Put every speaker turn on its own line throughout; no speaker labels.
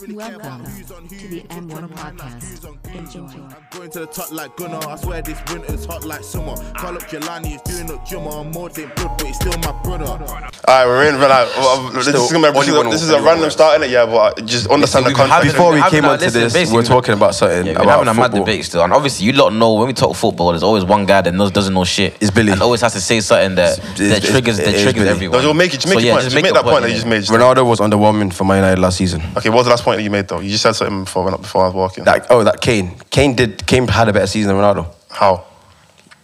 Really care about
Welcome
who's on who.
to the
Trying to
M1
grind like
podcast.
goose on goose.
Enjoy.
I'm going to the top like Gunnar. I swear this winter's hot like summer. Call up Jelani, he's doing up Jumma. I'm more than blood, but he's still my brother.
Alright, we're in. We're like, well, this,
Still,
is gonna be, this, is,
Oli
a, this is a
won all-
random start, innit? Yeah, but just understand the
we've been
context.
having-
Before we
Listen,
came
no,
onto
listen,
this, we
basically
were
we-
talking about something
Yeah, we're
about
having a mad
football.
debate still, and obviously you lot know when we talk football, there's always one guy that knows, doesn't know shit.
It's Billy.
And always has to say something that
it's-
that triggers
it
that
is
triggers
Billy.
No,
everyone.
you'll make it. Just make your
yeah,
point. Just make that
your
point that you
innit?
just made. just-
Ronaldo was underwhelming for Man United last season.
Okay, what was the last point that you made though? You just said something before I went up before I was walking.
That oh, that Kane. Kane did. Kane had a better season than Ronaldo.
How?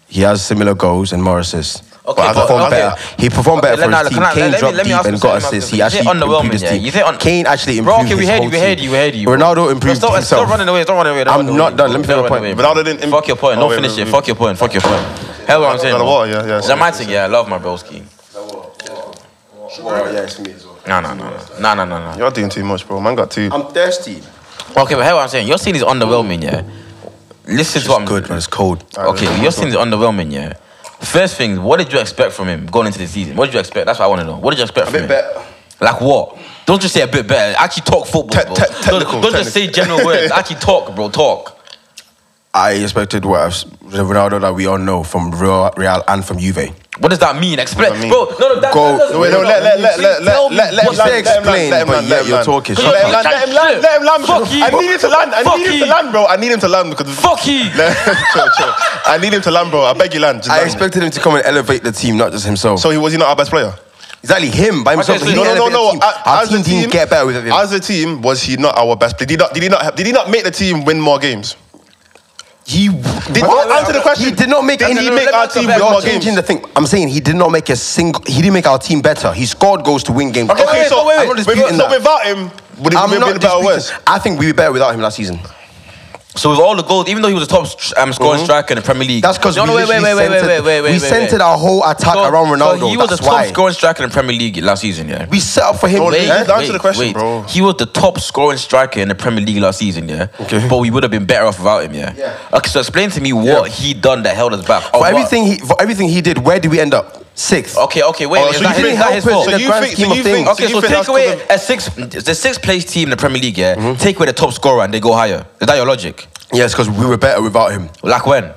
He has similar goals and more assists.
Okay,
he
but-
performed
okay.
better. He performed
Okay,
better for
let-
his team.
now, can I-
Kane
let me-
dropped
let me
deep
ask you
and got
something,
assists.
man.
He
You
actually
say
improved
underwhelming,
his
yeah?
team.
You say un-
Kane actually
Bro,
improved
okay,
his
we heard
whole
you, we heard
team.
you, we heard you.
Ronaldo improved
Stop,
himself.
stop running away, stop running away. don't
I'm
run away,
not
bro.
done, let me
Don't
finish my
run
point.
away, bro.
Ronaldo didn't.
Fuck your point,
Oh,
no
wait,
finish
wait,
it.
wait.
Fuck your point, fuck your point. Hell, what I'm saying.
Got a
bro.
wall, yeah, yeah,
Is
yeah.
that my thing? Yeah, I love my broski.
Well, yeah, it's me as well.
Nah, nah, nah, nah, nah, nah, nah.
You're doing too much, bro. Man got two.
I'm thirsty.
Okay, but hear what I'm saying. Your scene is underwhelming, yeah. Listen to what I'm
Good, but it's cold.
Okay, your scene is underwhelming, yeah. First thing, what did you expect from him going into the season? What did you expect? That's what I want to know. What did you expect
A
from
bit
him?
better.
Like what? Don't just say a bit better. Actually talk football,
Te-
bro.
te-
Don't-
technical,
don't, just say
technical.
general words. Actually talk, bro. Talk.
I expected what I've, the Ronaldo that we all know from Real, Real and from Juve.
What does that mean? Explain,
What does that mean?
bro. No, no, that,
Go-
that doesn't-
No, wait, no, let, let, let, let,
Tell
let,
me
let, let,
what
him land,
you
let him land,
explain,
let him
but
land,
yeah,
let him
you're
land.
talking.
Let him land, let him land, let him land, bro.
Fuck you.
I need him to land, I
Fuck
need him
you.
to land, bro. I need him to land because.
Fuck you.
Let- chill, chill. I need him to land, bro. I beg you, land. Just
I
land.
expected him to come and elevate the team, not just himself.
So he was he not our best player?
exactly him by himself.
so-
he
No, no, no,
elevated
no.
the team.
A-
Our
As
team
a team,
didn't get better with him.
as a team, was he not our best player? Did he not? Did he not? Did he not make the team win more games?
he
Did, answer the question.
He did not make
Did
any.
he make our team win
You're
more
changing
games?
the thing. I'm saying he did not make a single. He didn't make our team better. He scored goals to win games.
Okay,
I'm
so,
not disputing
so
that.
without him, would it
I'm
have been
not
better or
disputing-
worse?
I think we were better without him last season.
So with all the goals, even though he was a top um, scoring
Mm-hmm.
striker in the Premier League,
That's because
No,
we
no, wait, wait,
literally
wait, wait,
centered-
wait, wait, wait,
we
wait, wait.
centered our whole attack around Ronaldo,
So he was
that's
the top
why.
scoring striker in the Premier League last season. Yeah.
We set up for him.
No,
Wait,
Just Oh, answer
wait,
the question,
wait.
bro.
He was the top scoring striker in the Premier League last season, yeah.
Okay.
But we would have been better off without him, yeah.
Yeah.
Okay, so explain to me what he done that held us back. or
for
what-
everything he for everything he did, where did we end up? Sixth.
Okay, okay, wait.
Oh,
is
so
that
you
his,
think
is that
help
his
us-
fault?
So
the
you
grand
think?
scheme
So
of
you
things.
think?
Okay, so
you think
take
that's
away
good?
a six, the sixth place team in the Premier League, yeah.
Mm-hmm.
Take away the top scorer and they go higher. Is that your logic?
Yes, because we were better without him.
Like when?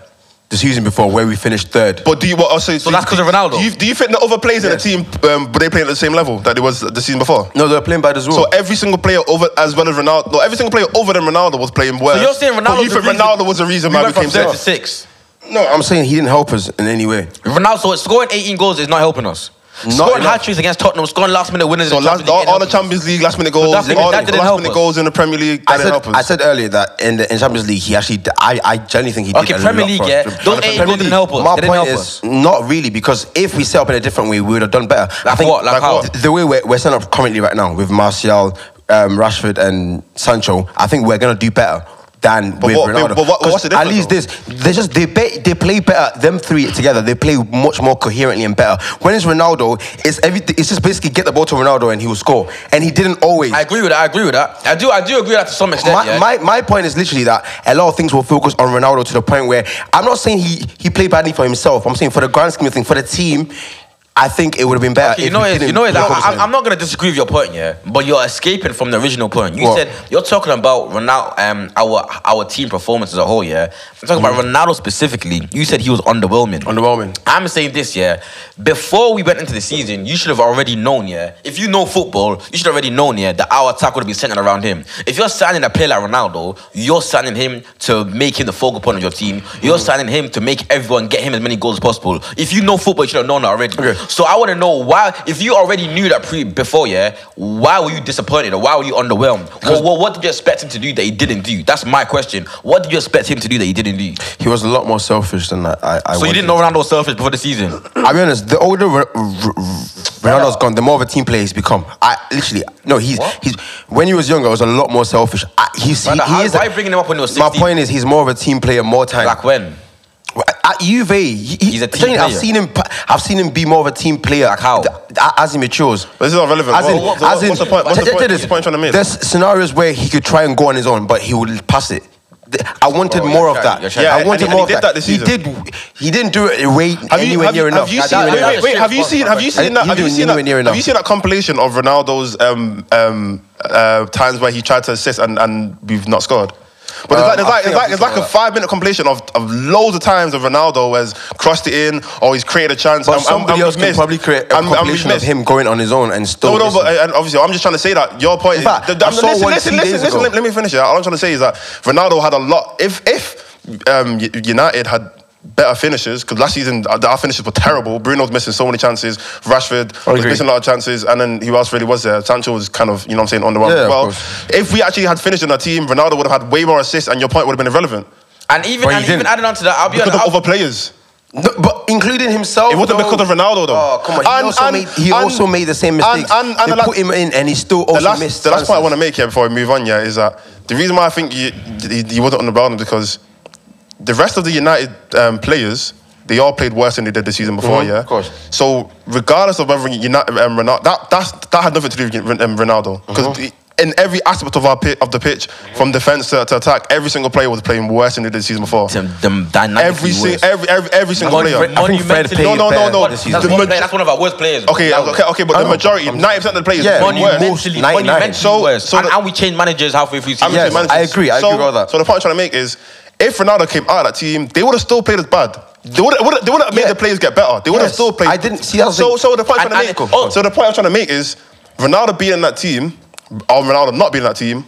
The season before, where we finished third.
But do you what? oh, So,
that's 'cause of Ronaldo?
Do you, do you think the other players
Yes.
in the team um, were they playing at the same level that it was the season before?
No, they were playing bad as well.
So eh, every single player over, as well as Ronaldo, no, every single player over than Ronaldo was playing worse.
So you're saying Ronaldo's
But you think
the reason-
Ronaldo was the reason
We
why we
went from
came
zero to
second?
six.
no, I'm saying he didn't help us in any way.
Ronaldo so scoring 18 goals is not helping us.
Not
scoring
enough.
hat tricks against Tottenham, scoring last minute winners.
So
in
last,
Champions League
all, all the
ain't helping us.
Champions League last minute goals,
that's-
all
that
the
didn't
last
help
minute
us.
goals in the Premier League, that
I said,
didn't help us.
I said earlier that in the in Champions League, he actually, I, I genuinely think he did.
Okay,
a
Premier
lot
League,
for us.
yeah.
The-
Those
the Premier
eight goals
League.
didn't help us.
My
They didn't
point is,
help us.
not really, because if we set up in a different way, we would have done better.
Like what? Like how?
The, the way we're, we're setting up currently right now with Martial, um, Rashford, and Sancho, I think we're gonna do better. Than with
what-
Ronaldo.
but what-
'Cause
what's the
at
difference,
least
though?
this, they just they be, they play better. Them three together, they play much more coherently and better. When it's Ronaldo, it's everything. It's just basically get the ball to Ronaldo and he will score. And he didn't always.
I agree with that. I agree with that. I do. I do agree with that to some extent.
My,
yeah.
my, my point is literally that a lot of things were focused on Ronaldo to the point where I'm not saying he, he played badly for himself. I'm saying for the grand scheme of things, for the team, I think it would have been better.
Okay, you
if
know
we
it. You
didn't
know it. Like,
focus on
I,
him.
I'm not gonna disagree with your point, yeah. But you're escaping from the original point. You
What?
said you're talking about Ronaldo, um, our our team performance as a whole, yeah. I'm talking
Mm-hmm.
about Ronaldo specifically. You said he was underwhelming.
Underwhelming.
I'm saying this, yeah. Before we went into the season, you should have already known, yeah. If you know football, you should have already known, yeah, that our attack would have been centered around him. If you're signing a player like Ronaldo, you're signing him to make him the focal point of your team. You're
Mm.
signing him to make everyone get him as many goals as possible. If you know football, you should have known that already.
Okay.
So I want to know why, if you already knew that pre before, yeah, why were you disappointed or why were you underwhelmed? Well, well, what did you expect him to do that he didn't do? That's my question. What did you expect him to do that he didn't do?
He was a lot more selfish than I. I, I
So you
wanted.
didn't know Ronaldo was selfish before the season.
I'll be honest. The older R- R- R- Ronaldo's gone, the more of a team player he's become. I literally no. He's
What?
he's when he was younger, he was a lot more selfish. I, he's, he,
Brother,
he
how-
is.
why are you bringing him up when he was
My
16?
point is, he's more of a team player, more time.
Like when?
At Juve, he,
He's a team
genuinely, I've
player.
seen him. pa- I've seen him be more of a team player. Like
how?
As he matures.
But this is not relevant.
As in,
What- what-
as in,
what's the point? What's
Check-
the
check
point?
this.
What's the point you're trying to make?
There's scenarios where he could try and go on his own, but he would pass it. th- I wanted
Bro,
more
you're
of
trying-
that.
you're trying- Yeah,
I
and
wanted
he- and
more
he did
of that.
that this
he
season.
did. He didn't do it way
Have you,
anywhere
have,
near
you-
enough.
have you
Not
seen?
anywhere
Wait,
near
wait,
enough.
wait, have you seen? Have you seen that?
He
Have you
didn't
seen
do it near
that? Have
enough.
you seen that compilation of Ronaldo's um, um, uh, times where he tried to assist and, and we've not scored? But
Um,
there's like there's
I
like
think
there's
I've
like,
seen
there's like a
something like
five minute compilation of, of loads of times of Ronaldo has crossed it in or he's created a chance.
But
and- and-
somebody
and
else
we've
can
missed.
probably create a
And- and we've
compilation of
missed.
him going on his own and still.
No, no, but
missing.
and obviously, I'm just trying to say that your point.
In
is
fact,
the- the-
I saw
listen,
one
listen,
two
listen,
days
listen.
ago.
Let, let me finish. Yeah, all I'm trying to say is that Ronaldo had a lot. If if um, U- United had better finishes, because last season uh, our finishes were terrible. Bruno's missing so many chances. Rashford was
agree.
missing a lot of chances, and then who else really was there? Sancho was kind of you know what I'm saying on the run.
Yeah, of
well,
course.
if we actually had finished in our team, Ronaldo would have had way more assists, and your point would have been irrelevant
And even
But he
and even
didn't.
adding on to that, I'll be
because
honest.
of
I'll-
other players.
No, but including himself.
It wasn't
though.
because of Ronaldo though.
Oh come on! He,
And-
also,
and-
made, he
and-
also made the same
and-
mistakes.
and- and
they
the la-
put him in, and he still also
the last,
missed.
the last point I want
chances.
to make here before we move on, yeah, is that the reason why I think you, he, he wasn't on the ground because the rest of the United um, players, they all played worse than they did the season before,
Mhm,
yeah.
of course.
So regardless of whether United um, Ronaldo, that that's, that had nothing to do with um, Ronaldo because.
Mm-hmm.
In every aspect of our pit, of the pitch, from defense to, to attack, every single player was playing worse than they did the season before.
Them- them
Every,
dynamically
si-
worse.
every every every single
Mon-
player.
I think Fred
monumentally-
played
No, no, no,
better
no.
This
The
That's
season.
one,
ma-
player, that's one of our worst players.
Okay,
Louder.
okay, okay, but
I
the
know.
majority, ninety percent of the players,
Yeah,
were
Mon-
worse.
most-
Monumentally,
99.
monumentally
So-
worse.
so
and,
the-
and we changed managers halfway through season.
I'm
Yes,
managers.
I agree, I
so,
agree with all that.
So the point I'm trying to make is, if Ronaldo came out of that team, they would have still played as bad. They would have, they would have made
Yeah.
the players get better. They would have
Yes,
still played.
I didn't- see, that was
so
the-
so the point I'm
And-
trying to
and-
make.
oh.
So the point I'm trying to make is, Ronaldo being in that team, or Ronaldo not being in that team.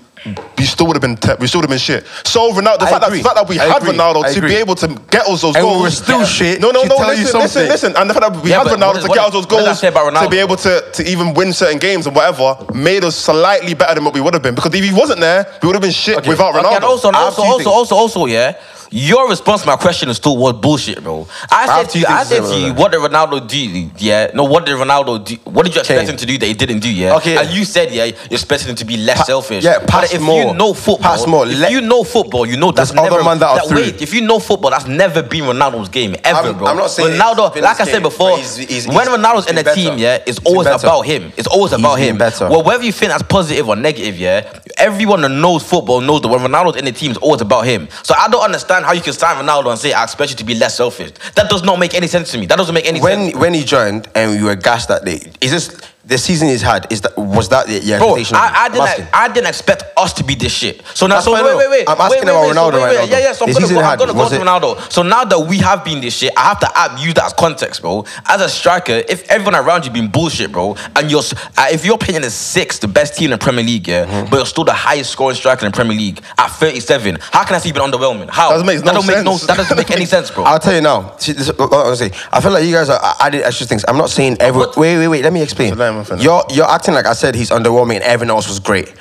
We still would have been te- we still would have been shit. So Ronaldo, the
I
fact that,
agree.
the fact that we
I
had
agree. I
Ronaldo to
agree.
be able to get us those
And we
goals,
were still shit
No, no,
should
no.
tell you
Listen, listen,
something.
listen. And the fact that we
Yeah,
had
but
Ronaldo
what is-
to get
what
us those
is- what does that
goals
say about
to be
Ronaldo?
able to, to even win certain games and whatever made us slightly better than what we would have been. Because if he wasn't there, we would have been shit without Ronaldo.
Okay, and also, and
I have
also,
two
also,
things.
also, also, yeah. Your response to my question is still what bullshit, bro. I
have
said to
two
you,
things
I
to
said
say
to
about
you,
that.
what did Ronaldo do? Yeah, no, what did Ronaldo do? What did you expect
Kane.
him to do that he didn't do? Yeah,
Okay.
And you said, yeah, you expected him to be less
Pa-
selfish.
yeah,
but
pass
if you
more.
know football,
Pass more.
If
Let-
you know football, you know that's
There's other
never
man that are through.
wait. If you know football, that's never been Ronaldo's game ever,
I'm-
bro.
I'm not saying it's
Ronaldo.
been
Like I
his
said
game,
before,
but he's- he's-
when
he's-
Ronaldo's
he's
in
been
a
better.
team, yeah, it's
He's been
always
better.
about him. It's always
He's
about
been
him.
better.
Well, whether you think that's positive or negative, yeah, everyone that knows football knows that when Ronaldo's in the team, it's always about him. So I don't understand how you can sign Ronaldo and say, I expect you to be less selfish. That does not make any sense to me. That doesn't make any
when
sense.
when he joined and we were gashed that day, is this the season he's had? Is that was that the the
Bro,
expectation?
I, I,
I'm asking.
didn't, I didn't expect us to be this shit. So now,
That's
so
fine,
wait,
no.
wait, wait.
I'm
wait,
asking
wait,
about
wait, so
Ronaldo
wait,
right
wait.
now,
Yeah, yeah, so
though.
I'm gonna
This isn't
go, I'm gonna
hard,
go
was
to
it?
Ronaldo. So now that we have been this shit, I have to add, use that as context, bro. As a striker, if everyone around you been bullshit, bro, and you're s- uh, if you're playing in the sixth, the best team in the Premier League, yeah,
Mm-hmm.
but you're still the highest scoring striker in the Premier League at 37, how can I say you've been underwhelming? How?
That makes
that
no
don't Make no,
sense.
that doesn't make any sense, bro.
I'll tell you now. See, this, what I was gonna say. I feel like you guys are are adding extra things. I'm not saying every.
What?
Wait, wait, wait. Let me explain.
So let him finish.
You're you're acting like I said he's underwhelming and everyone else was great.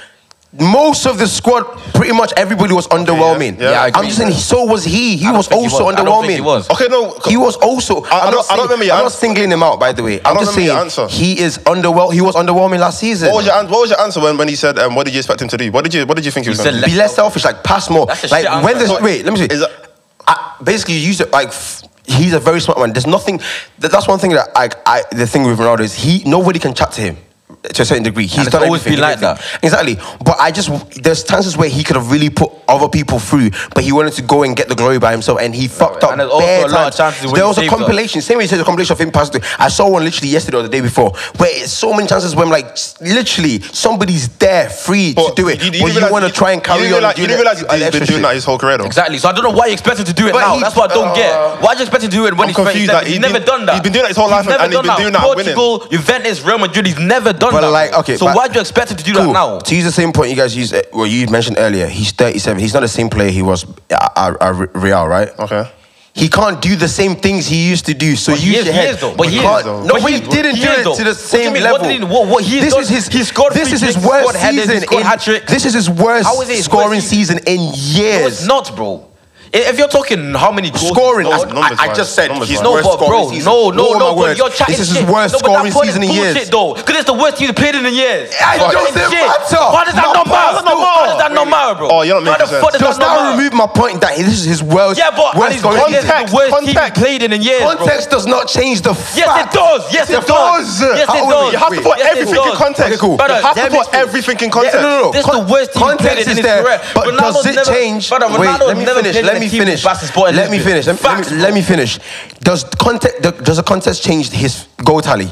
Most of the squad, pretty much everybody was underwhelming.
yeah. Yeah, I
I'm just saying. So was he. He
don't
was
think he
also
was. I
underwhelming.
don't think he was.
Okay, no.
He was also.
I- I don't-
I'm not
I don't
saying-
remember your
I'm not
answer.
singling him out, by the way. I'm
don't
just
remember your
saying
answer.
he is underwhelmed. He was underwhelming last season.
What was your, an- what was your answer when, when he said, um, what did you expect him to do? What did you, what did you think he was
He
going
said
to do?
be
left
less selfish, like pass more.
That's a
like
shit
when
answer.
there's wait, let me see.
Is that-
I, basically, you use it like f- he's a very smart one. There's nothing. That, that's one thing that I, I the thing with Ronaldo is he nobody can chat to him. To a certain degree, he's
And it's
done
always
everything,
been like
everything. Exactly, but I just there's chances where he could have really put other people through, but he wanted to go and get the glory by himself, and he fucked up.
and there's also
bare
a lot of
times.
chances when
There
he
was a
saved us.
compilation, same way you said the compilation of him passing. through. I saw one literally yesterday or the day before, where it's so many chances when like literally somebody's there free to
But
do it,
you- you
but you
realize-
want to try and carry
you
on.
realize- You
and
didn't
do that-
realize he's
an extra
been doing
shit.
that his whole career, though.
Exactly. So I don't know why you expect him to do it
But
now.
he-
That's what I don't
uh,
get. Why do you expect him to do it
I'm
when he's 37?
confused that
he's
he-
never
he-
done that.
he's been doing that his whole life and-
never
and he's
done
been doing that winning.
Portugal, Juventus, Real Madrid. He's never done
But
that.
like,
bro.
okay,
So
but-
why do you expect him to do that
Cool.
now?
To use the same point you guys used, uh, well, you mentioned earlier, he's 37. He's not the same player he was at, at, at Real, right?
Okay.
He can't do the same things he used to do. So
But
use
he is,
your
he
head.
is though. But he
You
is
can't-
though.
No,
But
he,
he is though.
didn't
He
do
is
it
though.
to the
What do you
same
mean? What
level.
did he- what- what he has
this
done-
is his.
he scored
This
free
is his
kicks, he scored
worst
headers, he
season.
scored
in-
hat tricks.
This is his worst
How is it his worst
scoring season
season?
in
No, it's
years.
not, bro. If you're talking how many goals
Scoring,
he's
I-
scored-
numbers
I, I
wise,
just said
numbers
he's
wise.
no,
no,
worst
but
scoring
bro,
season.
no, no,
Lord, my
no,
word.
but you're chatting
This is his
shit.
worst
no, but
scoring
that point is
season in
bullshit,
years.
though, because it's the worst team he's played in in years.
I
Fuck.
don't think
Shit.
matter.
Why
My point
does that not matter?
is
Why does that
no.
not matter, bro?
Oh, you're not
Why the
making
fuck
sense.
does
Just
that not
now
matter?
remove my point that this is his worst.
Yeah,
worst
but and it's
scoring
context,
season.
the worst team he's
context.
played in in years, bro.
Context does not change the fact.
Yes, it does. Yes, it does. Yes,
How- wait,
it does.
You have to put
Yes, it
everything in
does.
context.
Okay, cool.
You have
Brother,
to
let
put
me-
everything in
Yeah,
context.
no, no, no.
This is the worst team
context
played in
is
his
there,
career.
but
Ronaldo's
does it
never-
change?
Brother,
Wait,
Ronaldo's
let me
never
finish.
played in
Let
a
me
team with
finish.
fastest ball in
Let me
Lisbon.
finish. Let me-
Facts,
Let me- let
bro.
me finish. Does context? Does the context change his goal tally?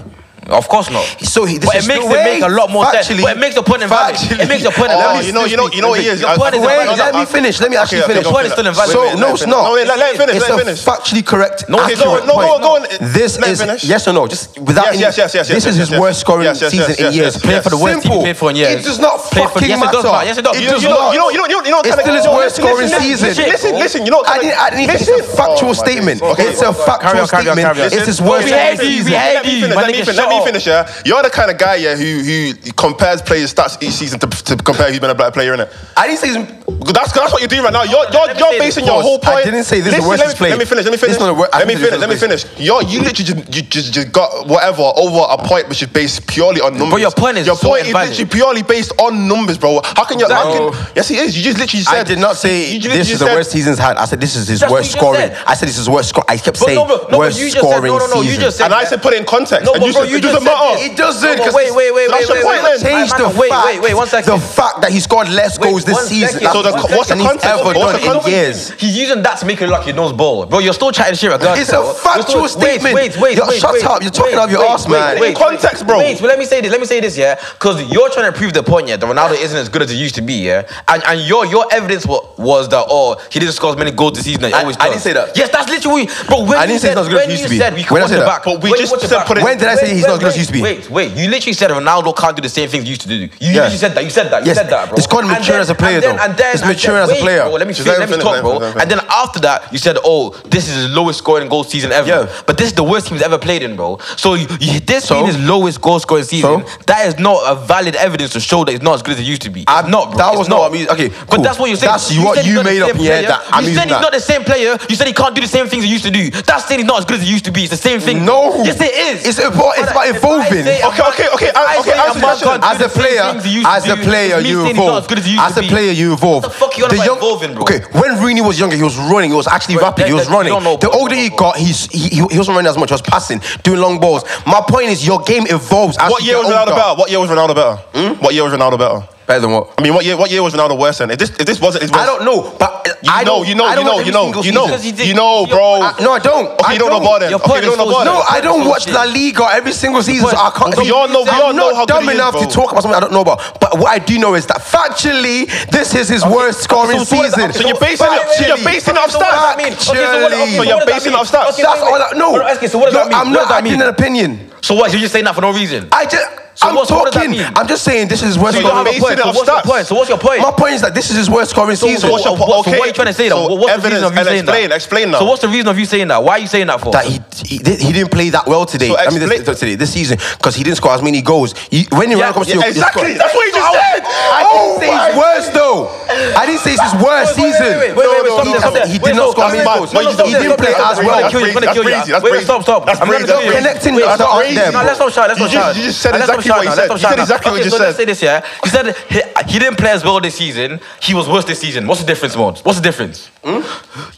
Of course not.
So he, this
but
is
it makes
the
it
way-
make a lot more sense.
factually-
But it makes the point invalid.
factually-
It makes the point
Oh,
invalid.
you know, you know, you know what it is.
Your point is
Okay,
invalid.
okay,
Let me
okay,
finish. Let me actually finish.
Your point is still invalid.
So
Wait, wait,
no, it's
No,
not.
wait, let, let him finish.
It's
let him
a
finish.
factually correct.
No, it's
accurate
not. No,
point.
go on, go on.
This
Let him
is
finish.
yes or no. Just without.
Yes,
any-
yes, yes, yes,
This
yes,
is his
yes,
worst scoring
yes, yes,
season
yes,
in
yes,
years.
yes,
Playing
yes.
for the worst
Simple.
team.
Played for in years.
It does not
Played for-
fucking
yes, it does
matter.
matter. Yes, it does.
It
You
does
you
not.
know, you know, you know, you know, you know.
It's still his worst scoring season. Oh
Listen, listen, listen. You know,
I didn't, I didn't
listen. Oh
it's a factual statement.
Okay.
It's a factual
Carry on, carry on,
statement.
carry on.
It's his
Listen,
worst
we
scoring
hate you,
season.
we hate
Let me
you.
finish.
My
Let me
nigga,
finish. Let
shut
me
up.
finish. Yeah, you're the kind of guy yeah who who compares players' stats each season to, to compare who's been a better player in it.
I didn't say he's
That's that's what you're doing right now. You're you're,
Let me
you're
say this.
basing your whole
Pause. I
point.
didn't say this is
Listen,
the worst
let
he's
me-
played.
Let me finish. Let me
This
finish.
is not the wor- I
Let me
think
finish.
this is
Let me
the worst
finish. You're you literally just, you just just got whatever over a point which is based purely on numbers.
your point is
your
so
point is
invalid.
literally purely based on numbers, bro. How can you? How
No.
can, yes, it is. You just literally said.
I did not say
you just
this
literally
is the
said-
worst season's had. I said this is his
That's what
worst
you just
scoring.
said.
I said this is worst score. I kept
But
saying
no, bro, no, but
worst
you just said
scoring
no, no, no. You
season.
just said
And I
that.
said put it in context.
No,
and
but
you
bro,
said
you
it
just
doesn't
said
matter.
it.
it doesn't.
No, but
'cause
wait, wait, wait,
wait,
that's your
wait,
point.
wait.
It changed
Wait,
the
man, wait,
fact.
wait, wait, one second.
The fact that he scored less
Wait,
goals
one
this season.
second.
That's
So the
the
co-
most
what's the
than he's
context?
ever
What's the
done in
context?
years.
He's using that to make it look like he knows ball. Bro, you're still chatting shit regardless.
It's a
bro.
factual
You're still-
statement.
Wait, wait, wait.
Yo,
wait,
shut
wait,
up. You're talking
wait,
out of your
wait,
ass,
wait,
man.
wait,
Context,
wait,
bro.
Wait, but let me say this. Let me say this, yeah? Because you're trying to prove the point, yeah, that Ronaldo isn't as good as he used to be, yeah? And, and your, your evidence was, was that, oh, he didn't score as many goals this season as he
I-
always does.
I didn't say that.
Yes, that's literally. Bro, when
I didn't say
you
he's
said,
not as good as
when
he used
you
to be.
said we can
When I
watch
said
it
that.
back.
But we
when you
just
watch it
said
back-
put it-
When did I say
Wait,
he's not
wait,
as good as he used to be?
Wait, wait. You literally said Ronaldo can't do the same things he used to do. You
Yeah.
literally said that. You said that. You
Yes.
said that, bro.
It's called
And
mature
then-
as a player,
and then-
though.
and then-
It's
and
mature
then-
as a
wait,
player.
Bro, let me
Just let
finish, let
him
me
finish,
talk,
let him
bro.
finish, let him
And then after that, you said, "Oh, this is his lowest scoring goal season ever."
Yeah.
But this is the worst team he's ever played in, bro. So you, you, this
So?
being his lowest goal scoring season,
So?
that is not a valid evidence to show that he's not as good as he used to be.
I'm-
It's not, bro.
that
It's
was not what I'm using- okay,
but
cool.
that's what you're saying.
That's what
said he's
you
not the
made up
same
in your head
player.
that I'm
You
using
said he's
that.
not the same player. You said he can't do the same things he used to do. That's saying he's not as good as he used to be. It's the same thing.
No.
Yes, it is.
It's about- it's
If
about
I- if I
evolving.
say a
Okay, okay, okay,
if
I-
I
okay,
say
answer the
a man
question.
can't do
As
the
a
same
player,
things he used
as
to
a
do,
player,
it's me
you
saying he's not as
evolve.
good as he used
As
to
a
be.
player, you evolve.
What the fuck you on
The
about
young-
evolving, bro?
Okay, when Rooney was younger, he was running. He was actually
Bro,
rapid. He
that-
was
that- you
running.
don't know
The
football,
older he
bro.
got, he's, he he he wasn't running as much. He was passing, doing long balls. My point is, your game evolves. As
What
you
year was
get
Ronaldo
older.
better? What year was Ronaldo better? What year was Ronaldo better?
Better than what?
I mean, what year? What year was Ronaldo worse than? If this, if this wasn't, his
I
worst-
don't know, but
You
I
know,
don't,
you know,
I
you
don't
know,
watch
you
every
know,
single
you know,
season.
he did-
you know, bro.
I- no, I don't.
Okay,
I
you don't know
don't.
about then.
Your
Okay,
point
you don't
is
know
so
about
No,
then.
stupid.
I don't
That's
watch
bullshit.
La Liga every single season. so I can't.
But we all know- we all
I'm
know
not
how good
dumb
he is,
enough
bro.
to talk about something I don't know about. But what I do know is that factually, this is his worst scoring
so what is-
season.
so you're basing it- so you're basing it off
So
stats.
what does
that
that
mean?
mean?
Okay, so
So
what- okay, so
you're
what does that
basing
mean?
off stats.
Okay,
That's
wait,
all.
wait.
I, no.
Well, okay, so what does
no,
that mean?
I'm
What
not
does that
acting
mean?
an opinion.
So what? You're just saying that for no reason.
I just.
So
I'm
what- so what does that
talking.
mean?
I'm just saying this is his worst.
so you
you're
don't
scoring
have a
basing
point.
it
So
off
what's your
stats.
point? So what's your point?
My point is that this is his worst scoring season.
what's your
so,
point?
so what are you
Okay,
trying to say? though?
so
What- what's the
evidence
reason of you
and
saying
explain,
that?
explain now.
So what's the reason of you saying that? Why are you saying that for?
that he, he did- he didn't play that well today.
So
I mean, this,
explain-
this- today this season because he didn't score as many goals. You, when Ronaldo comes to
yeah,
your
exactly.
score-
That's what he just
I-
said.
I
Oh
didn't say it's
my-
worse though. I didn't say it's his worst
Wait, wait,
season.
wait, wait, wait,
He-
wait, stop there, stop there.
He
Wait,
did not score
no, stop
as many
there,
goals.
stop there, stop
He
there,
didn't
stop
play
there,
as
stop there.
well.
You're gonna kill- you're gonna
That's
kill
crazy,
you.
that's
Wait,
crazy.
stop, stop.
That's
I'm gonna
crazy,
kill
that's
you.
crazy.
Wait,
That's
stop.
crazy.
No, let's not shout, let's
You
not
just-
shout.
you just said
Let's not
exactly
shout
what you
now,
said. You
let's not
said
shout now.
exactly what you
Okay, so
just
let's
said.
say this, yeah? He said he, he didn't play as well this season. He was worse this season. What's the difference, Mons? What's the difference?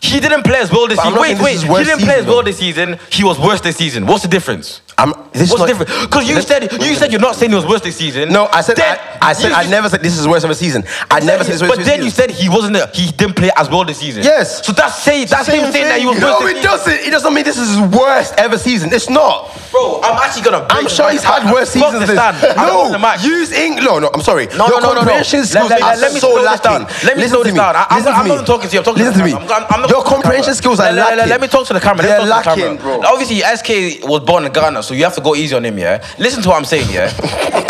He didn't play as well this
But I'm
season.
not
Wait,
saying this
wait.
is
He
worst
didn't play as
season,
well
though.
this season. He was worse this season. What's the difference?
I'm, this is
What's
not,
different? Because you said you said you're not saying he was worse this season.
No, I said
Then-
I, I said
you-
I
you-
never said this is worse of a season. I
you
never said
said
this
he-
was
But then you said he wasn't. A, he didn't play as well this season.
Yes.
So that's saying that's him saying that he was worse.
No,
this
it
season.
doesn't. It doesn't mean this is his worst ever season. It's not.
Bro, I'm actually gonna. break
I'm
the
sure
mic.
he's had
Fuck
worse
the
seasons than
stand.
this.
I'm
No,
on the mic.
use England. No, no, I'm sorry. Your
No, no, no, no, no.
comprehension
Let-
skills
let-
are
let- let me
so
slow this
lacking.
down. Let me
Listen
slow
to
this down. I- I'm
Listen
not- I'm
to
not
me.
talking to you. I'm talking to
Listen
the
me.
camera. I'm- I'm not
Your
talking to the
comprehension
camera.
skills are
Let- let-
lacking.
Let me talk to the camera.
They're
Let me talk to the
lacking,
camera.
bro.
Obviously, SK was born in Ghana, so you have to go easy on him, yeah? Listen to what I'm saying, yeah?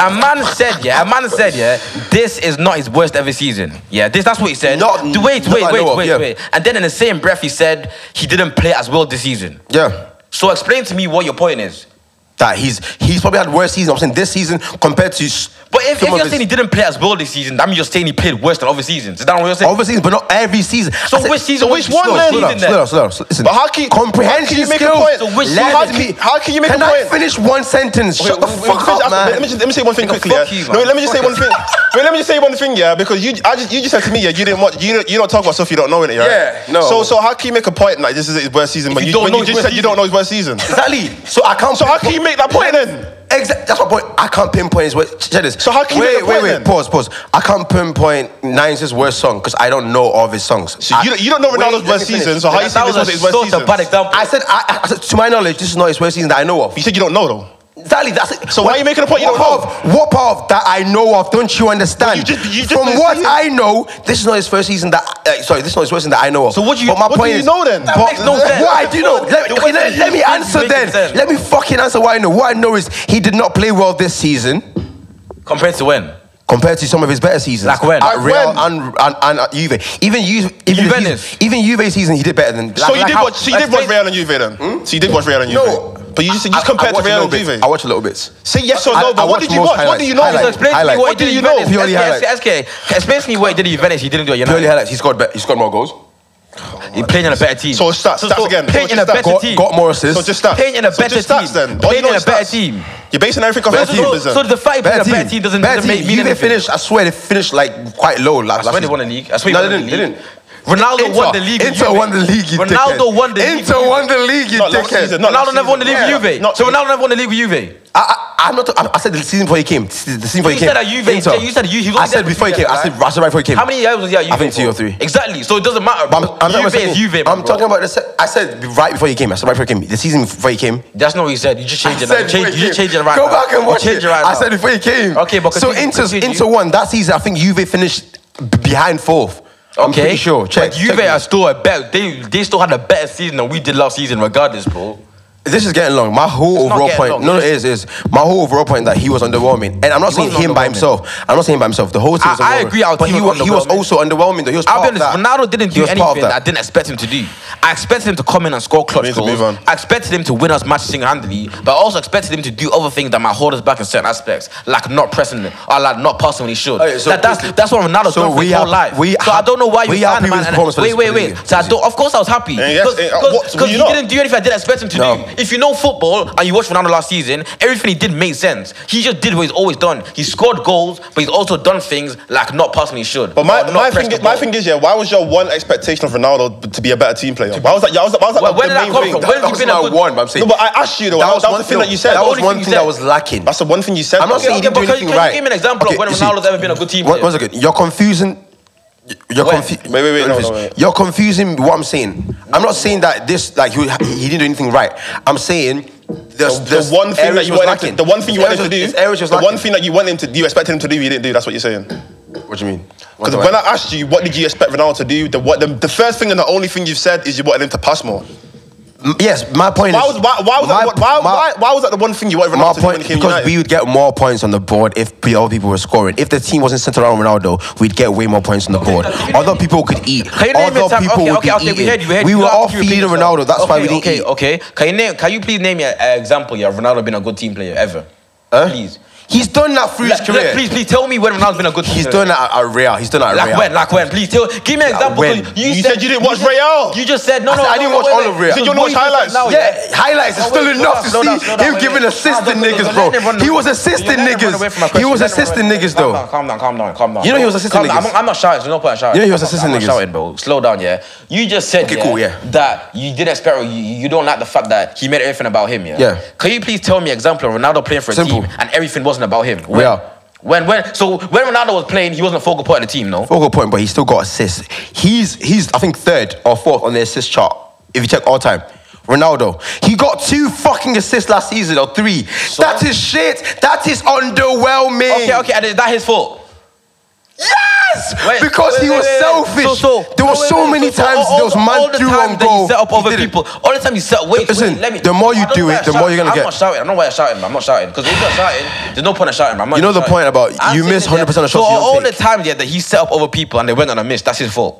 a man said, yeah, a man said, yeah, this is not his worst ever season. Yeah, this that's what he said.
Not-
D- wait,
not
wait,
that I
wait,
know of,
wait,
yeah.
wait. And then in the same breath, he said he didn't play as well this season.
Yeah.
So explain to me what your point is.
That he's he's probably had worse season. I'm saying this season compared to s-
But if, if
some of
you're
his-
saying he didn't play as well this season, that means you're saying he played worse than other seasons. Is that what you're saying?
Other seasons, but not every season.
So
I said-
which season-
so
which one
slow,
then?
Slow down,
season then?
slow down, slow down. s- Listen.
But how can- how
comprehension
can you make a
skills.
point?
So which
Let
season-
me-
how can you make a
Can I
point?
finish one sentence?
Wait,
Shut the
wait, wait,
fuck
finish
up,
asking-
man.
Let me just let me say one thing
Nigga,
quickly.
fuck
yeah.
you,
no,
man.
let me just say one thing. Wait, let me just say one thing, yeah, because you, I just, you just said to me, yeah, you didn't watch, you don't, you don't talk about stuff you don't know in it, right?
Yeah, no.
So, so how can you make a point like this is his worst season, but
you
you,
don't
when
know
you
his
just
worst
said you don't know his worst season?
Exactly. So I can't.
So how can you make that point then?
Exactly. That's my point. I can't pinpoint his worst. Check this.
So how can you
wait,
make a
wait,
point
wait.
then?
Pause, pause. I can't pinpoint Nines' worst song because I don't know all of his songs.
So
I-
you, don't- you don't know
Wait,
Ronaldo's
let
worst
me finish.
season, so how you
that
saying this was
was
his
a
worst
sort
season?
of bad example.
I said, I, I said, to my knowledge, this is not his worst season that I know of.
You said you don't know though.
Exactly. That's it.
So why are you making a point you
what
don't
part Of, what part of that I know of? Don't you understand?
But you just- you just
From
said
what
season.
I know, this is not his first season that. Uh, sorry, this is not his first season that I know of.
So what do you-
But my
what do
point
you
is,
know then? That
but-
makes no sense.
What I do know. Let,
The
okay,
way
let-
you
let me
speak
answer
makes
then.
sense.
Let me fucking answer what I know. What I know is he did not play well this season.
Compared to when?
Compared to some of his better seasons,
Like when?
at
Like
Real
when?
and and, and at Juve, even Ju- even the
Juventus.
season- even Juve season, he did better than.
So you did
how-
watch, so you did watch
explain-
Real and Juve then. So you did watch Real and Juve.
No,
but you just, you
I-
just compared
I
to
watched a
Real
little
and
bit.
Juve.
I watch a little bit.
Say yes or
I-
no,
I
but what
watched
did you
most
watch? What
highlights.
do you know?
Highlights.
So explain to me
highlights.
what,
What
he
do
did
you
in
know?
Venice.
Purely
SK,
highlights.
SK, explain to me what he did in Venice. He didn't do at
Purely
United.
highlights. He scored. Be- he scored more goals.
He played in a better team.
So stats, stats again.
Playing
So
in a
just stats.
better
Got,
team.
got more assists.
So just stats.
Playing in a
So
better
just stats
team.
then. All you
Playing
know
in a
is
better
stats.
team.
You're basing everything off
So,
your
so,
team.
so,
Listen.
the fact he played in a better team doesn't,
Better
doesn't make
team.
mean
Juve
anything.
finished. I swear they finished like quite low. Like,
I swear they won the league. I swear
no,
they
they
won
didn't.
the
They
league.
didn't.
Ronaldo
Inter,
won the league. with
Inter
Juve.
won the league. You
Ronaldo
dickhead.
won the league.
Inter won the league. You
Not last
dickhead.
season, not
Ronaldo
last
never won the league
season.
with Juve.
Yeah, not-
so Ronaldo never won the league with Juve.
I, I, I'm not. I, I said the season before he came. The season before he
You
came.
said at Juve,
Inter.
you said you- he was
I
only
said
there
before he
for
came.
two
I
years,
said right right before he came.
How many years was he at Juve?
I think two
for?
or three.
Exactly. So it doesn't matter.
But I'm,
bro.
I'm, not
Juve
saying-
is Juve.
I'm
bro.
talking about the. Se- I said right before he came. I said right before he came. The season before he came.
That's not what you said. You just
I
changed it.
said
now. You
before
changed-
he
You
came.
changed it right
Go
now.
back and
You
watch
changed
it.
it right
I
now.
said before he came.
Okay, but
so
continue,
Inter's,
continue.
Inter won that season. I think Juve finished b- behind fourth. I'm
Okay,
pretty sure. Check.
But Juve
check
are still a better. They they still had a better season than we did last season, regardless, bro.
This is getting long. My whole
not
overall
getting
point.
long.
No, no, it is. it is. My whole overall point that he was underwhelming, and I'm not saying
wasn't
him by
underwhelming.
himself. I'm not saying by himself. The whole team.
I-
was
I
underwhelming.
agree our
But
team
he
was
was, he was
underwhelming.
also underwhelming. Though he was.
I'll be
part
honest,
of that.
Ronaldo didn't
He
do
was part of
anything that I
that.
didn't expect him to do. I expected him to come in and score clutch
need to
goals.
move on.
I expected him to win us matches single-handedly, but I also expected him to do other things that might hold us back in certain aspects, like not pressing or like not passing when he should.
Okay, so
That- that's,
quickly.
that's what Ronaldo's
So
done for
we
his whole
are-
life.
we
so I
are-
don't know why you
we are happy
fan,
with
man.
his
and-
performance for
Wait,
this-
wait,
for
wait.
this game.
So I don't, of course I was happy.
And yes, eh, uh, what-
Because
were
he
you not?
didn't do anything I didn't expect him to
No.
do. If you know football and you watch Ronaldo last season, everything he did made sense. He just did what he's always done. He scored goals, but he's also done things like not passing when he should.
But my,
or not
my,
press
thing,
the
is- my
ball.
thing is, yeah, why was your one expectation of Ronaldo to be a better team player? Why was that? Why was that? Why was that
Where-
the
where did that
main
come
thing?
from?
That-
Where did
That
you
was
been a
my
good-
one. But I'm saying
No, but I asked you though.
That
That,
was
that was
one
the thing
thing-
that you said.
that was
only
one
thing
thing
you
that
said.
was lacking.
That's the one thing you said.
I'm not
though.
saying he
yeah,
didn't do
but can-
anything
can you
right.
give me an example of when
you
Ronaldo's ever been a good team
One,
player?
one second. You're confusing. You're
When?
confusing.
Wait, wait, wait, no, no, wait.
You're confusing what I'm saying. I'm not saying that this like he, he didn't do anything right. I'm saying there's,
The
there's
one thing that
areas
you
was
wanted to,
lacking.
the one thing you
There's
wanted to do,
areas- there's areas was
the one
lacking.
thing that you wanted him to do, you expected him to do, you didn't do. That's what you're saying.
What do you mean? What
Because
do I-
when I asked you, what did you expect Ronaldo to do? The, what, the, the first thing and the only thing you've said is you wanted him to pass more.
M- yes, my point
Why
is
was why, why was
my-
that, why,
my-
why, why was that the one thing you wanted
My
Ronaldo to do when
point
he came
because
United?
we would get more points on the board if p- other people were scoring. If the team wasn't centered around Ronaldo, we'd get way more points on the board. Other people could eat.
Can you name
Other
your time?
people
okay,
would
okay,
be
okay, we
eating.
heard you. We, heard
We
you.
were
You have
all
to repeat
feeding
yourself.
Ronaldo. That's
okay,
why we didn't
okay,
eat.
Okay, Can you name? Can you please name your uh, example? Yeah, Ronaldo been a good team player ever.
Huh?
Please.
He's done that through his
Like,
career.
like, please, please tell me when Ronaldo's been a good.
He's done
team player.
that at Real. He's done that at
Like
Real.
when? Like when? Please tell. Give me an example.
when?
because
You said you didn't watch
said-
Real.
You just said no,
I
no.
said I didn't
no,
watch
wait,
all
wait.
of Real. You
said you only
What
watched highlights.
said now,
yeah, highlights is
No,
still
wait, slow
enough
down,
to
slow
see
down, slow down,
him
wait.
giving assists to
Calm down, don't-
niggas,
don't
bro.
let him run
He
away.
was assisting
Don't let him run away from my
niggas. He
question.
was
Let him run
assisting
away.
niggas
Calm
though.
down, Calm down, calm down, calm down.
You know he was
Calm
assisting
down. I'm-
niggas.
I'm not shouting. There's no point in shouting.
You know he was
I'm not-
assisting
I'm not
niggas.
shouting, bro. Slow down, yeah. You just said
Okay, cool, yeah.
that you didn't expect. or You, you don't like the fact that he made everything about him, yeah.
Yeah.
Can you please tell me example of Ronaldo playing for a
Simple.
team and everything wasn't about him? When-
Real.
When when so when Ronaldo was playing, he wasn't a focal point of the team, no.
Focal point, but he still got assists. He's he's I think third or fourth on the assist chart if you check all time. Ronaldo, he got two fucking assists last season or three. that is shit. That is underwhelming.
Okay, okay, and is that his fault?
Yes,
Wait,
because
wait,
he
wait,
was
wait, wait.
selfish.
So, so,
there were
wait,
so
wait,
many
so- so
times
all-
there was
all
man
the
threw
time
on
that
goal.
You set up
he
other
didn't.
people. All the time you set. Wait,
Listen,
wait, let me.
the more you
I don't
do
know why
it,
I
the more
shout-
you're gonna
I'm
get.
not shouting. I'm not why I'm shouting. I'm not shouting because if you're shouting, there's no point in shouting. I'm not
You know
even
the
shouting.
point about
I'm
you
saying
miss
that-
100% of shots
So
you don't
all
take.
the time yeah, that he set up other people and they went on a miss. That's his fault.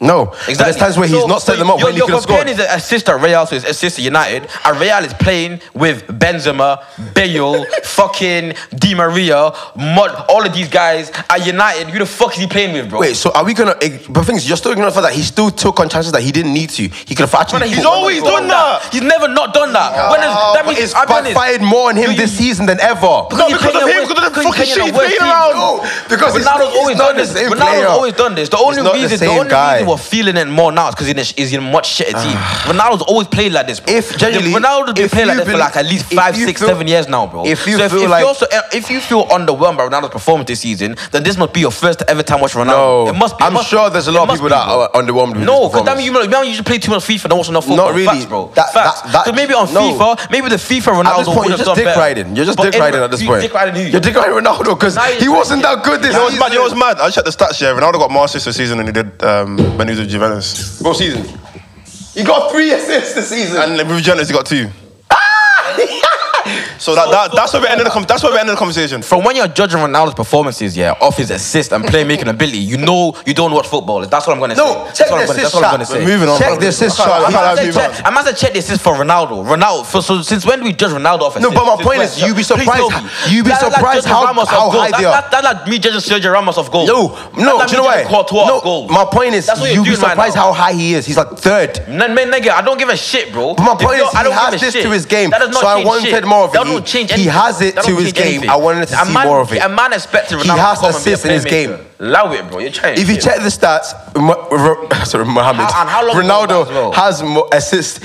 No. And There's times where he's
So-
not
so
setting them up
you're-
when he could have
You're
scored.
comparing his assist at Real to his assist at United, and Real is playing with Benzema, Bale, fucking Di Maria, Mod, all of these guys at United. Who the fuck is he playing with, bro?
Wait, so are we gonna? ig- But thing is, you're still ignoring the fact that he still took on chances that he didn't need to. He could have actually.
he's
put-
always done that.
He's never not done that. when is,
Oh,
that
but
means
it's
I'll be honest.
backfired more on him
You-
this season than ever.
No,
you're
because of
playing
him,
a
because of the
worse-
fucking shit
you're
he's
playing a worse
playing
team.
around.
No, because it's
Ronaldo's
not-
always
it's not
done
the
this.
same
Ronaldo's
player.
always done this. The only
not the
reason, the,
same
only
guy. Ah.
reason we're feeling it more now is because he's, he's in a much shitter team. Ronaldo's always played like this. Bro.
If- genuinely,
The- Ronaldo's been
if
playing like
you
this for
bel-
like at least
if
five,
you
six,
feel-
seven years now, bro.
if you
so if,
feel
if
like-
you're so, eh, if you feel underwhelmed by Ronaldo's performance this season, then this must be your first ever time watching Ronaldo.
No.
it must. Be, it
I'm
must-
sure there's a lot
it
of
must
people
be,
that
bro.
are underwhelmed with
No,
this
because that
performance.
mean you, you, know, you just play too much FIFA and watch enough football.
really.
Facts, bro.
That-
Facts.
that- that-
so maybe on
no.
FIFA, maybe the FIFA Ronaldo
At this point,
would
you're
have
just
done
dick
better.
riding. You're just
But
dick
anyway,
riding at this
you
point.
Dick riding who?
You're dick riding Ronaldo because
Now you're
he wasn't
dick-
that good this
You know what's
season.
mad? You know what's mad? I checked the stats here. Ronaldo got more assists this season than he did um, when he was with Juventus.
What season? He got three assists this season.
And with Juventus, he got two. so that, that, that's where we ended the com- that's where we ended the conversation.
From when you're judging Ronaldo's performances, yeah, off his assist and playmaking ability, you know you don't watch football. is. That's what I'm gonna say.
no,
That's
check
what I'm
the
gonna-
assist
That's what I'm gonna
chart.
say.
Moving on,
Check
bro.
the assist
I can't- I
chart.
can't have
I must
move
have checked- I must have checked the assist for Ronaldo. Ronaldo. For, so since when do we judge Ronaldo off
No,
assist?
but my
Since
point
when?
is, you'd be
Please
surprised-
tell me.
you'd be
That's like
surprised
judging
how-
Ramos off
how
goal.
high
That-
they are.
that- That's like me judging Sergio Ramos off goal.
No, no,
That's
do you know why?
like me judging Courtois off
No,
goal.
my point is,
That's what you're
you'd be
doing right
surprised
now.
how high he is. He's like third.
N- man, nigga, I don't give a shit, bro.
But my
If
point
you're-
is, he
give
has
a
this
shit.
to his game.
That does not
So I
change
wanted
shit.
more of it.
That don't
He-
change
he
anything.
has it
That
to
don't
his
change
game.
anything.
I wanted to
a
see
man,
more of it.
A man expected Ronaldo
has
to come and be a
assists in his
playmaker.
game.
Allow it, bro. You're trying.
If you check the stats, Mo- Ro- sorry, Mohamed,
How- and how long
Ronaldo
ago as well?
has more assists.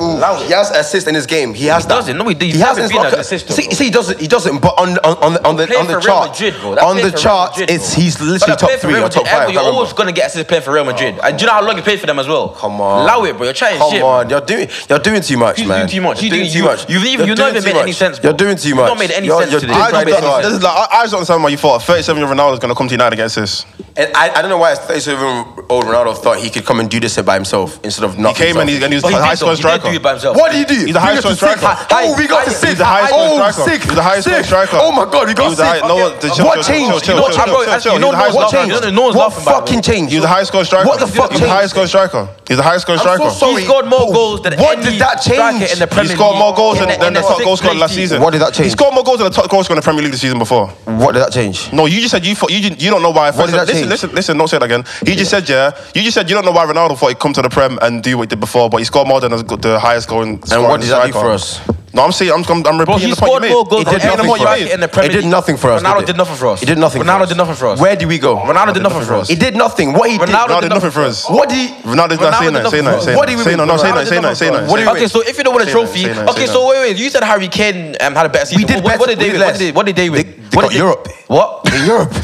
Allow it.
He has assists in his game. He has that.
doesn't. No, he- he's
he has
never
in his
been
locker.
an assist, though,
See,
bro.
see, he doesn't. He doesn't. But on on on, on the
Playing
on the
for Real
chart,
Madrid, bro. That's
on the
playing for Real
chart,
Madrid,
it's
bro.
he's
But
literally
that's
top
playing for
three
Real
or top
Madrid.
five.
Ever,
I
You're
can't remember.
always gonna get assists playing for Real Madrid. And do you know how long you paid for them as well?
Come on.
allow it, bro. You're trying
Come
shit. bro.
on, you're doing you're doing too much,
He's
man.
doing too
You're
much. He's
doing
doing-
too much.
You've even-
You're
you've not
doing
even
too
made any
much.
sense, bro.
You're doing too
You've
much.
not made any
You're-
sense
you're
today.
doing
You've not
too
made any
much.
sense.
This is like, I, I just don't understand why you thought a 37 year old Ronaldo is going to come to United against this.
And I, I don't know why a 37 old Ronaldo thought he could come and do this by himself instead of
He
not.
came and he,
himself.
and he was
But
a
he
high
did,
scoring
though. He did do
striker.
it by himself.
What did he do?
He's the highest
We got to
scoring
six.
striker.
Oh, we got to
He's
six.
the highest scoring
oh,
striker.
Six.
He's the highest
six.
scoring striker.
Oh my god, we got
He was the
six.
high- no one-
Okay.
chill, chill,
what
chill,
changed?
chill,
You
chill,
know what
chill,
changed?
chill,
You know
chill. He's the
what
highest scoring
changed?
striker. No one's
What
laughing about it,
fucking
bro.
changed?
He's the highest scoring striker.
What the fuck
He's the
changed?
highest scoring striker. He's the highest scoring
I'm so
striker.
sorry.
He scored more goals than
What
any
did that
striker
change?
in the
He
Premier
he scored
League
more goals than,
in the- in
than the top
sixth
goal scorer last
league.
season.
What did that
He
change?
scored more goals than the top goal scorer in the Premier League the season before.
What did that change?
No, you just said you thought you, didn't- you don't know why.
What did that
listen,
change?
listen, listen, don't say that again. You just said yeah. You just said you don't know why Ronaldo thought he'd come to the Prem and do what he did before, but he scored more than the- the highest scoring. scoring
what does that do
striker.
for us?
No, I'm saying I'm, I'm, I'm repeating
Bro, he
the point you
scored
made.
more goals
It
than
did
any
nothing
more
for us.
striker in the Premier
It did
League.
nothing for us.
Ronaldo
it?
did nothing for us.
It did nothing.
Ronaldo
for us.
did nothing for us.
Where did we go?
Ronaldo did nothing for us.
He did nothing. What he did?
Ronaldo
Ronaldo did nothing for us.
What did? he-
Ronaldo did
Ronaldo
not say
did
no, say
nothing
no,
for us.
say
What do you
no, say
mean
no, no, say no,
Ronaldo
say
did
no,
nothing
say
for
no.
us? What
say
do you
no.
mean?
Okay, so if you don't win a
Say no,
trophy,
say no, say
okay, so
no.
wait, wait, you said Harry Kane um, had a better season.
We did
what, what,
better-
did they
we
win?
did
What
less.
did they, what did they win?
They- they
what
got
did they-
Europe.
What?
In Europe.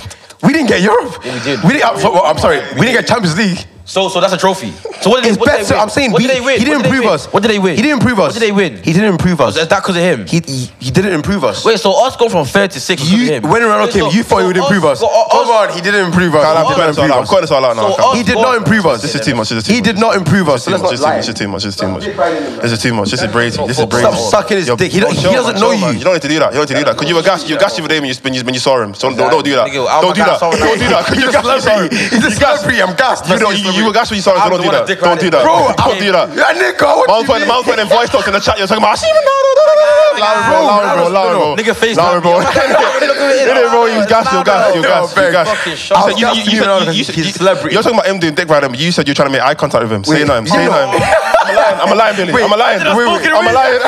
We didn't get Europe.
we did.
We didn't, I'm, sorry, I'm sorry. We didn't get Champions League.
So, so that's a trophy. So what did
It's
they, what did they
better.
win?
I'm saying
what
we-
did they win?
he didn't
What did they
improve
win?
us.
What did they win?
He didn't improve us.
What did they win?
He didn't improve us.
Is that because of him?
He, he, he didn't improve us.
Wait, so us going from third to six was 'cause
you,
of him.
when Ronaldo
Wait,
came,
so-
you thought he
so
would improve us.
so
Come on, he didn't improve us.
Can't- I'm
He
cutting
didn't
this all out. I'm
improve
cutting
us.
this all out now.
So
I can't.
us-
He did not improve us.
This is too much. This is too much.
He did not improve us. So
This
let's
is
not
too much.
lie.
This is too much. This is too much.
Stop deep-riding him,
This is too much. This is brazy. This is brazy.
Stop sucking his
You're-
dick. He don't- he
chill, man,
doesn't know
chill,
you.
man. You don't need to do that. You don't need to do that. Because you were gassed. You were gassed the other day when you, when you, when you saw him. So don't, don't do that.
Nigga, oh my
Don't do
God,
that.
sorry.
Don't do that. 'cause
He's
you're
a
gassed when you saw him.
celebrity. He's a
You gassed.
celebrity. I'm gassed.
You, don't, you, you were gassed when you saw him.
I'm
So don't
the
do
one
that.
that dick
Don't do that.
Bro,
Don't do that.
Yeah, nigga, what
Mouth
do
point,
you
mouth
mean?
point, and voice talks in the chat. You're talking about. I see Ronaldo. Lowry, bro. Lowry, bro. Lowry, bro.
Nigga face
Lowry, bro.
Look at
Innit, bro? You was gassed. You was gassed. You was
Yo,
gassed. You was
bro,
gassed.
fucking shot.
You said- you-
I was
you- you
gassed even
said-
though
you-
he's a
you-
celebrity.
You're talking about him doing dick riding, but you said you're trying to make eye contact with him. Say no him. Say
you
no him.
know-
I'm a lion. I'm a lion, Billy. I'm a lion.
Wait, wait, wait.
I'm a lion.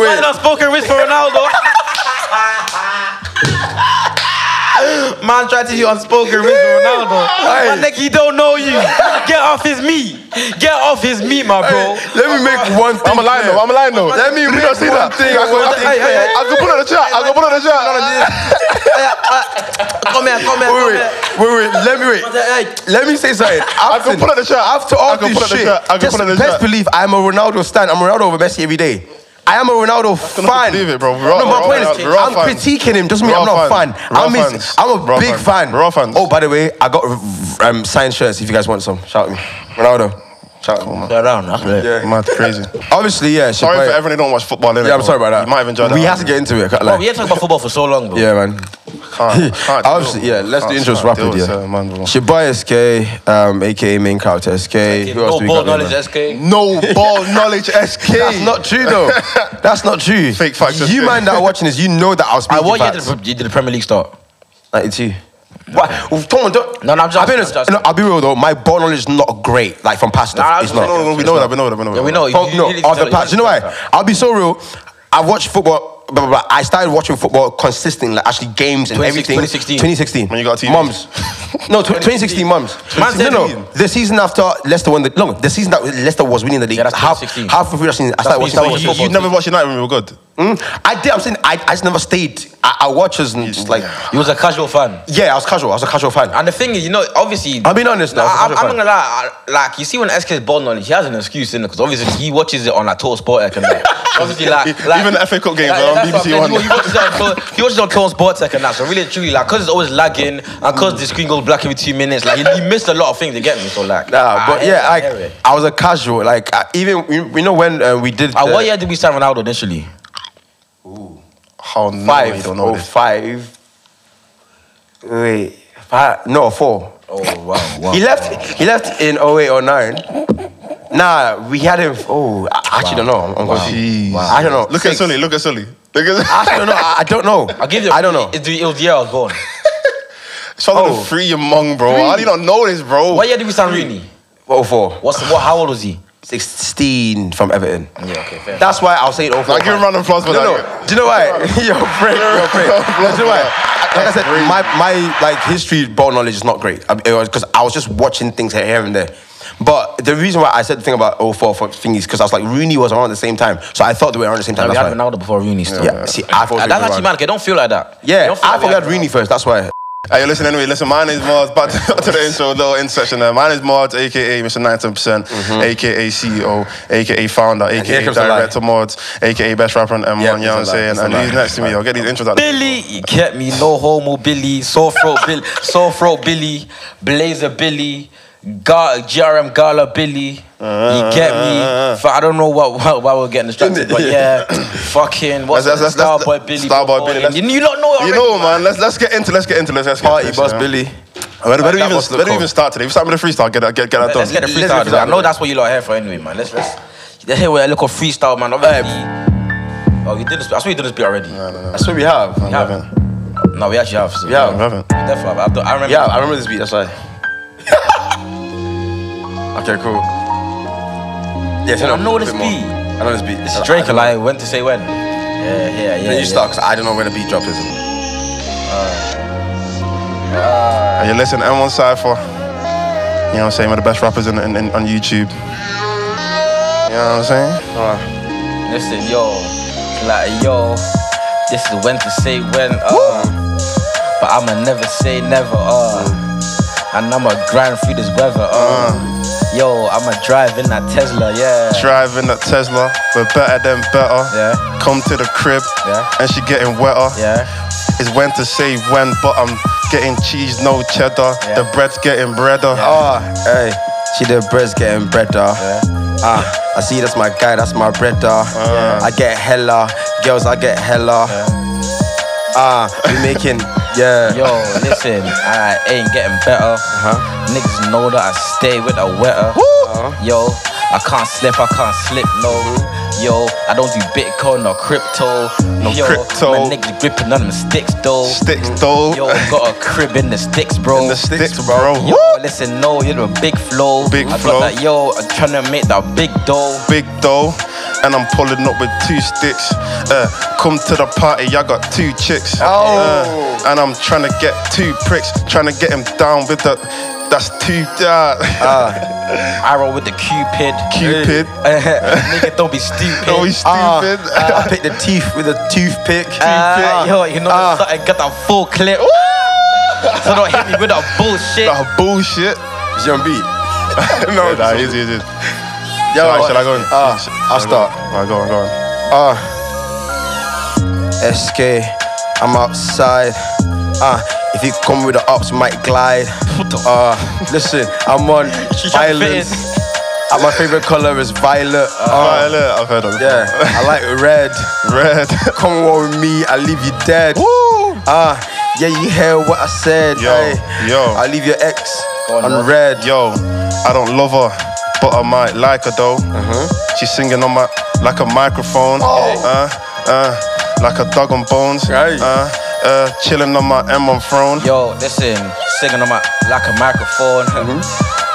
Why did I spoken risk for Ronaldo? Man tried to do unspoken risk for Ronaldo. My
Hey.
nigga, he don't know you. Get off his meat. Get off his meat, my bro.
Let me make one thing.
I'm a lion
clear.
though. I'm a lion though.
Let me
Did you
make
not see
one
that?
thing.
I go-
one
I
thing
go-
clear.
hey, hey.
I go put it on the chat. I go put it on the chat.
Come here, come here,
Wait,
come
wait,
here.
wait, wait. Let me wait.
Hey,
Let me say something.
I can
After,
put on the shirt.
after all
I can
this
put on the
shit,
shirt. I can
just
put on the
best
shirt.
believe I'm a Ronaldo stan. I'm Ronaldo over Messi every day. I am a Ronaldo
gonna
fan.
believe it, bro. We're
no,
all-
my
we're
point
all-
is,
we're all
I'm
fans.
critiquing him. Doesn't mean
We're
I'm
all
not a fan.
fans. We're all
I'm
fans.
his, I'm a
We're all
big
fans.
fan.
We're all fans.
Oh, by the way, I got um, signed shirts. If you guys want some, shout at me. Ronaldo, shout at me.
Sit down, that's it.
Yeah.
Mad crazy.
Obviously, yeah.
Sorry for everyone who don't watch football. innit,
Yeah, I'm
bro?
sorry about that.
You might have enjoyed that.
Oh,
We have to get into it. I can't
Bro,
lie.
we ain't talking about football for so long, bro.
Yeah, man.
can't- can't deal,
Obviously, yeah,
bro.
let's do
Can't-
intros
can't deal
rapid,
with
yeah.
certain man, bro.
Shibai SK, um, aka main character SK. Who else do
no
we
ball
got there,
knowledge,
man?
SK.
No ball knowledge SK.
That's not true, though. That's not true.
Fake facts,
You
SK.
mind that are watching this, you know that I was
I
speaking
what year did
facts.
the, did the Premier League start?
92. What? Well, Come on, don't.
No, no, I'm just-
I'll be,
I'm
honest,
just-
no, I'll be real though. My ball knowledge is not great. Like from past stuff,
Nah,
it's
no,
not.
No, no, we know that. We know that. We know that.
Yeah, we know. You-
Oh,
you
no,
really
off
tell
the
it.
patch. You know why? I'll be so real. I watched football. Blah, blah, blah. I started watching football consistently, like actually games and
26
everything.
2016.
2016.
When you got TVs.
Mums. No, tw- 2016 mums.
Man said
no,
team.
no. The season after Leicester won the no, the season that Leicester was winning the league.
Yeah, that's
half,
2016.
half of that season, I started
when you
watching
started
football.
watching
You, you never watched United when we were good.
Mm, I did. I'm saying I, I just never stayed. I, I watched us and just like
He was a casual fan.
yeah, I was casual. I uh, was a casual fan.
And the thing is, you know, obviously,
I'm being honest now,
Nah,
it's a
I'm,
casual
I'm
fan.
not gonna lie. I- Like, you see, when SK's ball knowledge, he has an excuse in it because obviously he watches it on like Total Sport Tech and that. obviously,
E-,
like, like
Even the FA Cup games
like,
are on
that's what
BBC
I'm saying.
One.
He watches it on Total- he watches it on Total Sport Tech and that. So really, and truly, like, because it's always lagging and because the screen goes black every two minutes, like, he, he missed a lot of things. You get me? So like,
Nah,
I
but
hear it,
yeah,
Ah, I
like
hear it.
I was a casual. Like I, even you, you know when uh, we did
Uh,
the
what year did we sign Ronaldo initially?
How no, you
five
don't know
or
this.
five. Wait, five, no four.
Oh wow, wow.
He left. He left in 08 or 09. Nah, we had him. Oh, I actually don't know. I'm confused.
Wow.
I don't know.
Look at
Six.
Sully. Look at Sully. Look at.
I actually don't know. I, I don't know.
I give you.
I don't know.
It, it was the year I was born.
Shout out
Oh.
to free your mong, bro. How do you not know this, bro?
What year did we sign Rooney?
Oh four.
What's what? How old was he?
16 from Everton.
Yeah, okay, fair.
That's why I'll say it all.
Like, give him a round of applause for
no,
that.
No, Do you know why? you're afraid. You're afraid. No, do you know why? Like I said, my, my like history ball knowledge is not great because I was just watching things here and there. But the reason why I said the thing about 04 for thing is because I was like Rooney was around at the same time, so I thought they were around at the same time.
we
that's
had
why.
Ronaldo before Rooney still.
Yeah, see, I thought
Like,
we had
that's actually
Ronaldo.
mad. 'cause I don't feel like that. I
Yeah,
don't feel
I thought we had
Ronaldo.
Rooney first. That's why.
Hey, you listen anyway. Listen, mine is Mods. Back to, to the intro, little in section there. Mine is Mods, aka Mr. 19%, percent aka CEO, aka founder,
Mm-hmm. here
aka
comes the
director Mods, aka best rapper on M1.
Yeah,
you know what I'm
it's a lie,
saying?
it's a
And
lie,
he's next to me. I'll get these intros out.
Billy, you kept me no homo Billy, sore throat Billy, sore throat Billy, blazer Billy, Ga- GRM Gala Billy. you get me? F- I don't know what, what why we're getting distracted, but yeah, fucking what's
Let's- let's-
that?
let's-
Starboy Billy.
Starboy Billy,
Bob
let's-
Marley. You don't know it
You
already.
know, man. Let's let's get into let's get into let's, let's get
Party
into this,
bus
you know?
Oh, Billy.
Where do
That
we even,
must look
where do we
cold.
even start today? We start with a freestyle. Get that get, get that
Let's
done.
get a
Let's
freestyle.
get a
dude. I
freestyle.
know that's what you lot are here for anyway, man. Let's let's. Let's hear a little freestyle, man. Obviously. Oh, you did this. I swear you did this bit already.
That's what we have.
I haven't.
No, we actually have. So,
Yeah.
I haven't.
Definitely. I've done- I remember.
Yeah, I remember this beat. That's why. okay, cool. Yeah, turn
I
up a
know
little
this
bit more.
beat.
I know this beat.
It's Drake, like when to say when. Yeah, yeah, yeah.
Then
yeah.
you start 'cause I don't know where the beat drop is.
And you listen to M1 Cypher. You know what I'm saying? We're the best rappers in, in, in- on YouTube. You know what I'm saying?
Alright.
Listen, yo, like yo, this is when to say when. Uh, but I'ma never say never. Uh, and I'ma grind through this weather. Uh, yo, I'ma drive in that Tesla. Yeah.
Driving that Tesla, we're better than better.
Yeah.
Come to the crib,
Yeah.
and she getting wetter.
yeah.
It's when to say when, but I'm getting cheese, no cheddar.
Yeah.
The bread's getting breader.
Oh, hey. See the bread's getting better. Ah, I see that's my guy, that's my breader. I get hella. Girls, I get hella. Ah, we making, yeah.
Yo, listen, I ain't getting better.
Uh-huh.
Niggas know that I stay with a wetter. Yo, I can't slip, I can't slip, no. Yo, I don't do Bitcoin or crypto.
No
Yo,
crypto.
My niggas gripping on them sticks, though.
Sticks though.
Yo, got a crib in the sticks, bro.
In the sticks, bro.
Yo, listen, no, you're a big flow.
Big
I
flow.
Got that, yo, I'm trying to make that big dough.
big dough, and I'm pulling up with two sticks. Uh, come to the party, I got two chicks.
Oh.
Uh, and I'm trying to get two pricks, trying to get him down with the. That's two. Uh,
Ah.
Arrow with the Cupid.
Cupid.
Nigga, don't be stupid.
oh, he's
Ah,
stupid.
I pick the teeth with a toothpick. Toothpick.
Ah, yo, you know
Ah.
something, got that full clip. so don't hit me with that bullshit.
That bullshit.
Is he on beat?
no, that is it. is.
Yo,
Alright, shall I go? in?
Ah,
Shall I
I'll
go in?
start.
Alright, go on, go on.
Ah. SK, Ah, I'm outside. Ah, if you come with the ups, might glide. Ah, listen, I'm on
She's trying to fit
violence. Ah, my favorite color is violet. Ah,
Alright, look, I've heard of it.
yeah, I like red.
Red.
Come on with me, I leave you dead. Ah, Yeah, you hear what I said.
Yo,
aye.
yo.
I leave your ex
on,
on red.
Yo, I don't love her, but I might like her though.
Uh-huh.
She's singing on my like a microphone,
Oh.
uh, uh, like a dog on bones,
Right.
uh, uh, chilling on my M1 throne.
Yo, listen, singing on my like a microphone.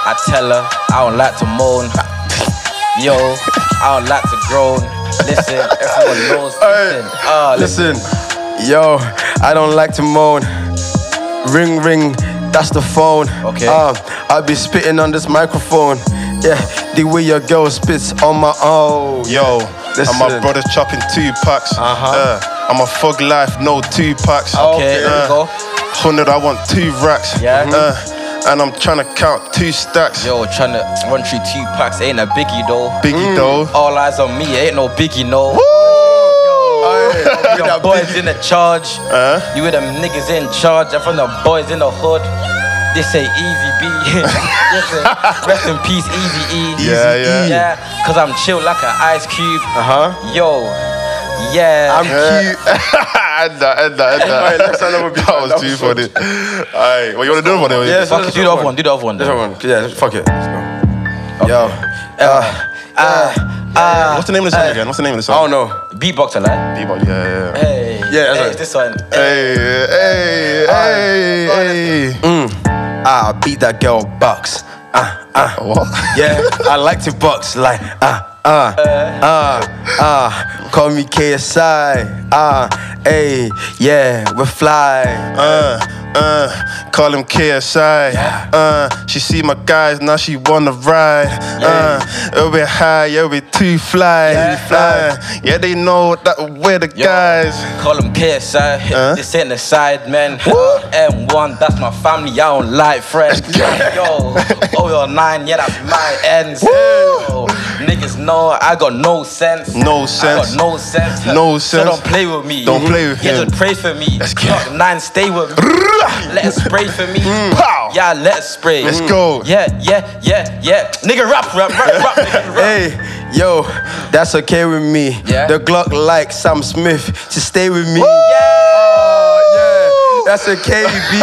I tell her I don't like to moan. Yo, I don't like to groan. Listen, everyone knows.
Hey,
Listen, uh,
Ah,
listen.
listen, yo, I don't like to moan. Ring, ring, that's the phone.
Okay.
Um, I'll be spitting on this microphone. Yeah, the way your girl spits on my own.
Yo, and my
Listen.
brother's chopping two packs.
Uh-huh.
Uh, I'm a thug life, no two packs. Uh,
Okay, there we go.
Hundred, I want two racks.
Yeah.
Uh, and I'm trying to count two stacks.
Yo, tryna run through two packs ain't a biggie though.
Biggie though.
All eyes on me, ain't no biggie no. You the boys in the charge.
Uh,
You with them niggas in charge. I'm from the boys in the hood. This ain't Easy B. Listen, rest in peace, Easy E.
Yeah, yeah.
Yeah, cause I'm chill like an ice cube.
Uh-huh.
Yo, yeah.
I'm cute.
end that, end that, end that.
let's end that with
that
that.
was
That
too
was
funny. Alright, what you want to do about it?
Yes.
Fuck it, do the other one, do the other one.
This
then.
one, yeah, fuck it. Let's go. Yo, uh,
What's the name of the song again? What's the name of the
I
song?
don't know.
Beatboxer, like.
Bebop, yeah, yeah, yeah.
Hey,
Yeah, that's
hey,
right.
this one.
Hey, hey, hey, Mm. hey.
I beat that girl bucks. Uh, uh.
What?
Yeah, I like to box like ah ah ah ah. Call me KSI. Ah, hey, yeah, we're fly.
Uh, uh, call him KSI. Uh, she see my guys, now she wanna ride. Uh, it'll be high, it'll be too fly.
Yeah.
Uh, yeah, they know that we're the
Yo.
guys.
Call them KSI.
Huh?
This ain't the side man. M1, that's my family. I don't like friends. Yo, oh you're nine, yeah, that's my ends. Yo, niggas know I got no sense.
No
I
sense.
got no sense.
No
So
sense.
don't play with me.
Don't play with
yeah,
him.
just pray for me.
Let's go.
Clock nine, stay with me. let us spray for me.
Mm. Pow.
Yeah, let's spray.
Let's go.
Yeah, yeah, yeah, yeah. Nigga, rap, rap, rap, rap. Nigga, rap.
Hey, yo, that's okay with me.
Yeah.
The Glock like Sam Smith to stay with me.
Yeah.
Oh, yeah, that's okay, B.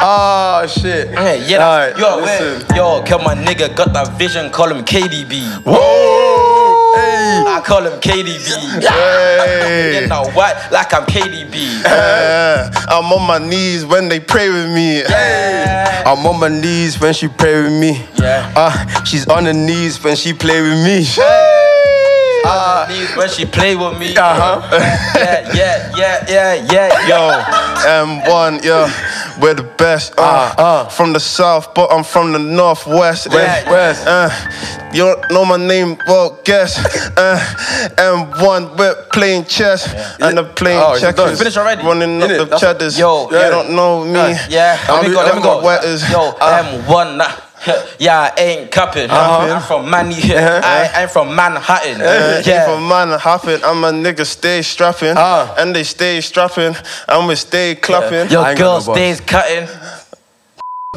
oh shit.
Hey, yeah, that's-
Alright,
yo,
listen.
yo, kill my nigga, got that vision, call him KDB.
Whoa.
Oh.
Hey.
I call him KDB.
Hey.
You know what? Like I'm KDB.
Yeah, I'm on my knees when they pray with me.
Yeah.
I'm on my knees when she pray with me.
Yeah.
Ah,
Uh, she's on her knees when she play with me. Uh,
When she play with me.
uh-huh.
Yeah, yeah, yeah, yeah, yeah,
Yo, M1, yeah, we're the best. Uh,
Ah,
Uh, uh.
From the south, but I'm from the northwest.
West,
eh.
west.
Uh, you don't know my name, well, guess. Uh, M1, we're playing chess. And the playing
Oh, it's done.
checkers.
It's finished
already?
Running
Innit?
up the
That's-
cheddars.
Yo,
you
yeah.
don't know me.
Yeah,
I'm Ah.
let me go, let me
got
go.
Wetters.
Yo,
Uh.
M1, nah. Yeah, I ain't capping.
Uh-huh.
I'm from Manny. I, I'm from Manhattan.
Yeah. If a
Yeah.
Uh, man hopping, I'm a nigga stay strapping,
Ah.
and they stay strapping, and we stay clapping.
I
Your
ain't got
girl
no boss.
stays cutting.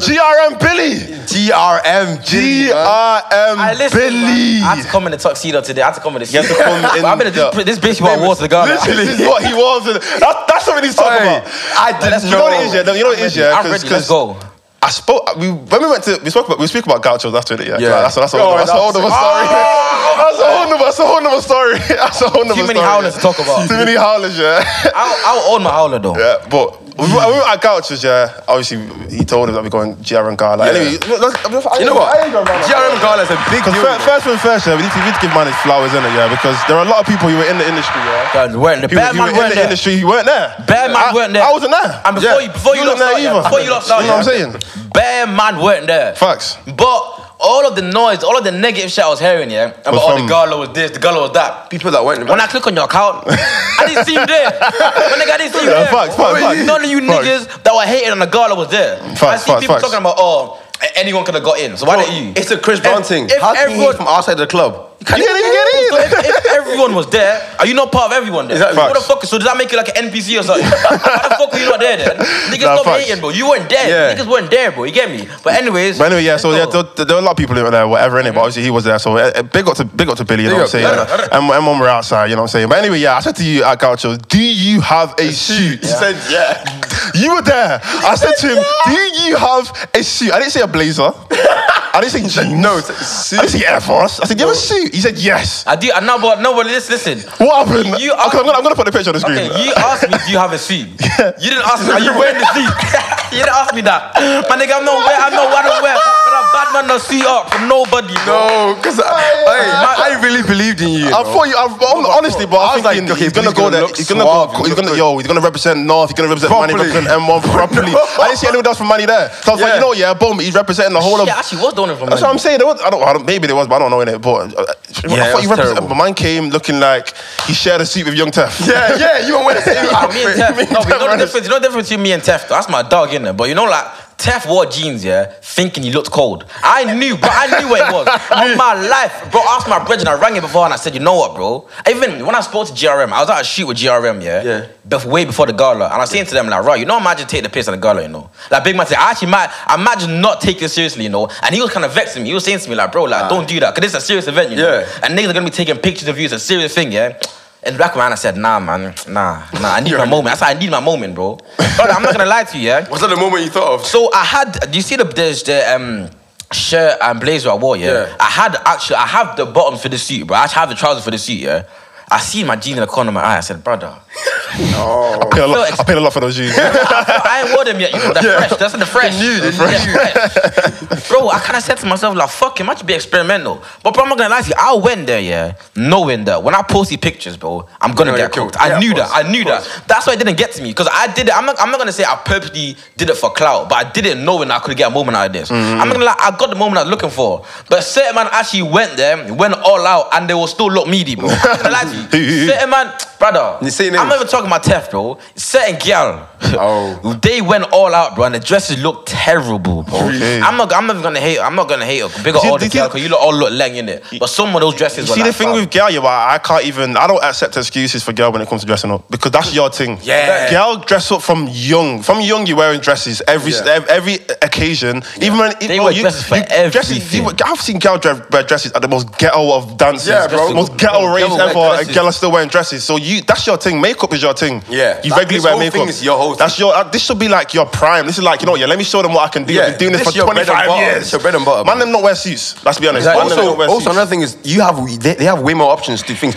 GRM Billy,
GRM,
I
GRM
listen,
Billy.
man. I had to come in the tuxedo today. I had to come in the
You had to come in
I've been to
the-
this, this bitch what I wore to Ghana.
Literally, this is what he was. That's, that's something he's talking
Oi,
about.
I didn't
You know what it
know.
is, yeah. No, You know what it is, yeah.
I'm ready. Let's go.
I spoke. We when we went to we spoke about we speak about gauchos. That's what it. Yeah,
Yeah.
That's that's a whole that's a whole other story. That's a whole other that's a whole other story. That's a whole other
Oh. Too many
story,
howlers
yeah.
to talk about.
Too many howlers, yeah.
I'll, I'll own my howler though.
Yeah, but we were, we were at Gauchos, yeah. Obviously, he told him that we're going GR and Gala. Anyway, let's, let's-
You know what? GRM Ghana is a big
Because
deal.
fir- first thing first, yeah, we need, to, we need to give man his flowers, innit, yeah? Because there are a lot of people who were in the industry, yeah?
Guys, weren't the
Who,
bad
who were
man
in
weren't
the
there.
industry who weren't there.
Bad man
I,
weren't there.
I wasn't there.
And before you- before you
wasn't
lost
there
out, yeah.
either.
Before you lost out,
You know what I'm
yeah.
saying?
Bare man weren't there.
Facts.
But all of the noise, all of the negative shit I was hearing, yeah, about
Was
oh,
from-
the gala was this, the gala was that.
People that went.
When I click on your account, I didn't see him there. When nigga, I didn't see him
Yeah,
there.
facts, facts, facts.
None of you
Facts.
niggas that were hating on the gala was there. I
Facts,
see
facts,
people
facts.
talking about oh, anyone could have got in. So why didn't you?
It's a Chris Brown thing.
if
How can you
everyone-
hit from outside the club? You can't
You didn't even get in.
So if, if everyone was there, are you not part of everyone then?
Exactly.
What the fuck? So does that make you like an NPC or something? Why the fuck were you not there then? Niggas
Nah,
stop
facts.
hating, bro. You weren't there.
Yeah.
Niggas weren't there, bro. You get me? But anyways.
But anyway, yeah. So yeah,
let's
there,
go.
there were a lot of people who were there, whatever, in it. But obviously he was there, so uh, big up to big up to Billy. You know what I'm
Big
saying?
up. Yeah,
And, and when we're outside, you know what I'm saying. But anyway, yeah, I said to you at Gauchos, do you have a suit?
said yeah.
You were there. I said to him, "Do you have a suit?" I didn't say a blazer. I didn't say jeans. No, I didn't say Air Force. I said, "Do you have a suit?" He said, "Yes."
I do. I know, but no, but listen, listen.
What happened?
You
Okay, I'm,
are-
gonna, I'm gonna put the picture on the
Okay,
screen.
you asked me, do you have a seat? You didn't ask me, are you wearing the seat? you didn't ask me that. My nigga, I'm not wearing, I'm not wearing, wear. But a bad man don't see up for nobody, bro.
No, because I, I, I really believed in you.
I thought you. I, am honestly, but I,
I was
think
like,
he-
okay,
he's gonna
he's
go
gonna
there.
look
He's gonna
suave,
go.
he's
He's
gonna
gonna yo. He's gonna represent North. He's gonna represent Manny. He's gonna represent
Properly.
M1 properly. I didn't see anyone else from Manny there. So I was like,
Yeah.
you know, yeah, boom. He's representing the whole of.
Yeah, actually, was doing it for
That's what I'm saying. There was, I, don't, I don't. Maybe there was, but I don't know in it. But uh, I
Yeah,
thought
that's
you represented.
terrible.
But mine came looking like he shared a seat with Young Tef.
yeah, yeah, you were wearing the same
Ah, me and
outfit.
Tef, no, but you know the
Terrorist.
difference. You know the difference between me and Tef. That's my dog, innit? But you know, like Tef wore jeans, yeah, thinking he looked cold. I knew, but I knew what it was. On my life, bro. I asked my brethren. I rang him before, and I said, you know what, bro? Even when I spoke to GRM, I was at a shoot with GRM, yeah,
Yeah.
bef- way before the gala, and I was saying to them like, right, you know, I'm actually taking the piss on the gala, you know. Like Big Man said, I actually might, I might just not take this seriously, you know. And he was kind of vexing me. He was saying to me like, bro, like, don't do that, cause it's a serious event, you know.
Yeah.
And niggas are gonna be taking pictures of you. It's a serious thing, yeah. In the back of my mind, I said, nah, man, nah, nah. I need my moment. I said, I need my moment, bro. Brother, I'm not gonna lie to you, yeah.
Was that the moment you thought of?
So I had. Do you see the there's the um shirt and blazer I wore? Yeah.
Yeah.
I had actually. I have the bottoms for the suit, bro. I actually have the trousers for the suit. Yeah. I see my jeans in the corner of my eye. I said, brother,
I paid a
So
lot.
ex-
I paid a lot for those jeans.
I ain't wore them yet. You know, they're fresh. That's the fresh.
they
They're fresh. bro, I kind of said to myself, like, fuck, it might just be experimental. But bro, I'm not gonna lie to you. I went there, yeah, knowing that when I post these pictures, bro, I'm gonna
You're gonna
get
get killed.
cooked. I
Yeah, of
knew
course,
that. I knew
of
that.
course.
That's why it didn't get to me because I did it. I'm not, I'm not gonna say I purposely did it for clout, but I did it knowing I could get a moment out of this. I'm not gonna lie, I got the moment I was looking for. But certain man actually went there, went all out, and they will still look meaty, bro. I'm not gonna lie to you. certain man, brother,
You see
I'm
names?
not even talking about Tef, bro. Certain girl,
Oh.
they went all out, bro, and the dresses look terrible, bro.
Okay.
I'm not, I'm not gonna hate. I'm not gonna hate her. Big up
See,
all the
the
girl,
thing-
cause you look all look leng in it. But some of those dresses.
You
were
see
like,
the thing
fam.
with girl, yeah, but I can't even. I don't accept excuses for girl when it comes to dressing up because that's your thing.
Yeah.
girl dress up from young. From young, you're wearing dresses every
Yeah.
ev- every occasion. Even when
They wear dresses for
Dresses, you-
everything.
I've seen girl dre- wear dresses at the most ghetto of dances.
Yeah, bro.
Most ghetto
Girl
raves
wear
ever.
dresses.
And girl are still wearing dresses. So you, that's your thing. Makeup is your thing.
Yeah.
you regularly
Like, this
wear
whole
makeup.
thing is your whole
That's your. uh, this should be like your prime. This is like you know. Yeah, let me show them what I can do.
Yeah,
I've been doing this,
this
for
your bread and
25
butter.
years.
It's your bread and butter,
Man,
man.
them not wear suits. Let's be honest. Man,
Exactly.
them
Also,
not wear
also
suits.
another thing is you have they, they have way more options to things.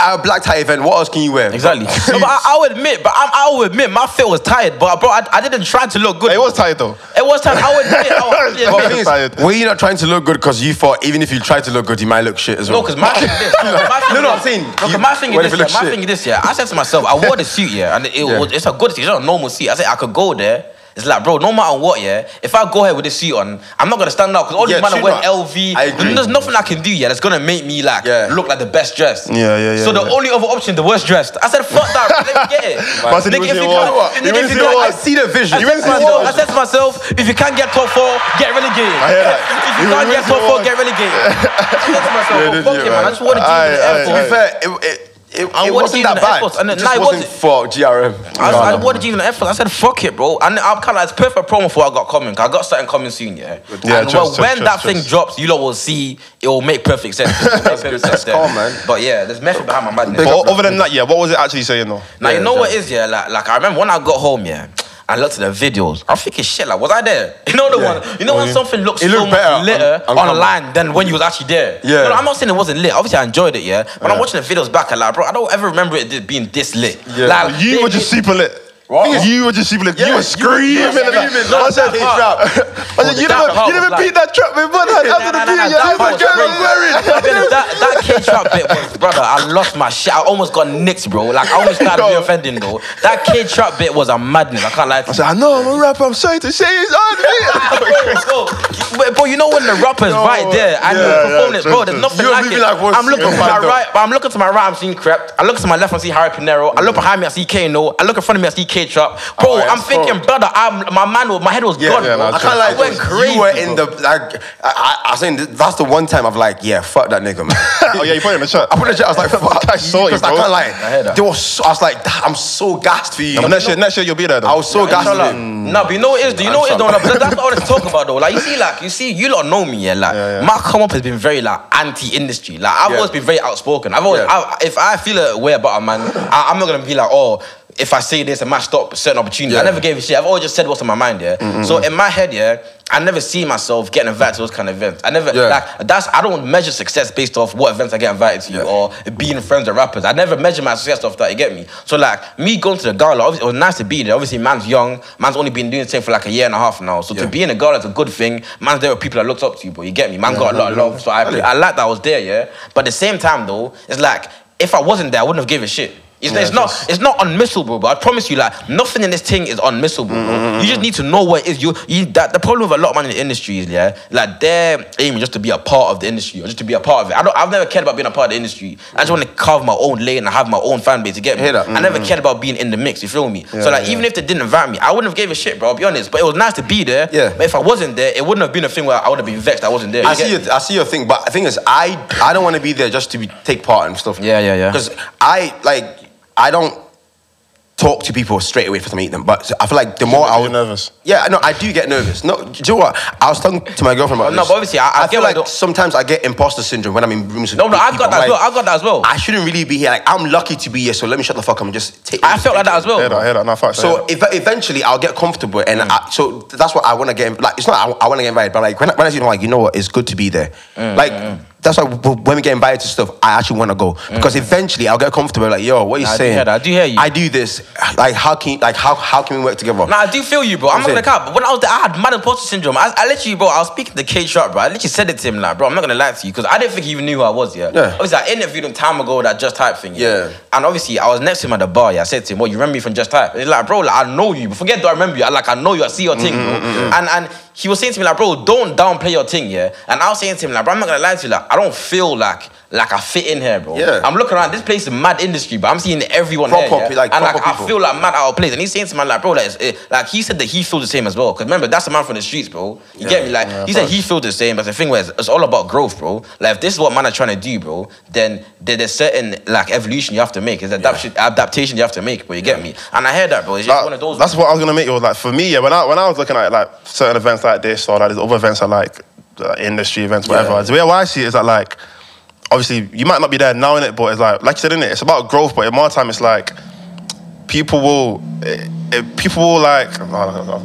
At a black tie event, what else can you wear?
Exactly. no, but I, I would admit, but I'm, I would admit, my fit was tired, but bro, I, I didn't try to look good.
It was tight though.
It was tired. I would admit. I would admit,
But
Yeah,
the thing
tired.
is, were you not trying to look good because you thought even if you tried to look good, you might look shit as well?
No, because my thing is this. My thing
No, no,
is-
I'm saying
No, 'cause
you-
my thing is
what
this.
if it
Yeah,
looks
my
shit?
thing is this. Yeah, I said to myself, I wore the suit, yeah, and it was it's a good suit. It's not a normal suit. I said I could go there. It's like, bro, no matter what, yeah. If I go here with this suit on, I'm not gonna stand out because all
Yeah,
these men are
true
wearing
not.
LV.
I agree.
There's nothing I can do, yeah, that's gonna make me like
Yeah.
look like the best dressed.
Yeah, yeah, yeah,
So the
yeah.
only other option, the worst dressed. I said, fuck that. bro, Let me get it.
But I said you
Nigga, if you
wouldn't see
can't-
what?
nigga,
You
if
wouldn't see
you can't-
what?
I see the vision.
You went to
I
the
said- I
wars.
said to myself, if you can't get top four, get relegated.
I hear that.
If you
You
can't
went to
get top
the
four,
wars.
get relegated. I said to myself,
Yeah, did
fuck
you,
it, man. I
man?
just wanted to do
Aye,
the
aye,
effort.
To be fair, it, it, it,
I
it
wanted
wasn't
to
that
do the
bad.
efforts, and
it
it-
just
nah, it
wasn't
wasn't.
for GRM.
I, I, what did you even effort? I said, fuck it, bro. And I'm kind of, it's perfect promo for what I got coming. 'cause I got something coming soon, yeah.
Yeah,
and
trust,
well,
trust,
when
trust,
that thing
trust.
drops, you lot will see it will make perfect sense. It will make perfect sense there.
calm, man.
But yeah, there's method behind my madness.
But other than that, yeah, what was it actually saying though?
now, you know what is, yeah? Like, like, I remember when I got home, yeah. I looked at the videos. I'm thinking, shit, like, was I there? You know the one. You know when something looks
It
so
looked
much
better on-
later
on camera.
online than when you was actually there.
Yeah.
No, no, I'm not saying it wasn't lit. Obviously, I enjoyed it, yeah. But I'm watching the videos back, and like, bro, I don't ever remember it being this lit.
Yeah.
Like,
You
they-
were just super lit.
What?
Thing is, You were just super lit.
Yeah,
you were
you were-
screaming.
you were
and that.
screaming.
I
Not
said,
that part.
I said, you
That
never,
part
you never
was
beat that trap, man. man, After the beat,
Nah, nah, nah,
you
that
never
part was
get
crazy. I've been in that that cage trap bit was, brother. I lost my shit. I almost got nicked, bro. Like I almost started
Yo.
reoffending, though. That cage trap bit was a madness. I can't lie
I
to
said, I know I'm a rapper. I'm sorry to say it's on me.
you. Bro, bro, you know when the rapper's right there and
yeah,
the
yeah,
performance,
true,
bro, there's
true.
nothing
You're
like
moving
it.
like one
I'm looking to
single
my
man,
right, but I'm looking to my right, I'm seeing Crept. I look to my left, I'm seeing Harry Pinero. I look behind me, I see Kano. I look in front of me, I see K Trap. Bro,
yeah,
I'm
that's
thinking, brother, I'm my man, was- my head was gone.
yeah,
bro.
I
I
can't
can't
lie.
I went crazy.
you were in the like. I, I, I was saying th- that's the one time I've like, yeah, fuck that nigga, man.
Oh, yeah, you put it in the chat.
I put the shit. I was like, fuck.
I saw it,
because I
bro.
can't
I heard
lie.
that.
There was. So, I was like, "Damn, I'm so gassed for you.
But Next year, next year, you'll be there though.
I was so gassed. for you.
No, but Mm. you know what it is. Do you know what it is? Though, That- that's what I want to talk about though. Like you see, like you see, you lot know me, yeah. Like my come up has been very like anti-industry. Like I've
Yeah.
always been very outspoken. I've always,
Yeah.
I, if I feel a way about a man, I, I'm not gonna be like, oh. if I say this, it might stop certain opportunities. I
Yeah.
never gave a shit. I've always just said what's on my mind, yeah. So in my head, yeah, I never see myself getting invited to those kind of events. I never
Yeah.
like that's I don't measure success based off what events I get invited to or being friends with rappers. I never measure my success off that. You get me? So like me going to the gala, obviously, it was nice to be there. Obviously, man's young, man's only been doing this thing for like a year and a half now. So to be in a gala is a good thing. Man's there with people I looked up to, but you get me? Man got a lot of love, so I I like that I was there, yeah. But at the same time though, it's like if I wasn't there, I wouldn't have given a shit. It's, it's not it's not unmissable, but I promise you, like nothing in this thing is unmissable. bro.
Mm-hmm,
You just need to know what it is. You, you that the problem with a lot of man in the industry is yeah, like they're aiming just to be a part of the industry or just to be a part of it. I don't I've never cared about being a part of the industry. I just want to carve my own lane and have my own fan base to get me.
Hear that? Mm-hmm.
I never cared about being in the mix, you feel me? so like even if they didn't invite me, I wouldn't have gave a shit, bro, I'll be honest. But it was nice to be there.
Yeah.
But if I wasn't there, it wouldn't have been a thing where I would have been vexed I wasn't there.
I
you get
see, your,
me?
I see your thing, but the thing is, I I don't want to be there just to be, take part and stuff.
Yeah, yeah, yeah.
Because I like I don't talk to people straight away for them to meet them, but I feel like the more I
you're
was
nervous.
Yeah, no, I do get nervous. No, do you know what? I was talking to my girlfriend about
No,
this.
but obviously, I- I get
feel
what
like
I don't-
sometimes I get imposter syndrome when I'm in rooms. with
No, no,
big
I got
people.
that as
I'm
well.
like,
I got that as well.
I shouldn't really be here. Like I'm lucky to be here, so let me shut the fuck up and just take.
I felt like that as well.
Hear that, hear that. Nah, facts.
So
So,
ev- eventually, I'll get comfortable, and
Mm.
I, so that's what I want to get. in- Like, it's not I, I want to get invited, but like when, I- when I see, them, like, you know what, it's good to be there.
Mm,
Like, that's why w- when we get invited to stuff, I actually want to go because eventually I'll get comfortable. Like, yo, what are you
Mm. Nah, I do
saying?
hear that, I do hear you.
I do this. Like, how can you, like how how can we work together?
Nah, I do feel you, bro. I'm not
That's
gonna
it.
cap. But when I was there, I had mad imposter syndrome. I, I literally, bro, I was speaking to K Sharp, bro. I literally said it to him, like, bro, I'm not gonna lie to you, because I didn't think he even knew who I was, yeah.
Yeah.
Obviously, I interviewed him time ago with that Just Type thing,
Yeah.
And obviously, I was next to him at the bar, yeah. I said to him, well, you remember me from Just Type? He's like, bro, like, I know you. Forget that I remember you. I, like, I know you. I see your thing,
Mm-hmm,
bro. And, and he was saying to me, like, bro, don't downplay your thing, yeah. And I was saying to him, like, bro, I'm not gonna lie to you, like, I don't feel like, like I fit in here, bro.
Yeah.
I'm looking around. This place is mad industry, but I'm seeing everyone
Proper
there,
pe-
yeah?
like,
and like
proper
I
people.
feel feel like mad out of place. And he's saying to my like, bro, like, it's- it, like he said that he feels the same as well. Cause remember, that's a man from the streets, bro. You get me? Like he said he feels the same, but the thing was, it's all about growth, bro. Like if this is what man are trying to do, bro, then there- there's certain like evolution you have to make. It's adaptation, adaptation you have to make, bro. You get me? And I heard that, bro. It's just one of those.
that's what I was gonna make you like for me. Yeah, when I when I was looking at like certain events like this or like these other events are like uh, industry events, whatever. The way I see it is that like obviously you might not be there now in it, but it's like like you said in it, it's about growth. But in my time, it's like people will it, it- people will like oh,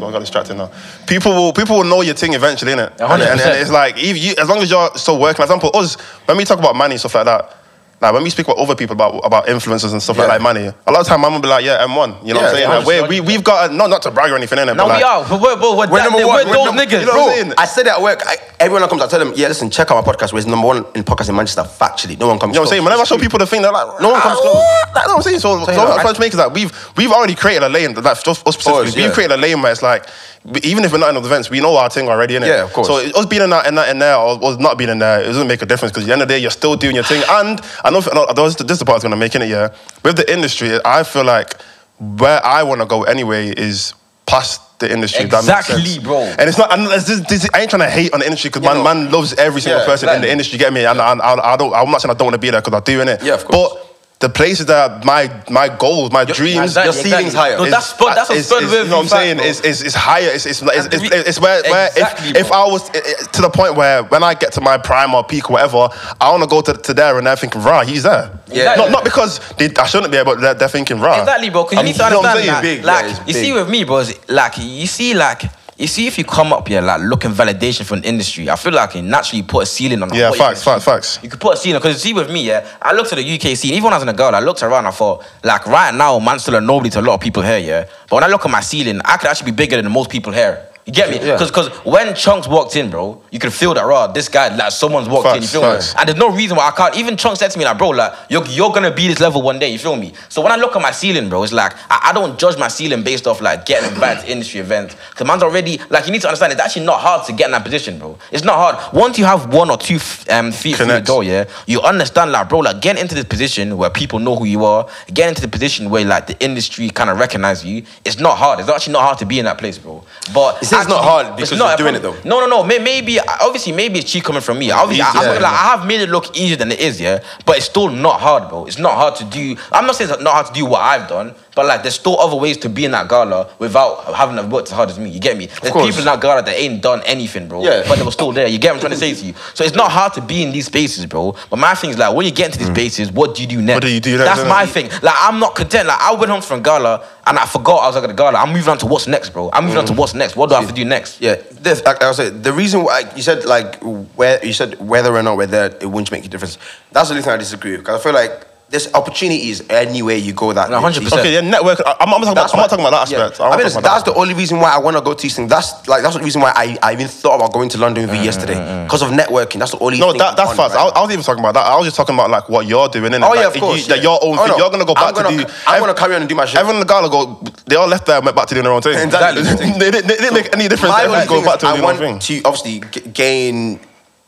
I got distracted now. People will people will know your thing eventually, innit? And,
100%.
and, and it's like if you, as long as you're still working. For example, us when we talk about money and stuff like that. Like when we speak about other people about about influencers and stuff
Yeah.
like that, money. A lot of time, I'm gonna be like, yeah, M1. You know what I'm
Yeah,
saying?
yeah,
Like, we're, we we've got no not to brag or anything in it.
now
but
we
like,
are. We're, we're, we're,
We're
that-
number
we're
one.
those
num-
niggas.
You know
bro.
what I'm
Bro.
saying? I said that at work. I, everyone that comes, I tell them, yeah, listen, check out my podcast. We're number one in podcast in Manchester. Factually, no one comes.
You know what I'm saying? Whenever I show people the thing, they're like, no one comes
Ah,
close.
what?
That's what I'm saying. So, so
you
what
know,
I'm
I-
trying to make is that we've we've already created a lane that that's just us specifically.
Us,
we've
yeah.
created a lane where it's like, we- even if we're not in the events, we know our thing already, innit?
Yeah, of course.
So it- us being in that in that in there or us not being in there, it doesn't make a difference because at the end of the day, you're still doing your thing. And I know, I know this is the part that's gonna make in it. Yeah, with the industry, I feel like where I want to go anyway is past the industry. if that makes
Exactly,
sense.
bro.
And it's not. And it's just- this- I ain't trying to hate on the industry because man, man loves every single
Yeah,
person in the
exactly.
industry. Get me? And, and I, I don't. I'm not saying I don't want to be there because I do in it.
Yeah, of course.
But the places that my my goals, my dreams,
exactly. your ceiling's higher.
No,
Is-
that's spot. That's a
is-
spot
is-
with
You know what I'm
fact,
saying?
bro.
It's, it's, it's higher. It's, it's, it's,
And
it's,
we-
it's where, where
Exactly,
if, if
bro.
I was i- i- to the point where when I get to my prime or peak or whatever, I want to go to, to there and they're thinking, rah, he's there.
Yeah.
Not, not because they, I shouldn't be, but they're, they're thinking, rah.
Exactly, bro. Because you
And
need to
know what I'm
understand
saying?
that.
Big,
like,
yeah, it's
you see,
big.
with me, bro, is like you see, like you see, if you come up here like looking validation from the industry, I feel like it naturally put a ceiling on.
Yeah,
what you can
facts, facts, facts.
you could put a scene because see with me, yeah, I looked at the UK scene. Even when I was in a girl, I looked around. I thought, like right now, man, still a nobody to a lot of people here, yeah. But when I look at my ceiling, I could actually be bigger than most people here. You get me?
Yeah.
Because when Chunks walked in, bro, you could feel that, raw, this guy, like someone's walked in, you
Facts,
feel me?
facts.
And there's no reason why I can't. Even Chunks said to me, like, bro, like, you're, you're gonna be this level one day, you feel me? So when I look at my ceiling, bro, it's like, I, I don't judge my ceiling based off, like, getting invited to industry events. Because man's already, like, you need to understand, it's actually not hard to get in that position, bro. It's not hard. Once you have one or two f- um, feet through the
Connects.
door, yeah, you understand, like, bro, like, get into this position where people know who you are, get into the position where, like, the industry kind of recognize you. It's not hard. It's actually not hard to be in that place, bro. But
It's saying it's not
actually-
hard because
it's
you're
a
doing
problem.
it though.
No, no, no. may- Maybe obviously maybe it's cheap coming from me. Obviously, I, I'm
Easy,
not
yeah.
gonna lie, I have made it look easier than it is, yeah. But it's still not hard, bro. It's not hard to do. I'm not saying it's not hard to do what I've done, but like there's still other ways to be in that gala without having to work as hard as me. You get me? There's
course.
people in that gala that ain't done anything, bro.
Yeah.
But they were still there. You get what I'm trying to say to you. So it's not hard to be in these spaces, bro. But my thing is like when you get into these spaces, what do you do next?
do you do next,
That's
innit?
my thing. Like I'm not content. Like I went home from gala and I forgot I was at the gala. I'm moving on to what's next, bro. I'm moving on to what's next. What do I have to do next?
Yeah, this, I, I was saying, the reason why you said like where you said whether or not whether it wouldn't make a difference. That's the only thing I disagree with because I feel like there's opportunities anywhere you go. That
No, 100%.
Okay, yeah, network. I- I'm, I'm, not talking about,
That's
I'm
why-
not talking about that aspect.
Yeah.
I'm
I
not
mean,
talking
it's-
about
that's
that.
the only reason why I want to go to these things. That's like that's the reason why I, I even thought about going to London with you yesterday because of networking. That's the only.
No,
thing
that, that's
on
fast.
right
I,
now.
I was even talking about that. I was just talking about like what you're doing. innit?
Oh
like,
yeah, of
if
course.
You, like, your own
Oh,
thing.
no.
You're gonna go
I'm
back
gonna,
to do.
I'm gonna carry on and do my shit.
Everyone in the gala go. They all left there and went back to doing their own thing.
Exactly.
they, didn't, they didn't make any difference.
My
Everyone
only
go
thing
back
is
to
I
doing their own thing.
want to obviously g- gain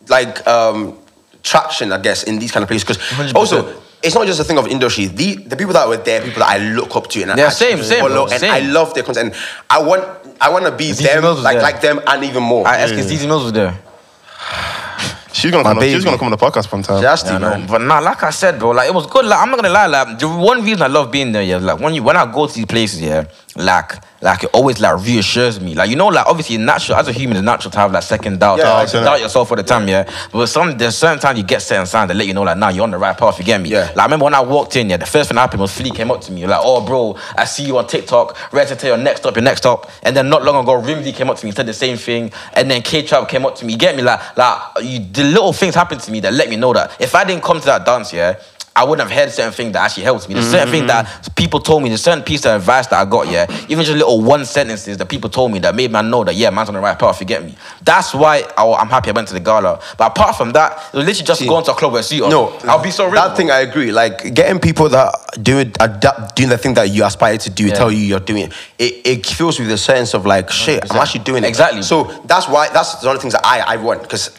like um, traction, I guess, in these kind of places because
100%.
also. It's not just a thing of industry. The the people that were there, people that I look up to and I
Yeah,
actually
same, same,
follow,
bro,
and
same.
I love their content. And I want I want to be
Easy
them,
Mills was
like
there.
like them, and even more.
I asked because Dizzy Mills was there.
She's gonna
My
come. on- She's
baby.
gonna come on the podcast one time.
Just
Yeah,
you
no,
know,
but nah, like I said, bro, like it was good. Like I'm not gonna lie, like the one reason I love being there, yeah, like when you when I go to these places, yeah, like like it always like reassures me. Like you know, like obviously natural as a human, it's natural to have like second doubt,
Yeah,
like,
I
to
know.
doubt yourself all the time, yeah. But some there's certain times you get certain signs that let you know, like, nah, you're on the right path. You get me?
Yeah.
Like I remember when I walked in, yeah, the first thing that happened was Flea came up to me, like, oh, bro, I see you on TikTok. Red to tell your next up, your next up. And then not long ago, Rimzy came up to me, said the same thing. And then K Trap came up to me. You get me? Like, like you, the little things happened to me that let me know that if I didn't come to that dance, yeah. I wouldn't have heard certain things that actually helped me. There's certain
Mm-hmm.
things that people told me, there's certain piece of advice that I got, yeah. Even just little one sentences that people told me that made man know that, yeah, man's on the right path, you get me. That's why I, am happy I went to the gala. But apart from that, it was literally just
See,
going to a club with a seat on.
No,
I'll be so real.
That thing I agree. Like getting people that do it, adapt, doing the thing that you aspire to do, tell you you're doing it. It, it fills you with a sense of like, shit, I'm actually doing it.
Exactly.
So that's why that's one of the things that I I want because.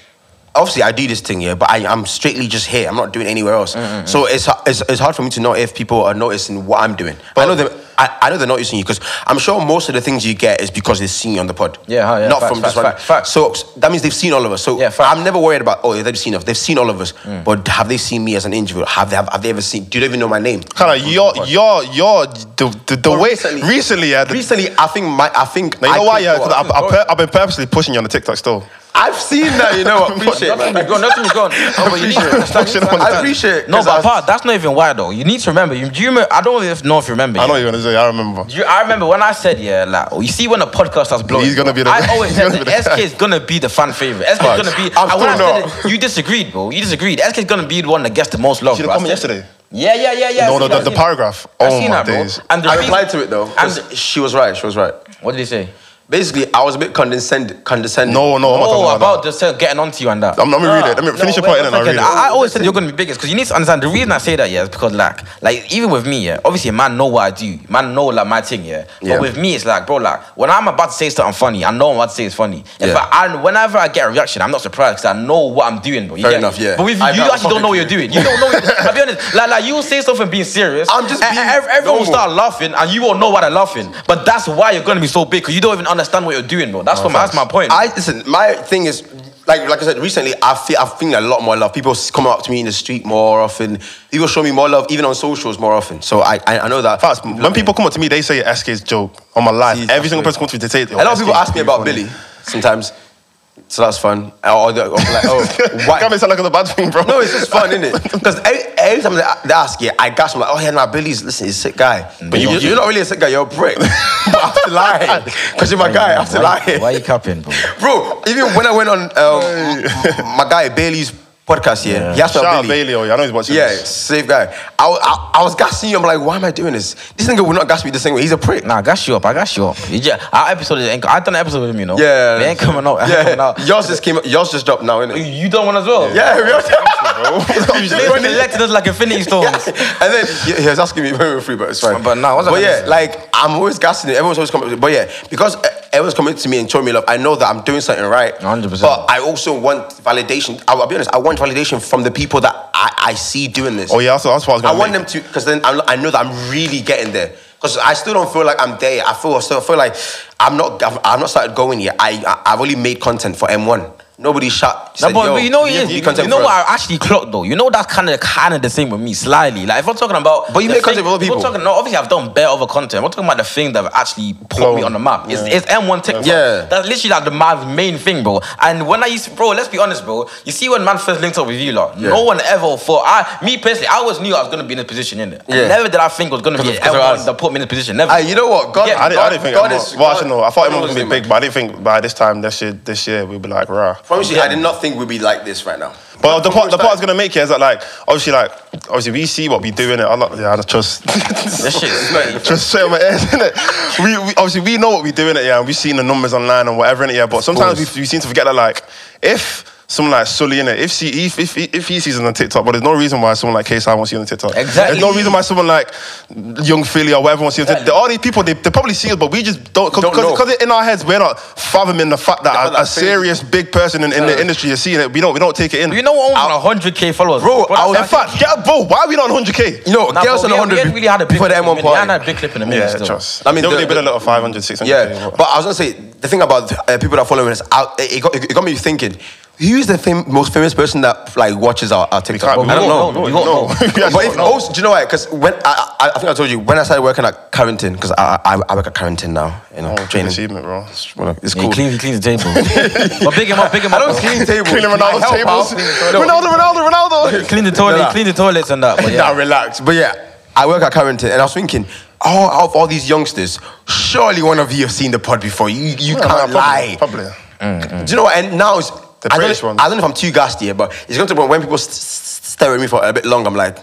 Obviously, I do this thing here, but I, I'm strictly just here. I'm not doing anywhere else. So it's, it's it's hard for me to know if people are noticing what I'm doing. But I know they I, I know they're noticing you because I'm sure most of the things you get is because they've seen you on the pod.
Yeah, yeah,
not
facts,
from just one.
facts, facts, facts.
So that means they've seen all of us. So
Yeah, facts.
I'm never worried about oh they've seen us. They've seen all of us,
Mm.
but have they seen me as an individual? Have they have, have they ever seen? Do they even know my name?
Kind of your your your the the, the
But
way recently, yeah. The,
recently I think my I think
now, you know
I
why
could
yeah?
go
'Cause
up.
I've, I've, per- I've been purposely pushing you on the TikTok still.
I've seen that. You know
Oh,
what? Appreciate it,
Nothing
man.
be gone, nothing be gone. No, but you need to understand-
Pushing on the
I
TikTok.
appreciate it,
No,
'cause
but
I-
apart, that's not even why though. You need to remember. You, do you remember? I don't even know if you remember.
I know
yeah.
what you're gonna say. I remember.
You, I remember when I said, yeah, like, you see when the podcast starts blowing.
He's gonna be the-
I always
he's
said
gonna
that
be the
SK is gonna be the fan favorite. SK is
Facts.
gonna be.
I'm
and when
still
I said
not.
it, you disagreed, bro. You disagreed. SK is gonna be the one that gets the most love.
She
bro. I
comment
said-
yesterday.
Yeah, yeah, yeah, yeah. I
No,
seen
no,
that, I
the, the
seen-
paragraph.
I
Oh
seen
my
that, bro.
days.
And the
I
reason-
replied to it though. 'cause
And-
she was right. She was right.
What did he say?
Basically, I was a bit condescend condescending.
No, no, I'm not talking
Oh,
about,
about
that.
the cell getting onto you and that.
I'm, let me read it. Let me
No,
finish your
wait
point and then
one
I'll read
second.
it.
I, I always said you're going to be biggest because you need to understand the reason I say that, yeah, is because, like, like even with me, yeah, obviously, man, know what I do, man, know like my thing, yeah. But
Yeah.
with me, it's like, bro, like, when I'm about to say something funny, I know I'm about to say it's funny. In
Yeah.
fact, I, whenever I get a reaction, I'm not surprised because I know what I'm doing, bro. You
Fair
get me?
enough, yeah.
But with you,
I-
you
I'm
actually don't know what you're
fucking
doing. You don't know. I'll be honest, like, like, you'll say something being serious.
I'm just
and-
being
and ev- everyone will
normal.
start laughing, and you won't know why they're laughing. But that's why you're going to be so big because you don't even understand what you're doing, bro. That's what my, that's my point.
I listen. My thing is, like, like I said recently, I feel I've seen a lot more love. People s- come up to me in the street more often. People show me more love, even on socials more often. So I, I, I know that.
Facts. When people come up to me, they say SK's joke on my life.
See,
Every
that's
single
great.
person comes to me, they say.
a lot of people ask me about Billy sometimes, so that's fun. Or, they're- or like, oh,
Why?
why?
Can't make it sound like it's a bad thing, bro.
No, it's just fun, isn't it? Because every, every time they, they ask, yeah, I gas. I'm like, oh yeah, nah, Billy's listen, he's a sick guy.
Mm.
But you, you're not really a sick guy. You're a prick. but I have to lie because you're my guy. I have to
why,
lie.
why you capping, bro?
Bro, even when I went on um, my guy Bailey's podcast here, he asked
Shout
about
out
Bailey.
Bailey, oh yeah, I know he's watching
Yeah,
this.
safe guy. I, wa- I, I was gassing you. I'm like, why am I doing this? This nigga will not gas me the same way. He's a prick.
Nah, I got you up. I got you up. You just, our episode is ain't. I done an episode with him, you know.
Yeah.
They ain't coming out. Yeah. Coming
Yeah.
out.
Yours just came. Yours just dropped now, innit?
You done one as well.
Yeah, we all
Bro.
They elected us like Infinity Stones.
And then he he was asking me when we were free, but it's fine.
But nah, what's
But
that
yeah,
gonna
like I'm always gassing it. Everyone's always coming. But yeah, because uh, everyone's coming to me and showing me love, I know that I'm doing something right.
100%.
But I also want validation. I- I'll be honest. I want validation from the people that I, I see doing this.
Oh yeah, that's, that's what I was
I
gonna.
want
make.
them to, because then I'm, I know that I'm really getting there. Because I still don't feel like I'm there. I feel I still feel like I'm not. I've, I've not started going yet. I, I I've only made content for M1. Nobody shut.
No, but, but you know
you,
it is. You,
content
you know
for
what
us."
I actually clocked though. You know that's kind of kind of the same with me slightly. Like if I'm talking about,
But you
the
make content
thing-
with other
if we're
people.
Talking, no, obviously I've done better other content. We're talking about the thing that actually put
Blown.
me on the map. It's,
Yeah.
it's M1 TikTok.
Yeah.
that's literally like the my main thing, bro. And when I used, to, bro, let's be honest, bro. You see when man first linked up with you, lot, no one ever thought. I, me personally, I always knew I was gonna be in this position in it.
Yeah.
Never did I think it was gonna be
of- 'cause of us.
M1 that put me in this position. Never.
Ah, you know what? God,
Yeah,
I didn't, I didn't think.
God
M1
is-
well, I should know. I thought
God
M1 was gonna
knows
be
him,
big, but I didn't think by this time this year, this year we'd be like rah.
Promise you, I did not think we'd be like this right now.
But the part, the part I was gonna make here is that like obviously like obviously we see what we do in it. I'm not, yeah, I just
This shit is mad.
just straight on my ears in it. We, we obviously we know what we do in it, yeah, and we've seen the numbers online and whatever in it, yeah. But sometimes we,
course.
we seem to forget that like if. Someone like Sully in it. If she, if, if, if he sees it on TikTok, but there's no reason why someone like KSI won't see it on TikTok.
Exactly.
There's no reason why someone like Young Philly or whatever wants to see it. on TikTok. All these people, they, they probably see us, but we just don't.
Don't know.
Because in our heads, we're not fathoming the fact that
Yeah,
a,
that
a serious big person in, in the industry is seeing it. We don't. We don't take it in.
You know what? Almost 100k followers,
Bro, I
that's
was-
In
actually-
fact, get a bro. Why are we not on 100k?
You know,
Nah,
girls
but
on
we- we
100
ain't really had a big
before the
clip in a
M1
minute. We
party.
haven't had a big clip in a minute.
Yeah,
still.
trust.
I mean,
They've
the-
only been a little 500, 600.
Yeah, but I was gonna say the thing about uh, people that follow us. I, it, got, it got me thinking. Who's the fam- most famous person that like watches our, our TikTok?
can't-
I don't
we
know.
won't know, we won't know.
We actually
but if,
won't know.
also, do you know why? Because when I, I, I think I told you when I started working at Carrington, because I, I I work at Carrington now, you know,
oh,
training.
training. achievement, bro.
Well, It's
Yeah, he
cool.
cleans, he cleans the table. but big him up, big him up.
I don't
bro.
clean tables.
Cleaning
Can I
Ronaldo's
help out?
tables. Ronaldo, Ronaldo, Ronaldo.
Clean the toilet,
Nah.
clean the toilets and that. But
Nah,
yeah.
relax. But yeah, I work at Carrington, and I was thinking, oh, out of all these youngsters, surely one of you have seen the pod before. You you
Yeah,
can't
nah,
lie. Mm,
Probably. probably.
Do you know what? And now it's
The
I don't,
British
know,
ones.
I don't know if I'm too gassed here, but it's going to when people st- st- stare at me for a bit long. I'm like,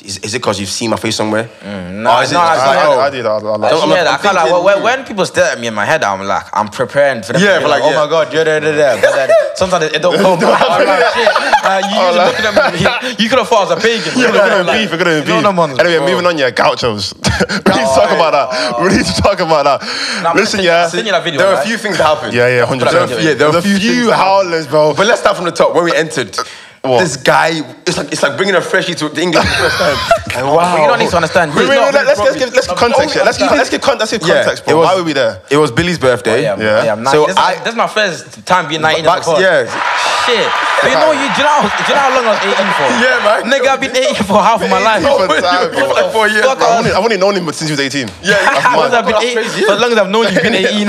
is, is it because you've seen my face somewhere?
nah,
Or is it just
nah, it's
I,
like,
not-
oh,
I, I did. I, I, like-
Don't- I'm-
yeah,
I'm
I feel like
thinking-
when, when- when people stare at me in my head, I'm like, I'm preparing for them.
Yeah,
to be
but like,
oh
yeah.
my god, yeah, yeah, yeah, yeah. But then sometimes it don't come. I'm like, shit. Like, you
Oh,
usually
like-
looking at me. You could have thought I was a pagan.
Yeah,
You
we're
know,
gonna
like,
beef. We're gonna
you know
beef.
them ones,
Anyway,
bro.
moving on. Yeah, gauchos. we need to talk about that. We need to talk about that.
Nah, I'm
Listen,
gonna
yeah.
send you that video.
there were a
right?
few things that happened.
Yeah, yeah, 100%.
There were a few- yeah, there were a
The
few,
few
things that happened.
howlers, bro.
But let's start from the top. When we entered,
What?
this guy, it's like it's like bringing a freshie to the English first time. Like, wow.
But you don't need to understand.
Wait,
It's
wait,
not-
wait, let's, let's give let's give context.
Only
Yeah. Let's give
understand-
let's give con- let's give
Yeah,
context,
it
bro.
was-
Why were we there?
It was Billy's birthday.
Oh, Yeah,
Yeah.
yeah. yeah nice.
So
this,
I-
is, this is my first time being 19
Back-
in the pod.
yeah.
Shit. But you know, you, do, you know, how- do you know how long I was 18 E for?
Yeah, man.
Nigga, I've been 18 for half of my life.
for time, bro.
like four years. bro.
Fuck
I've only, I've only known him since he was 18.
Yeah,
As long as I've been
That's
18,
crazy, yeah.
for as long as I've known you, you've been E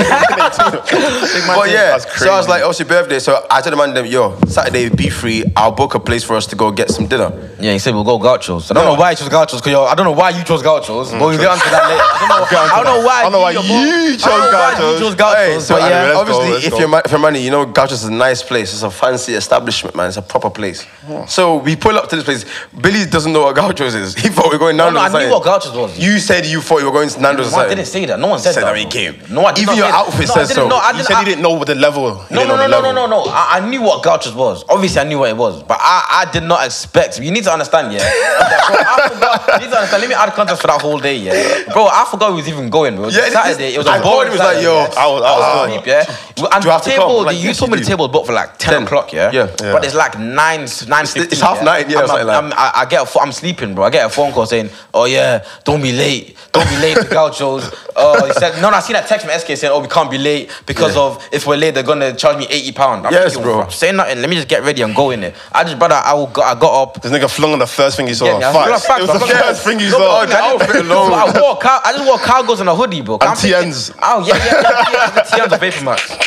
18.
But yeah,
That's
so I was
crazy.
like, oh, it's your birthday. So I told the man, them, yo, Saturday, be free. I'll book a place for us to go get some dinner.
yeah, he said we'll go Gauchos. I don't know why he chose Gauchos, because I don't know why you chose Gauchos, but we'll get onto that later. I don't know, I don't know why,
I don't know why
your
you
boy-
chose
I don't know why
Gauchos.
you chose Gauchos,
Hey, so
but
anyway,
yeah,
let's go,
obviously,
let's
if
go.
you're ma- if you're money, you know, Gauchos is a nice place. It's a fancy establishment, man. It's a proper place. So we pull up to this place. Billy doesn't know what Gauchos is. He thought we were going
no,
Nando's.
I
or something.
knew what Gauchos was.
You said you thought you were going to Nando's. or
No, I
something.
didn't say that. No one said,
Said that
that.
when he came.
No, I did
Even
not
your
say that.
outfit
no, I
says
didn't-
so.
No, I
He
didn't.
said he
I-
didn't know the level. He
No,
didn't
no,
know
no,
the
no, no,
level.
no, no. I, I knew what Gauchos was. Obviously, I knew what it was. But I, I did not expect. You need to understand, yeah. bro, I forgot, you need to understand. Let me add context for that whole day, yeah. Bro, I forgot we was even going, bro. It was
Yeah, this-
Saturday. It was a
I
boring
thought it was like,
Saturday,
yo,
yeah.
I was- I was
Ah.
I was
going.
asleep, yeah. And
Do you have to
table,
come? Like,
the, you
yes,
told
you
me the
do.
table booked for like 10,
10.
o'clock, yeah?
Yeah. Yeah.
But it's like 9, 9 15,
it's half
yeah?
nine, yeah,
I'm,
or something like
I'm, I, I get a pho- I'm sleeping, bro. I get a phone call saying, oh, yeah, don't be late. Don't be late to Gauchos. Oh, he said, no, no, I seen that text from SK saying, oh, we can't be late because
Yeah.
of if we're late, they're going to charge me £80. pound." I'm
Yes,
thinking,
bro.
"Fuck, Say nothing. Let me just get ready and go in it. I just, brother, I, will go, I got up.
This nigga flung on the first thing he saw.
Yeah, yeah, I
Facts.
forgot
It
facts,
was the
I forgot
first thing he
facts. No,
saw.
but I-
outfit alone.
so I wore car- I just wore cargos and a hoodie, bro.
And
I'm thinking-
TNs.
Oh yeah, yeah, yeah. yeah, TNs are vapor max.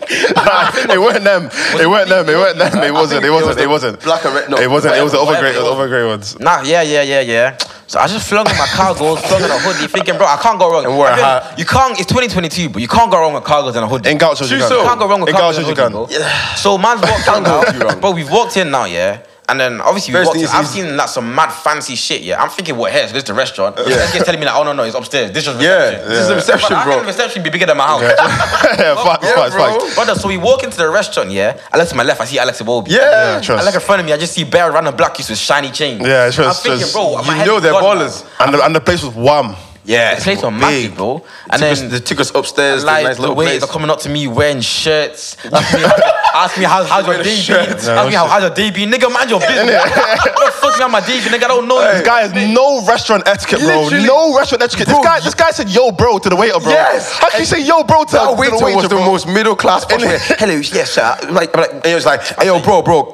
it weren't them. It weren't them. It weren't them. It wasn't. It wasn't. It wasn't.
black and red- no,
It wasn't. It was the
whatever,
other grey.
whatever.
The other grey ones.
Nah, yeah, yeah, yeah, yeah. So I just flung on my cargos, flung on a hoodie, thinking, bro, I can't go wrong.
And wore a
I feel-
hat.
You can't. It's 2022, but you can't go wrong with cargos and a hoodie.
In Gauchos, you can.
True so.
You can't go wrong with
In
cargos
Gauchos,
and
you
a hoodie,
can.
bro. So man's walked in
go wrong.
now, bro. We've walked in now, yeah. And then obviously we
First
walked
thing
in.
is
I've
he's-
seen like some mad fancy shit. Yeah, I'm thinking, what here? Is this the restaurant? This guy's telling me like, oh no no, it's upstairs. This is
Yeah,
reception.
this is
But
reception,
how
bro.
can Reception be bigger than my house.
Yeah, facts,
Yeah,
facts,
bro.
facts.
Brother, so we walk into the restaurant, yeah. I look to my left, I see Alex Iwobi.
Yeah.
Yeah, trust.
I look in front of me, I just see bare random black kids with shiny chains.
Yeah, trust,
I'm thinking,
trust.
bro, my
You
head
know
is
they're
gone,
ballers.
man.
And the, and the place was wham.
Yeah,
the
it's
place were
big.
massive, bro.
And
And
took
then
us, they took us upstairs. to
like
a nice
the
little
way
place.
they're coming up to me wearing shirts. Ask me, how, ask me how, how's your
Wearing
day been?
shirts.
Ask me how, how's your day been? Nigga, mind your business. what the fuck's on my day been? Nigga, I don't know
This
you.
guy has no restaurant etiquette, bro.
Literally.
No restaurant etiquette.
Bro,
this guy, this guy said "yo, bro" to the waiter, bro.
Yes.
How can you say "yo, bro" to,
That
to
waiter
the waiter,
was the
bro?
most middle class. Hello, yes, sir. I'm Like, I'm like, and he was like, hey, yo, bro, bro,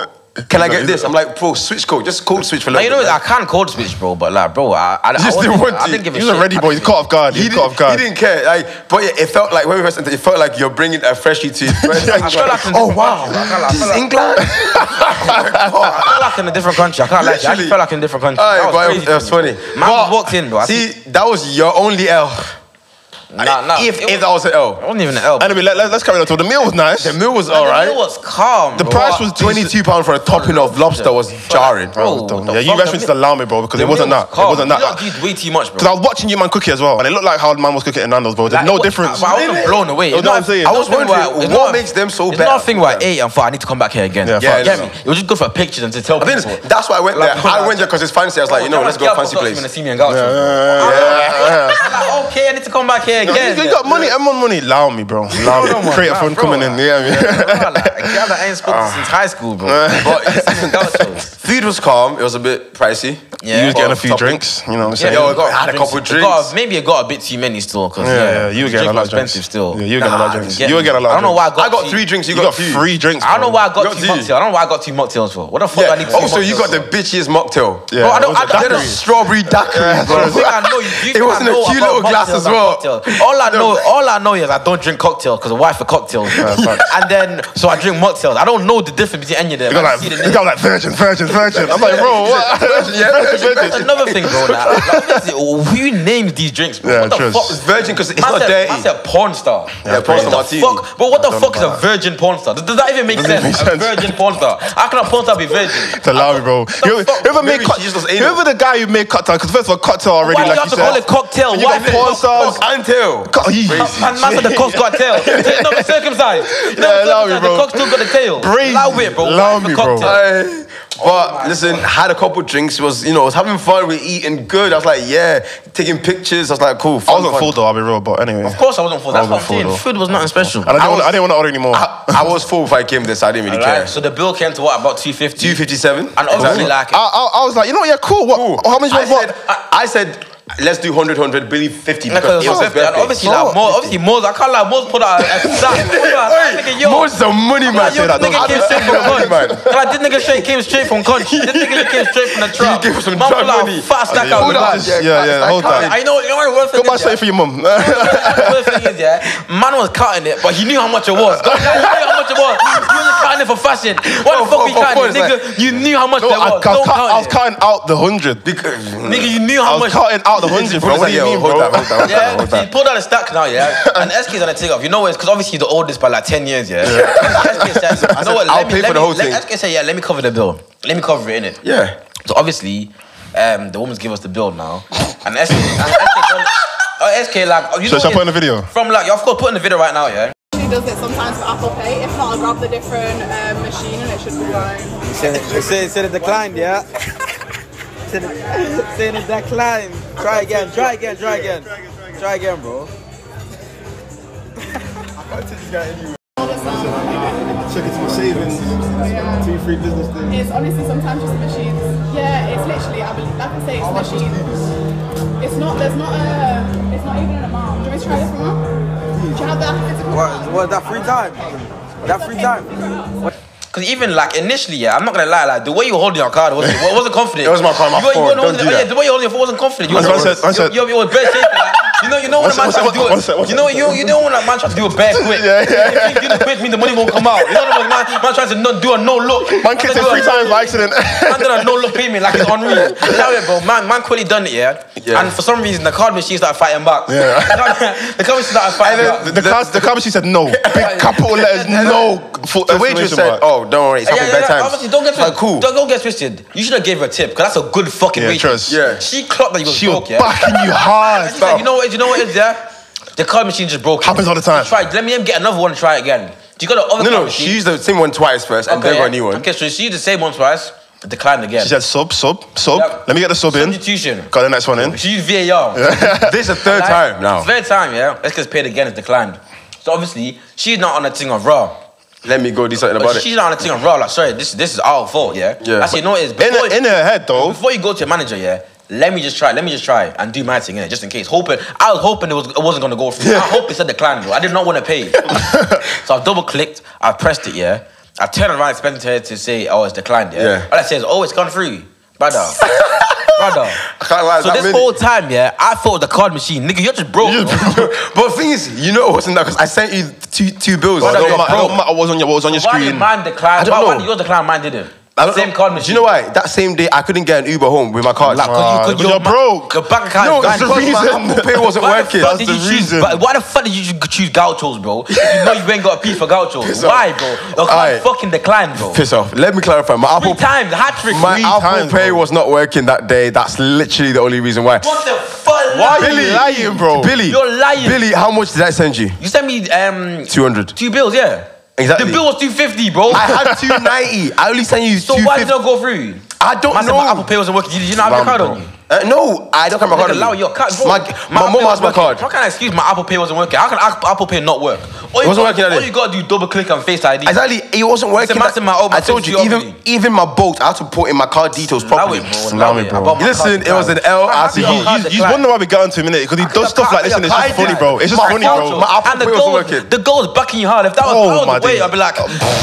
can I get this? I'm like, bro, switch code. Just code switch for a
Like, you
little
know,
bit.
I can't code switch, bro, but like, bro, I, I, I,
just
wasn't-
didn't want
I
to.
didn't give a
He was
shit.
a ready
I
boy. He's
didn't-
caught off guard.
he,
He's
didn't,
caught off
he
guard.
didn't care. Like, but it felt like when we first entered, it felt like you're bringing a freshie to.
I felt like-
oh wow,
I felt like-
this is England.
I felt like in a different country. I can't lie. to you. I
Literally.
just felt like in a different country.
Aye,
That was
but it
crazy
was- it was
to me.
funny.
Man
But-
walked in, bro. I
See, that was your only L.
Nah, nah.
if,
It
if that was an
I
L,
wasn't even an L.
Anyway, let, let, let's carry on. So the meal was nice.
the meal was
The
all right.
meal was calm.
The
bro.
price was decent.
Twenty-two pound for a topping of lobster was jarring.
Bro, I was
Bro,
dumb.
the
yeah, you
fuck, the
referenced the
meal-
lamb, bro, because
The
it wasn't
meal
that.
was calm.
It wasn't
You lot
that.
did way too much, bro.
Because I was watching you man cookie as well, and it looked like how man was cooking at Nando's, bro. There's
Like,
no
what-
difference.
but I wasn't blown away.
You know what I'm saying?
I was
nothing
wondering,
where- it's
what
not-
makes them so
it's
bad?
nothing where I ate and thought I need to come back here again.
Yeah,
Fuck,
yeah,
get
no.
me. It was just good for pictures and to tell
I
people.
think it's- that's why I went
Like,
there.
bro,
I
like-
went there because it's fancy. I was like, you know, let's go fancy
Going to
place.
see me in Gaucho. I'm like, okay, I need to come back here
You
again.
you got money, I'm on money. Allow me, bro. Allow me. Create a fund coming in. Yeah, I mean.
yeah. Like, yeah, like, I ain't spoken since high school, bro. But it's in Gaucho.
Food was calm. It was a bit pricey.
Yeah.
you was getting a few
Oh, Topping.
drinks, you know what I'm saying?
Yeah, yo, I got- I had a couple
It got-
drinks.
Maybe it got a bit too many still, because
yeah, yeah,
yeah,
you were getting a lot
drinks were
of drinks.
expensive still.
Yeah, you were getting a lot of drinks.
Get
You were
me.
getting a lot
I
of
don't know why I
drinks.
I
got.
got
two-
three drinks. You,
You got
few.
free drinks.
I don't know
bro.
why I
You
got,
got
two
tea.
mocktails. I don't know why I got two mocktails for. What the fuck? do I
Yeah.
need two
Also, you
mocktails
got the
for?
bitchiest mocktail.
Yeah,
Bro, I
it
don't.
was a
I don't-
Then a strawberry daiquiri,
Bro, I
bro.
think I know you. you
It wasn't a
know
cute
about
little glass
cocktails
as
and
well.
cocktails. All I know, all I know is I don't drink cocktails because wife for cocktails,
facts.
and then so I drink mocktails. I don't know the difference between any of them.
They got
I
like,
just see the
they
name.
got like virgin, virgin, virgin. I'm like, bro, what?
Yeah, virgin,
virgin.
That's another thing, bro. Now, like, let's see, who names these drinks? Bro?
Yeah,
what the
true.
fuck? is
It's virgin because it's
Man
not
said,
dirty.
man said porn star.
Yeah, porn star
What the
martini.
fuck? But what the
don't
fuck is
know
a virgin porn star? Does, does that even make
Doesn't
sense?
make
A
sense.
virgin porn star. How can a porn star be virgin?
It's allowed, bro. You
fuck?
ever made
Maybe
cut-
she just was
you
anal.
ever the guy who made cocktail? Because first of all, cocktail already,
Why do
like
you have to
said.
call it cocktail?
You
Why
got porn stars.
and tail.
Co- he-
Man, man said the cock's got a tail. It's not circumcised. It's not
Yeah, allow me,
circumcised.
bro.
The cock's still got a tail.
Crazy.
Allow it, bro.
Allow
Why the
me, bro.
cocktail?
Aye. But listen, had a couple drinks. Was you know, was having fun. We eating good. I was like, yeah, taking pictures. I was like, cool.
I
Fun,
wasn't
fun.
full though. I'll be real, but anyway.
Of course, I wasn't full. That's
I
what I'm
wasn't full,
saying.
though.
Food was nothing special.
And I
I
didn't,
was-
want, I didn't want to order anymore.
I, I was full if I came this. I didn't really care.
Alright, so the bill came to what about 250?
Two fifty seven.
And obviously, like,
I, I, I was like, you know, what, yeah, cool. What? How much?
I
What?
said, I, I said, let's do 100, 100, Billy fifty
Like
because it was his
and
birthday.
obviously, like, Mo, obviously, Mo's, I can't lie, Mo's put out a stack. Put out a nigga, yo.
Most of money, man.
Like,
said
yo,
I don't-
this nigga
I
came
don't
straight
say
from
money,
Conch.
man.
Like, this nigga straight came straight from Conch. This nigga came straight from the trap.
gave us some
Man,
drug
pull out
money.
a fast stack
Yeah,
out
Hold
the
on,
bag.
just-
yeah, yeah,
yeah,
hold
I can't-
on.
I know, you know what the worst
Go
thing
buy
is, yeah?
something for your mum.
The worst thing is, yeah, man was counting it, but he knew how much it was. He knew how much it was. He was counting it for fashion. Why the
For-
fuck we
for- for
counting it,
fun, it's
nigga? You knew how much
No,
that
I, I,
was.
was cut-
Don't
I was
count it.
cutting out the hundred.
Because-
Nigga, you knew
I
how
was
much.
cutting out the hundred, bro.
Bro,
What do
like,
you
yo,
mean,
hold
bro?
that, hold that, hold that,
Yeah,
hold
he
that.
pulled out a stack now, yeah. And SK's on the take off. You know what? Because obviously he's the oldest by like 10 years, yeah. SK says, you know what?
I'll
Let me,
pay
let
for the
me-
whole
let-
thing.
SK said, yeah, let me cover the bill. Let me cover it, innit?
Yeah.
So obviously, um, the woman's give us the bill now. And SK, and SK, done- oh, SK like, you
So
know
should I
what
put in the
it-
video?
From like, of course, put in the video right now, yeah.
She does it sometimes for Apple Pay. If not, I'll grab the different um, machine and it should be fine.
It said, it said it declined, yeah? said it, said it declined. Try again, try again, try again. Try again, bro.
Check it to my savings. Two free business days.
It's honestly sometimes just the machines. Yeah, it's literally, I believe, like I say, it's machines. It's not, there's not a, it's not even an amount. Do we try this one? Do you have that physical
What,
card?
what, that free time? That free time?
Cause even like initially, yeah, I'm not gonna lie, like the way you were holding your card wasn't wa- wasn't confident.
It was my prime, my
You were- you
phone,
weren't holding
don't
it-
do
oh, yeah,
that.
the way you were holding your phone wasn't confident. You
One
were-
sec, one sec, one
you, you, you were bare shaking. Like, you know, you know when a
One
man
sec,
tries to do
one sec, one
it.
sec.
You know, you you know when a man tries to do a bare quick.
Yeah, yeah, yeah.
If you do the quick, mean the money won't come out. You know when a man, man tries to not do a no look.
Man kicked it
do a-
three times by accident.
Man did a no look payment like it's unreal. Now it, bro, man, man quickly done it, yeah.
Yeah.
And for some reason, the card machine started fighting back. Yeah. the card machine started fighting back.
The car, the car, she said no. Big capital letters, no. Full
The waitress
exclamation mark.
said, oh, don't worry, it's
Yeah,
happening
yeah, yeah.
bedtime.
Obviously, don't get twisted.
Like, cool.
Don't, don't get twisted. You should have gave her a tip because that's a good fucking
Yeah,
waitress.
trust.
Yeah.
She clocked that you was
She
broke.
was
Yeah.
backing "Oh, you hard.
And she said, you know what? it is, You know what? It is, yeah. The card machine just broke.
Happens all the time.
Try. Let me let me get another one. and Try it again. Do you got the other?
No,
card
no,
machine?
she used the same one twice first and then got a new one.
Okay, so she used the same one twice. Declined again.
She said sub, sub, sub.
Yep.
Let me get the sub in.
Substitution.
Got the next one in.
She used VAR.
This is the third
Like,
time now.
Third time, yeah. Let's get paid again. It's declined. So obviously she's not on the thing of Raw.
Let me go do something
But
about
she's
it.
not on the thing of Raw. Like, sorry, this this is our fault, yeah.
Yeah.
I say no, it's
In, her- in her head though,
before you go to your manager, yeah, let me just try, let me just try and do my thing, innit? Just in case. Hoping I was hoping it was it wasn't gonna go through. I hope it said decline, bro. I did not want to pay. so I double clicked, I pressed it, yeah. I turned around expecting her to say, oh, it's declined, yeah.
Yeah.
All I said is, oh, it's gone through. Brother. Brother.
I can't lie,
So
that
this
minute-
whole time, yeah, I thought the card machine, nigga, you're just broke.
You
bro.
just- but the thing is, you know it wasn't that because I sent you two two bills.
it
I
don't,
got
matter, it
broke.
don't matter what was on your, what was on your
Why did
screen.
mine decline?
I don't
why, why
know.
did yours decline? Mine didn't.
I don't
Same
know.
card machine.
Do you know why? That same day, I couldn't get an Uber home with my card.
Like, 'cause you,
Because
could your
Uh, you're
ma-
broke.
Your bank account
no,
is
that's
gone.
the reason. My Apple Pay wasn't
Why
working.
The fuck did
the
you choose,
reason.
but why the fuck did you ch- choose gauchos, bro? If you know you ain't got a piece for gauchos. Why, bro? Your card
Alright.
fucking declined, bro.
Piss off. Let me clarify. My
Three
Apple,
times, hat trick.
my
Three
Apple
times,
Pay
bro.
was not working that day. That's literally the only reason why.
What the fuck?
Why
Billy?
are you lying, bro?
Billy,
You're lying.
Billy, how much did I send you?
You sent me um
Two hundred.
two bills, yeah.
Exactly.
The bill was two fifty, bro.
I had two ninety. I only sent you
so
two
why did it
fifty.
not go through?
I don't
I said
know.
my Apple Pay wasn't working. You, you not have your card on you.
Uh, no, I don't have my
Nigga,
card. on
allow
me.
your card. Bro,
My, my
Apple
mum
Pay
has my
wasn't working.
card.
How can I excuse my Apple Pay wasn't working? How can Apple Apple Pay not work? All you
wasn't
got-
working that
All
day.
you gotta do double click on Face ID.
Exactly, it wasn't working.
massive
That-
amount of
I told
messages
you,
you
even
already.
even my boat, I had to put in my card details
Allow
properly.
it, bro.
Allow
Allow
it,
it.
bro.
I bought my
Listen,
card
it was an
declined.
L.
I
I
have
said,
your
you,
card
you,
You just
Like-
wonder why we got into him minute because he does stuff like this and it's just funny, bro. It's just
My
funny,
fault.
bro.
My Apple
and the
Pay wasn't working.
goals, the goals backing you hard. If that was
Oh,
oh,
my
the way,
days.
I'd be like,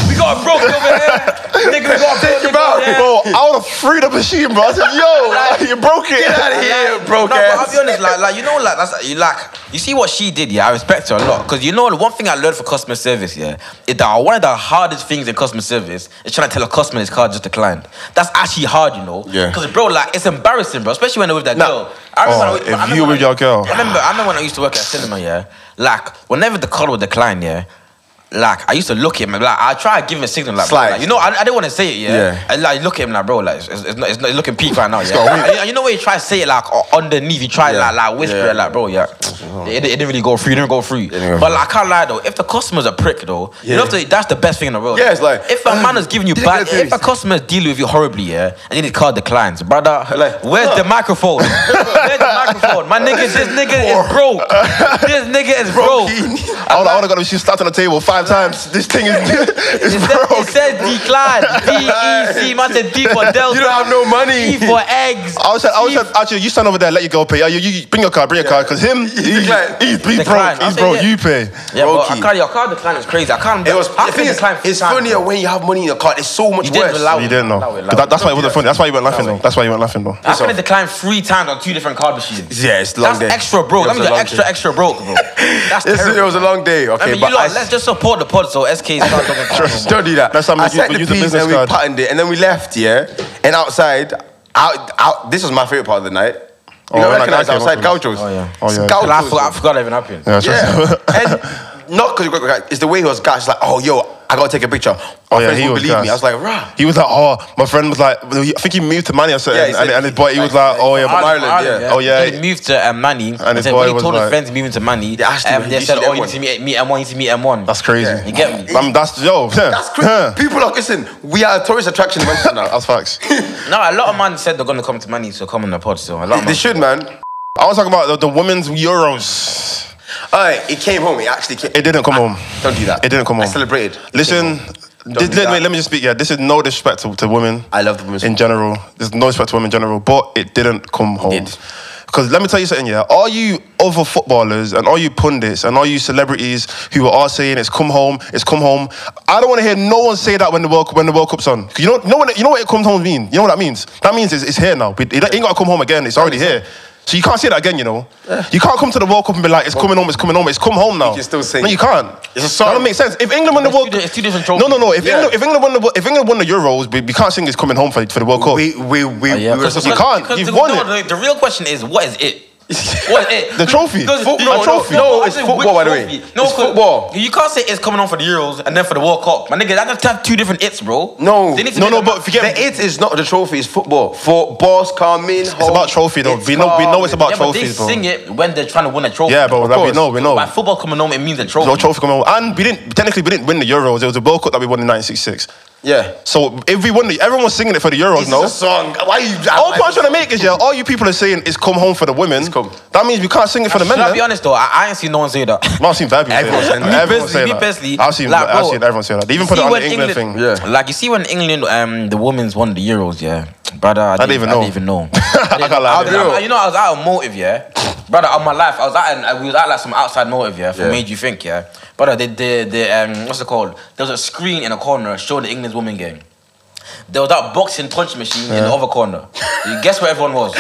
we got a broke over here. Nigga, we got a broke
Take him
nigga
out,
over there.
Bro, I would have freed up the machine, bro. I said, yo, you broke it.
Get outta here.
Like,
broke
no,
ass.
but I'll be honest, like, like you know, like that's like, you like you see what she did, yeah. I respect her a lot because you know the one thing I learned for customer service, yeah, is that one of the hardest things in customer service is trying to tell a customer his card just declined. That's actually hard, you know.
Yeah.
Because bro, like it's embarrassing, bro, especially when they're with that
Nah.
girl. I
Oh,
when I-
if
I
you
when
with
I-
your girl.
I remember, I remember when I used to work at cinema, yeah. Like whenever the card would decline, yeah. Like I used to look at him, and, like I try to give him a signal, like, bro,
Slide.
like, you know, I, I didn't want to say it, yeah.
Yeah.
And like look at him, like bro, like it's, it's, not, it's not it's looking peak right now, yeah.
got a
And you- and you know when you try to say it like or underneath, you try
Yeah.
like like whisper
Yeah.
it, like bro, yeah. It, it didn't really go through, it didn't go through.
didn't go
but like, I can't lie though, if the customer's a prick though, you
Yeah.
know if the- that's the best thing in the world.
Yeah, it's like,
if a man is giving you
didn't
bad,
go through.
if a customer is dealing with you horribly, yeah, and then his card declines, brother.
Like,
where's the microphone? where's the microphone? My nigga, this nigga is broke. This nigga is broke.
I would have got the machine slapped on the table five times. This thing is
It
it's
says,
broke.
it says decline. D E C. Man said D for Delta.
You don't have no money.
E for E eggs.
I was said, I was
C
said, actually, you stand over there, let your girl pay. Yeah, you, you bring your card, bring your card, because him, he,
declined.
he's, he's
Declined.
broke,
I'll
he's
say
broke.
yeah.
You pay.
Yeah, but I
Rocky.
can't, your card decline is crazy. I can't.
It was.
how
The
can
thing
you
is,
decline
it's
fifty times,
funnier
bro?
when you have money in your card. It's so much
You didn't
worse.
allow
You
it.
didn't know.
Allow it, allow
That-
it.
that's why you weren't laughing, though. That's why you weren't laughing, though. That's why you weren't laughing, though.
I can decline three times on two different card machines.
Yeah, it's long day.
That's extra broke.
It was
That means
a
you're
long
extra,
day.
extra broke, bro. That's
It's-
terrible.
It was a long day.
I
Okay,
mean,
but
you lot,
I-
let's just support the pod, so SK's card doesn't count, bro.
Don't do that.
That's something you-
I sent
you
the
use the
piece
business
and we
card.
patterned it, and then we left. Yeah, and outside, out, out. This was my favorite part of the night. You
Oh,
know,
when that
recognize
guy came
outside
up with
gauchos.
Oh, yeah.
Oh, yeah.
Gauchos,
I forgot, I forgot that even happened.
Yeah, trust me.
Yeah, and not because it's the way he was gassed. It's like, oh, yo, I gotta take a picture. My
Oh, yeah,
friends
he
won't
was
believe me. I
gassed.
was like, rah.
He was like, oh, my friend was like, I think he moved to Mani or something,
Yeah, he said-
and, and his boy, he was like, oh yeah,
From
but-
Ireland, yeah.
Oh, yeah.
He moved to um, Manny. And,
his
then
boy
when he
was
told his
like-
friends moving to Manny, they,
asked him,
um, they
"You
said,
should
oh,
get
you need to meet, meet M1, you need to meet M1.
that's crazy.
You get me?
Um, that's yo. Yeah.
That's crazy. People are listen. We are a tourist attraction in Manchester now.
That's facts.
No, a lot of man said they're going to come to Manny, so come on the pod still. A lot
they
of man.
should, man.
I was talking about the, the women's Euros.
All right, it came home. It actually came.
It didn't come home.
Don't do that.
It didn't come
I
home.
celebrated.
Listen,
do
this, let, me,
that.
let me just speak. Yeah, this is no disrespect to, to women.
I love the women's
in general. There's no respect to women in general, but it didn't come home.
did.
Because let me tell you something, yeah. All you other footballers and all you pundits and all you celebrities who are all saying it's come home, it's come home. I don't want to hear no one say that when the World when the World Cup's on. 'Cause You know, you know what it- you know what it comes home mean. You know what that means? That means it's, it's here now. It it ain't got to come home again. It's already here. So you can't say that again, you know. You can't come to the World Cup and be like, it's coming home, it's coming home, it's come home now.
Eh. can still sing.
No, you can't.
It's a song.
That don't make sense. If England won the
It's two
World
di- it's two different
No, no, no. If,
Yeah.
England, if England won the if England won the Euros, we, we can't sing it's coming home for, for the World Cup.
We we we,
Oh, Yeah,
we were
because-
supposed
you
to.
because-
can't.
because
You've
the-
won
no,
it.
The, the real question is, what is it? What is it?
The trophy.
Because-
Fo-
because-
a trophy.
No, it's
I said
football, by
which
the way.
trophy?
It's
No, 'cause
football.
You can't say it's coming on for the Euros and then for the World Cup. My nigga, that's have two different its, bro.
No,
They need to
No,
make
no,
a-
but forget-
the it is not the trophy. It's football. For balls coming. It's
about trophy, though. We know- we know it's about
yeah, but they
trophies, bro.
sing it when they're trying to win a trophy.
yeah, but that we
course.
know, we know.
By football coming home, it means a trophy.
No trophy coming home, and we didn't. Technically, we didn't win the Euros. It was the World Cup that we won in '96.
Yeah.
So everyone, everyone was singing it for the Euros,
This
no? Oh,
is a song. Why are you?
All I'm trying to make is, yeah, all you people are saying is come home for the women.
come.
That means we can't sing it for the men. eh?
Should I be
then.
honest though? I, I ain't seen no one say that.
Well, I've seen Fabio say
Everyone's
that.
saying that.
Everyone's
Me personally-
saying
me
that.
personally,
I've seen,
like,
I've
bro,
seen everyone say that. They even
you
put it
see
on
when
the England, thing.
Yeah.
Like you see when England, um, the women's won the Euros, yeah, brother. I,
didn't even
I
know.
didn't even know.
I can't lie, I didn't
I-
know.
I- you know, I was out of motive, yeah, brother. On my life, I was out and we was out like some outside motive, yeah, for
Yeah.
made you think, yeah, brother. They, they, they, um, what's it called? There was a screen in a corner showed the England's women game. There was that boxing punch machine in the other corner. You guess where everyone was?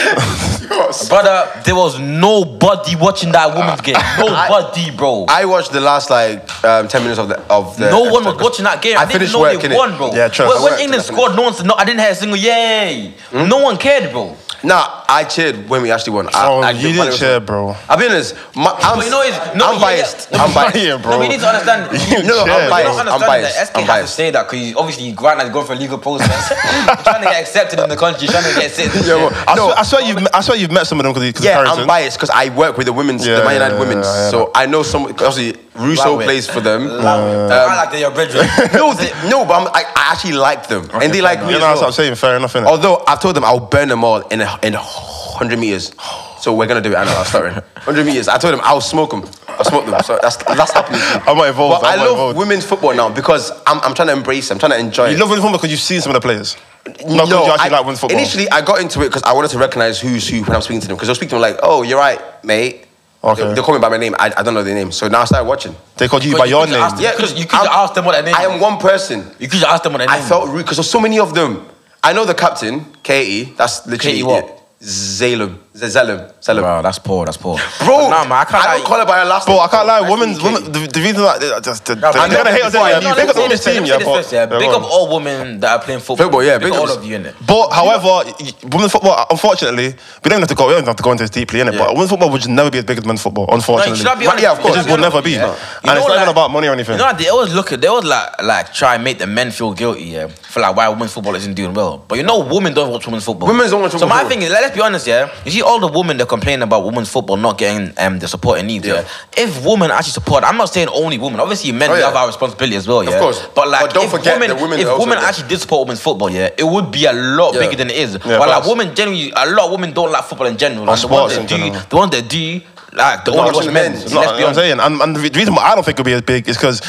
Brother, there was nobody watching that women's game. Nobody, bro.
I watched the last like um, ten minutes of the of the.
no one was watching that game. I,
I
didn't
finished
know
work,
they
innit?
won, bro.
Yeah, trust.
When,
I
when
worked,
England
innit?
scored, no one, no, I didn't hear a single yay. No one cared, bro.
Nah, I cheered when we actually won. I,
Oh,
I
you
when it
didn't
was-
cheer, bro.
I'll be honest. My, I'm,
But you know, it's, no,
I'm
yeah,
biased.
yeah. No,
I'm
but-
biased.
Yeah, bro.
No, we need to understand.
You
No, no,
cheer,
I'm
bro.
You
biased.
don't
I'm
understand
biased.
that SK
I'm
has to
biased.
say that because obviously Grant has gone for a legal process. He's trying to get accepted in the country, trying to get accepted.
Yeah, well,
I,
no,
swear, I swear you've, I swear you've met some of them because
yeah, I'm biased because I work with the women's,
Yeah,
the Man United
yeah,
women's.
yeah, yeah.
so I know some. Obviously, Russo
Love it.
plays for them. Um,
Like, I like that your brethren.
no, they, no, but I'm, I, I actually like them, and they like me.
You know that's what
as well.
I'm saying? Fair enough, innit?
Although I've told them I'll burn them all in a, in a hundred meters. So we're gonna do it. I know. I'm sorry. Hundred meters. I told them I'll smoke them. I'll smoke them. So that's that's happening.
I'm not involved,
But
I'm
I
not
love
involved.
women's football now because I'm, I'm trying to embrace. it, I'm trying to enjoy.
You
it.
love women's football because you've seen some of the players. Not because you actually
I-
like women's football.
Initially, I got into it because I wanted to recognize who's who when I'm speaking to them. Because I was speaking to them like, "Oh, you're right, mate."
Okay.
They, they call me by my name. I, I don't know their name, so now I started watching.
they called you by
you
your
could
name.
ask them- You could- you could
I'm-
ask them what their name
I am
is.
one person.
You could just ask them what their name
I felt rude because there's so many of them. I know the captain, Katie. That's literally
E
Katie what?
it. Zalem, Z- Zalem, Zalem. Oh,
Bro, that's poor, that's poor.
Bro,
nah, man, I can't
don't
lie.
call her by her last
Bro,
name.
I can't lie.
That's
Women's,
Katie.
women, the, the reason that they- just, the,
Yeah,
they're
but-
gonna hate us. innit?
No,
Yeah, Big up
let me
the
say
women's
this, let
team,
me
yeah.
say this first, yeah.
but-
Big
yeah,
up
bro.
all women that are playing football.
Football, yeah,
Big
big
up all
ups.
of you in it.
But however, y- women's football, unfortunately, we don't have to go. We don't have to go into this deeply, innit? But women's football would just never be as big as men's football, unfortunately.
should I be
Right,
honest?
yeah, of course.
It just will never be.
Yeah.
And it's not even about money or anything.
You know, they always look at, they always like, like try and make the men feel guilty, yeah, for like why women's football isn't doing well. But you know, women don't watch women's football.
Women don't watch
So
women's
my
football.
thing is, like, let's be honest, yeah. You see, all the women that complain about women's football not getting um, the support it needs, yeah. If women actually support, I'm not saying only women. Obviously, men
Oh,
we
yeah.
have our responsibility as well, yeah.
course.
But like,
But don't
if
forget
women,
the women
if
that also
women
get-
actually did support women's football, yeah, it would be a lot
Yeah.
bigger than it is.
Yeah,
but like,
facts.
women generally, a lot of women don't like football in general. Like, the
sports
ones
in
that do,
general.
the ones that do, like, the
not
only watch
watching
men.
men. It's
No,
Let's
you
be
know what I'm
honest.
saying, and, and the re- reason why I don't think it'll be as big is because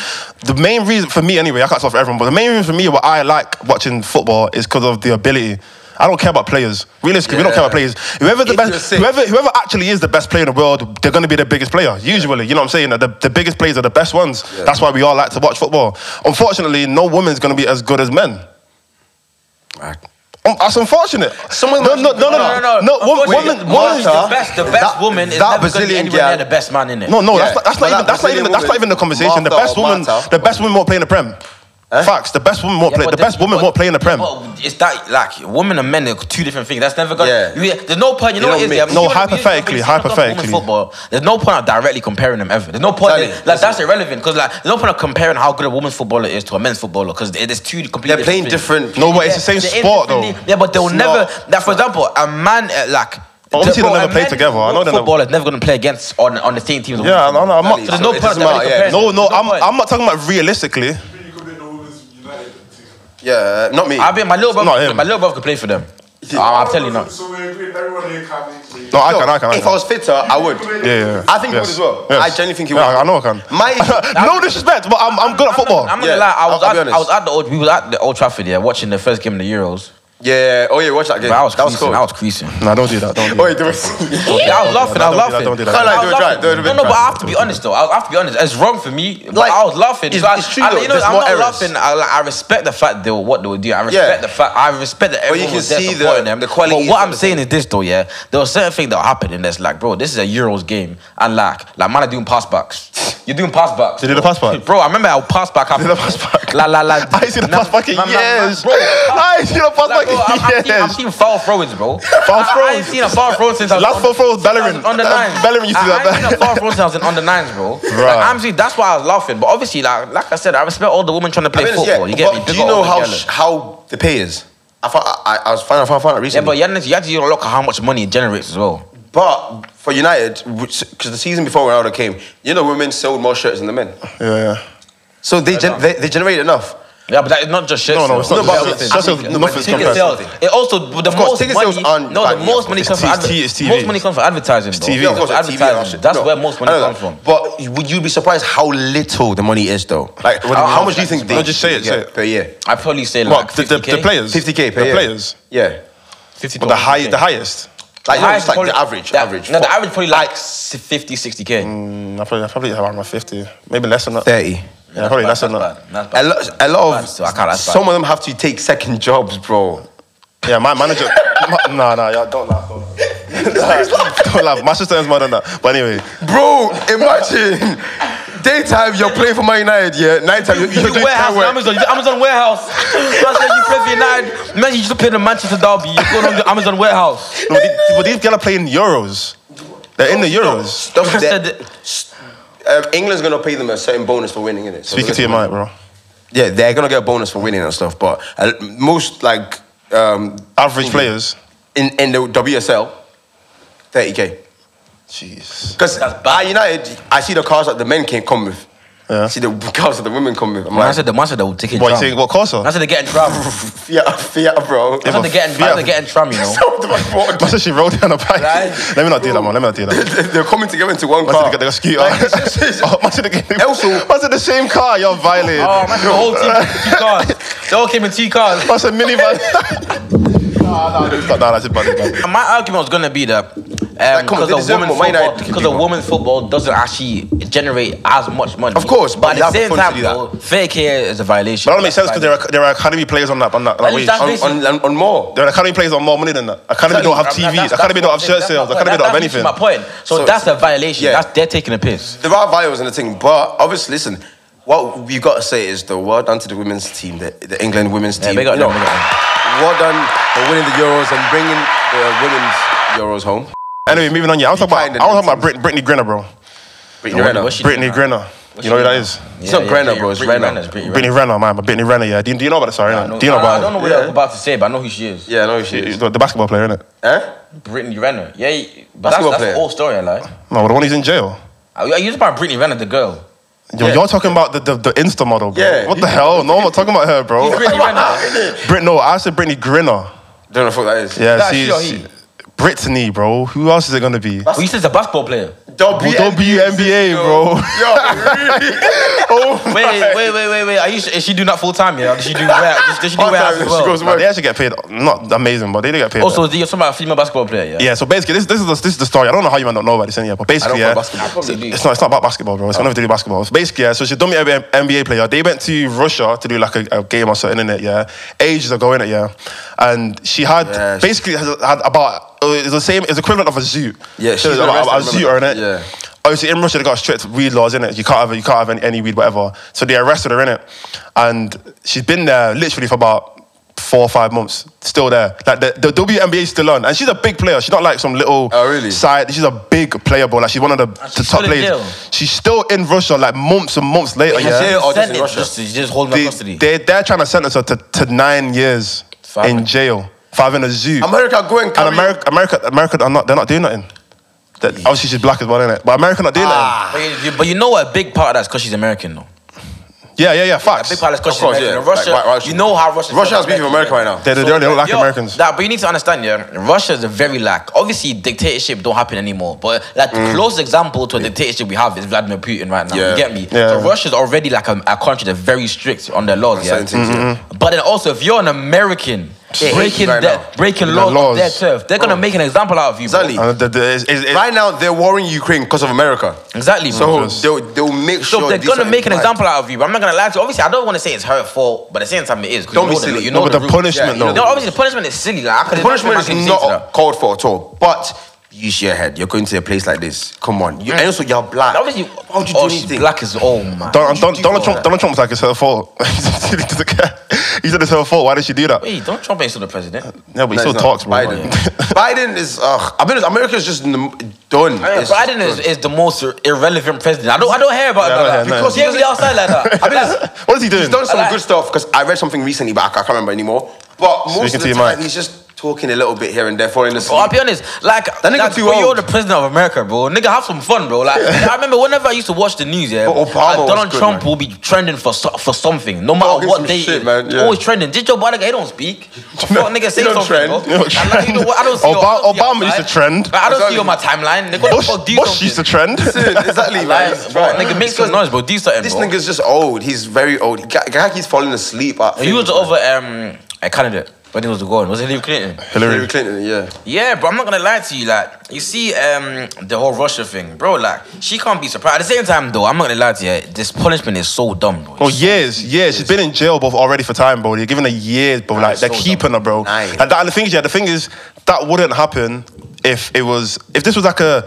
the main reason for me, anyway, I can't talk for everyone, but the main reason for me why I like watching football is because of the ability. I don't care about players. Realistically, we don't care about players. Whoever the
If you're
best,
sick-
whoever whoever actually is the best player in the world, they're going to be the biggest player. Usually, you know what I'm saying? The, the biggest players are the best ones. That's why we all like to watch football. Unfortunately, no woman's going to be as good as men. Um, that's unfortunate.
Someone-
no, no, no, no, no, no, no. Woman,
Unfortunately,
woman,
woman's
woman,
the best. The best
that-
woman is
that
never going to be
Brazilian
anywhere near
girl-
the best man in it.
No, no,
Yeah,
that's not, that's, not
but
even,
that
that's, not even,
Brazilian
that's not
woman,
even the conversation. The
Martha
best
or
woman,
Marta.
the best woman won't play in the prem. Facts. The best woman won't play. The best woman won't play in the prem.
But it's that like women and men are two different things. That's never gonna.
Yeah.
you- there's no point. You
They
know what it
don't
is? yeah?
mix.
You
No,
know what it is?
hypothetically,
When it comes to women's
hypothetically.
Football. There's no point of directly comparing them ever. There's no point.
Exactly.
Like that's irrelevant because like there's no point of comparing how good a women's footballer is to a men's footballer because there's two completely.
They're playing
things.
different.
No, but it's the same
They're in
sport
different
though.
league. Yeah, but they'll
It's
never.
not-
Like for example, a man uh, like.
Obviously,
bro,
they never
a
play
men-
together. I know they never-
Footballer's never going to play against on on the same team. as a
Yeah,
woman.
I know, I'm not-
So there's
It
no point.
doesn't
of directly
matter, yeah.
comparing.
No, no,
There's
I'm,
point.
I'm not talking about realistically.
Yeah, not me.
I bet my little
Not
brother,
him.
my little brother could play for them. I'm, I'm telling you now.
So we agree, everyone here can include.
No, I
No,
can, I can. I
if I
can.
was fitter, I would.
Yeah, yeah.
I think he
yes.
would as well.
Yes.
I genuinely think he would.
Yeah, I know I can.
My
no disrespect, but I'm, I'm good at football.
I'm not
Yeah,
gonna lie. I
I'll-
was,
I'll
at,
be
I was
honest.
at the old. We were at the Old Trafford, yeah, watching the first game of the Euros.
yeah. Oh yeah, watch that game.
But I was
that was
creasing.
cool.
I was creasing.
Nah, don't do that. Don't do that.
Oh, wait, there was.
Yeah, I was laughing. I was
Don't do that, don't do
laughing.
that.
I was
Can't lie, do it,
laughing.
try it, do it, do it,
No, no, but
try
I
it.
have to be honest though. I have to be honest. It's wrong for me. But
Like,
I was laughing.
it's-
So I-
it's true,
I,
though.
you know,
There's
I'm
more
not
errors.
laughing. I, like, I respect the fact they were what they were doing. I respect the fact. I respect that everyone
you can
was there
see the-
supporting them.
the quality
But
is
what
not
I'm
the
saying is this though, yeah. There was certain thing that happened and that's like, bro, this is a Euros game, and like, like man are doing pass backs. You're doing pass backs.
They did a pass back?
bro. I remember I pass back.
They did a pass back?
La la la.
I ain't seen a
Nah,
pass back in
nah, nah, nah,
years.
bro.
I ain't seen a pass
Like, bro, I've,
back
I've,
in
seen, I've
years.
seen foul throw-ins, bro. I, I ain't
throw-ins?
seen a foul throw since I was
Last
on-
four throws,
I was
Bellerin. Uh,
Under nine.
Bellerin used to do
I, I ain't
that.
seen a far from since I was in under nines, bro. Like,
Right.
I'm see, that's why I was laughing. But obviously, like like I said, I respect all the women trying to play
I mean, yeah,
football. you get
but
me?
Do
Big
you
up all
know
the
how
girls.
sh- how the pay is? I found I, I was finding I found, found out
Yeah,
recently.
but yeah, you have to look at how much money it generates as well.
but, for United, because the season before Ronaldo came, you know, women sold more shirts than the men,
Yeah, yeah.
so they gen- they, they generate enough.
Yeah, but that is not just shit.
No, no, it's
sales.
not just shit. Shit sales,
Ticket
nothing's compared to
sales. It also the
course,
most
ticket
money.
sales aren't
no, the
value,
most
of
money
course. It's
comes from
T- it's
advertising.
TV.
Most money comes from advertising. bro.
TV. Yeah, of
course,
Comes from
it's TV and all
advertising.
shit.
That's
No.
where most money
I know
comes
that.
from.
But would you be surprised how little the money is though?
What
Like
do you
how,
mean?
how much do you think?
No,
they
just say it,
get
say it.
per year.
I probably say like
What the, the,
50k.
the players?
50K per
The
year.
players.
Yeah.
50
But the high, the highest.
Like, no, just
highest
like
probably-
the average,
that-
average.
No, the
Fuck.
average probably like s- 50, 60k.
Mm, I probably, I probably around my fifty, maybe less than that.
thirty.
Yeah, probably less
That's
than
bad.
that.
That's
A
bad.
lot, a lot of
That's bad. I can't- that's bad.
some of them have to take second jobs, bro.
Yeah, my manager. my, nah, nah, yeah, don't laugh. Don't laugh. don't laugh. My sister earns more than that. But anyway,
Bro, imagine daytime you're playing for Man United, yeah. Nighttime you're,
You
you're
do
doing
warehouse
work.
on Amazon. You do Amazon warehouse. That's where you play for United. Imagine you just played the Manchester Derby. You're going on the Amazon warehouse.
no, but, these, but these girls are playing euros. They're in the euros.
Stop
I
that.
said,
Um, England's gonna pay them a certain bonus for winning, innit? So
Speaking to your mind, bro.
Yeah, they're gonna get a bonus for winning and stuff. But uh, most like um,
Average players.
in in the WSL, thirty k.
Jeez.
Because by United, I see the cars that the men can come with.
Yeah.
I see the cars that the women come with. I'm
I
like,
said the Manchester will take it.
What you saying? What Corsa?
I said they're getting tram. I
Fiat, Fiat, bro.
said they're getting. I said they're getting tram. You know.
That's what she rolled down the bike.
Right.
Let me not do that, man. Let me not do that.
They're coming together into one
Must have
car.
got the scooter.
Like, it's just- it's-
Oh, must have got-
Also-
must have the same car. You're violating.
Oh, man, the whole team T cars. They all came in T cars.
That's a minivan. nah, nah, nah, that's a buddy, man.
My argument was gonna be that
Like, come on,
because
they
a
deserve
woman
more. Why
football,
not?
because a woman football doesn't actually generate as much money.
Of course, but
but at the
they
same
have the funds
time,
to
though, fair care is a violation.
But that makes sense because there are there are academy players on that on that, that
At
wage.
least that's basic.
on, on, on more.
There are academy players on more money than that. Academy don't
Um,
have TVs. Academy don't have shirt sales. Academy don't have anything.
That's my point. So,
So-
that's a violation.
Yeah.
That's they're taking a piss.
There are vials in the thing, but obviously, listen. What we got to say is the well done to the women's team, the, the England women's team.
big up
You know,
them, big up
well done for winning the Euros and bringing the women's Euros home.
Anyway, moving on. Yeah, I was talking
Fine,
about
then,
I was talking
then,
about Brit- Brittany Griner, bro.
Brittany Renner.
what's she doing
Brittany
now?
Griner. You know who that is?
It's not Brenner, bro, it's Renner.
Brittany Renner, man. But Brittany Renner, yeah. Do you, do you know about it? Sorry,
I
do you know
I
about
don't know what
Yeah.
I was about to say, but I know who she is.
Yeah, I know she
it?
is. Eh?
The, the basketball player, innit?
Huh?
Brittany Renner. Yeah, but that's,
Basketball
that's the
player.
whole story, like.
No, the one who's in jail.
Are you are you talking about Brittany Renner, the girl?
Yo,
Yeah.
You're talking about the, the, the Insta model, bro.
Yeah.
What the hell? No, I'm not talking about her, bro.
Brittany Renner.
Brit, no, I said Brittany Griner.
Don't know what that is.
Yeah,
That's
she's
your heat.
Brittany, bro. Who else is it gonna be?
Who Oh, you said is a basketball player?
W-
WNBA, bro. Oh
Wait, wait, wait, wait, wait. Are you? Is she doing that full time? Yeah. Or Does she do warehouse? Does she do warehouse as
Part-time, she
well?
goes
Nah, they actually get paid not amazing, but they do get paid.
Also, you're talking about a female basketball player, yeah?
Yeah, so basically, this, this is the, this is the story. I don't know how you might not know about this in here, but basically,
follow
yeah,
basketball. I
probably do.
it's not it's not about basketball, bro. It's nothing to do with basketball. It's basically, yeah. So she's a dummy NBA player. They went to Russia to do like a, a game or something in it, yeah. Ages ago in it, yeah. And she had
Yeah, she-
basically had had about uh, it's the same, it's equivalent of a zoo.
Yeah,
so it's
she's been
about, a
arrested,
zoo,
remember
in
that?
it.
Yeah.
Obviously, in Russia they got strict weed laws in it. You can't have you can't have any, any weed, whatever. So they arrested her in it, and she's been there literally for about four or five months, still there. Like the, the WNBA is still on, and she's a big player. She's not like some little
Oh, really?
side. She's a big player, bro. Like she's one of the, the
she's
top
still in jail?
players. She's still in Russia, like months and months later.
Yeah.
Yeah,
jail or just
Sent
in
it,
Russia?
Just, she's just holding her custody.
they, they are trying to sentence her to, to nine years
Five
in
in-
jail, five in a zoo.
America going
And America, America, America are not. They're not doing nothing. That, obviously, she's black as well, innit? But America not doing
Ah.
But you, you- but you know what? A big part of that's because she's American, though.
nothing. Yeah, yeah, yeah.
A
Facts.
big part of that's because she's
course,
American.
yeah.
And Russia,
Like, why- Russia-
you know how Russia.
Russia has beef with America right now.
They, they, they don't like
Yo,
Americans.
That, but you need to understand, yeah. Russia is a very like obviously dictatorship don't happen anymore. But like the closest example to a dictatorship we have is Vladimir Putin right now.
Mm. Yeah.
You get me?
Yeah.
So Russia's already like a, a country that's very strict on their laws. Yeah.
certain things, yeah.
mm-hmm.
But then also if you're an American
They hate
breaking
you right
their-
now. Oh.
breaking
Their
laws, on their
laws.
turf, they're gonna make an example out of you. bro.
Exactly.
And Uh, the- the- it's- it's- it's-
Right now, they're warring Ukraine because of America.
Exactly. bro.
Oh.
So they'll, they'll make
So
sure.
they're
these
gonna
are
make an
right.
example out of you. But I'm not gonna lie to you. Obviously, I don't want to say it's her fault, but at the same time, it is. 'cause
Don't
you
be
know the-
silly.
you
no,
know
but the
rules.
Yeah,
punishment,
you know,
No,
though.
obviously the punishment is silly. Like, I could
The punishment
imagine
is
saying to that.
not called for at all. But use your head. You're going to a place like this. Come on. You, and also, you're black.
And Obviously,
How would you
oh,
do
she's
anything?
black as all, man.
Donald, Donald,
do
Donald
all
Trump,
that?
Donald Trump's like, it's her fault. he doesn't care. He said it's her fault. Why did she do that?
Wait, Donald Trump ain't still the
Uh,
president.
No, but he still
No, it's not.
talks, bro.
Biden. Biden is. Uh, I mean, America's just n- done. It's just
Biden is,
done.
is the most ir- irrelevant president. I don't, I don't hear about
Yeah, I
that.
don't hear
because he
nothing.
really outside like that. I mean, that's-
What is he doing?
He's done some
Like-
good stuff because I read something recently, but I ca- I can't remember anymore. But most
Speaking
of
to
the
your
time,
mic.
he's just talking a little bit here and there, falling asleep.
Bro, I'll be honest. Like
That nigga
like,
too
bro,
old.
You're the president of America, bro. Nigga, have some fun, bro. Like I remember whenever I used to watch the news, yeah,
But Obama
like,
was
Donald
good,
Trump
man.
will be trending for so- for something, no matter
Talking
what
some
they
shit, man, yeah.
always trending. Did Joe Biden? He don't speak. Fuck, nigga, say
don't
something,
trend.
bro.
He don't
And, like, you know what? I don't see. you- I
Oba-
don't see you
Obama used to
outside.
trend.
Like, I don't see you on my timeline. Nigga, what
Bush,
the fuck do you
Bush used to trend.
exactly, man.
Like,
He's
bro,
right.
nigga, make some noise, bro. Do something,
This
bro.
nigga's just old. He's very old. He ca- guy keeps falling asleep. At
He was
things, man.
over um a candidate. When he was going, was it Hillary Clinton?
Hillary Clinton, yeah.
Yeah, bro, I'm not gonna lie to you. Like, you see, um, the whole Russia thing, bro. Like, she can't be surprised. At the same time, though, I'm not gonna lie to you. This punishment is so dumb, bro.
Oh years, years. She's been in jail, both already for time, bro. They're giving her years, bro. Like
it's
they're
so
keeping her, bro.
Nine.
And, that, and the thing is, yeah, the thing is that wouldn't happen if it was if this was like a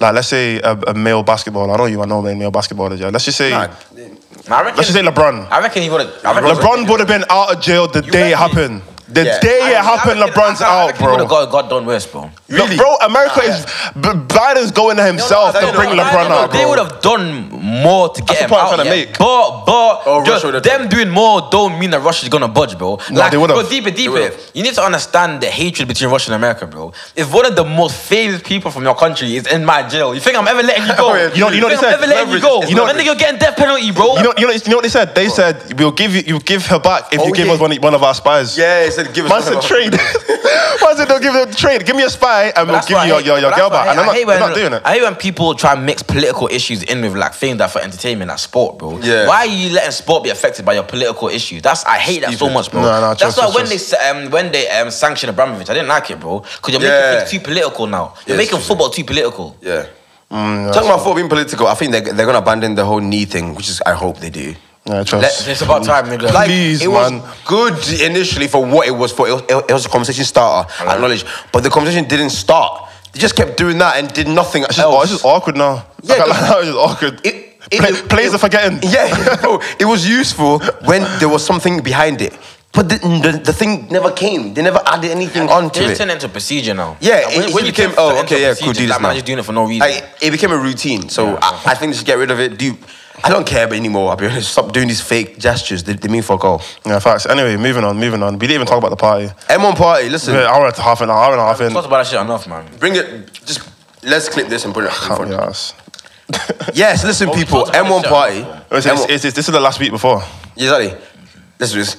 like let's say a, a male basketball. I don't even know what male basketball is. Yeah, let's just say
Nah,
I reckon,
let's just say LeBron.
I reckon he would. I reckon
LeBron would have been out of jail the day it
reckon?
happened. The
Yeah.
day it happened, LeBron's out,
Would have
bro.
got, got done worse, bro.
Look,
Really?
bro, America is B- Biden's going there himself
no,
to
no,
bring
no, no,
LeBron out,
They
bro.
would have done more to get
the
him
point I'm
out.
trying to
yeah.
make.
But but
Oh, Russia
just
would have
them
done.
doing more don't mean that Russia's gonna budge, bro.
No, they would have.
Go deeper,
would
deeper.
have.
You need to understand the hatred between Russia and America, bro. If one of the most famous people from your country is in my jail, you think I'm ever letting you go?
Oh, yeah, You know- you know
think
what they
I'm
said?
ever letting you
Leverage.
go?
You know-
that nigga getting death penalty, bro.
You know, you know, you know what they said? They said we'll give you, you give her back if
Oh,
you give
yeah.
us one, one of our spies.
Yeah, he said give us
Man
one
said
of our-
trade. Man said don't give her trade. Give me a spy and we'll
That's
give
why
you your,
I hate-
your, your
that's
girl
why I
back. And I'm
hate- I
not,
hate
we're
when-
not doing it.
I hate when people try and mix political issues in with like things that for entertainment, like sport, bro.
Yeah.
Why are you letting sport be affected by your political issues? That's I hate that so
Stupid.
much, bro.
No, no,
That's
trust,
why
trust,
when they sa- um, when they um, sanctioned Abramovich, I didn't like it, bro. Because you're
Yeah.
making things too political now. You're
Yeah, it's
making
true.
football too political.
Yeah.
Mm,
Talking about football being political, I think they're, they're going to abandon the whole knee thing, which is, I hope they do.
Yeah, trust.
It's about time, nigga.
Like,
Please,
it
man.
was good initially for what it was for. It was, it was a conversation starter, I acknowledge. But the conversation didn't start. They just kept doing that and did nothing
It's just, oh,
else.
it's just awkward now.
Yeah,
Yeah, like,
the-
now it's just awkward.
It- it-
Play-
it-
players
it-
are forgetting.
Yeah, bro, it was useful when there was something behind it. But the, the, the thing never came. They never added anything onto
They just
it.
turned it into a procedure now.
Yeah,
Like,
it- when you came,
turn
oh,
something
okay,
into
yeah,
a
cool,
procedure,
do this
like,
now.
man, just doing it for no reason.
Like, it became a routine, so I, I think they should get rid of it. Do I don't care anymore. I'll be honest. Stop doing these fake gestures. They, they mean fuck all.
Yeah, facts. Anyway, moving on, moving on. We didn't even talk about the party.
M1 party. Listen,
Yeah, hour and a half an hour and a half
We've
in.
talked about that shit enough, man.
bring it. Just let's clip this and put it. Up
Can't
in
be
front.
ass.
Yes, listen, people.
talked about
M1
this uh,
party.
shit.
It's-
M1
it's- it's- it's- This is the last week before.
Yeah, sorry. Let's do this.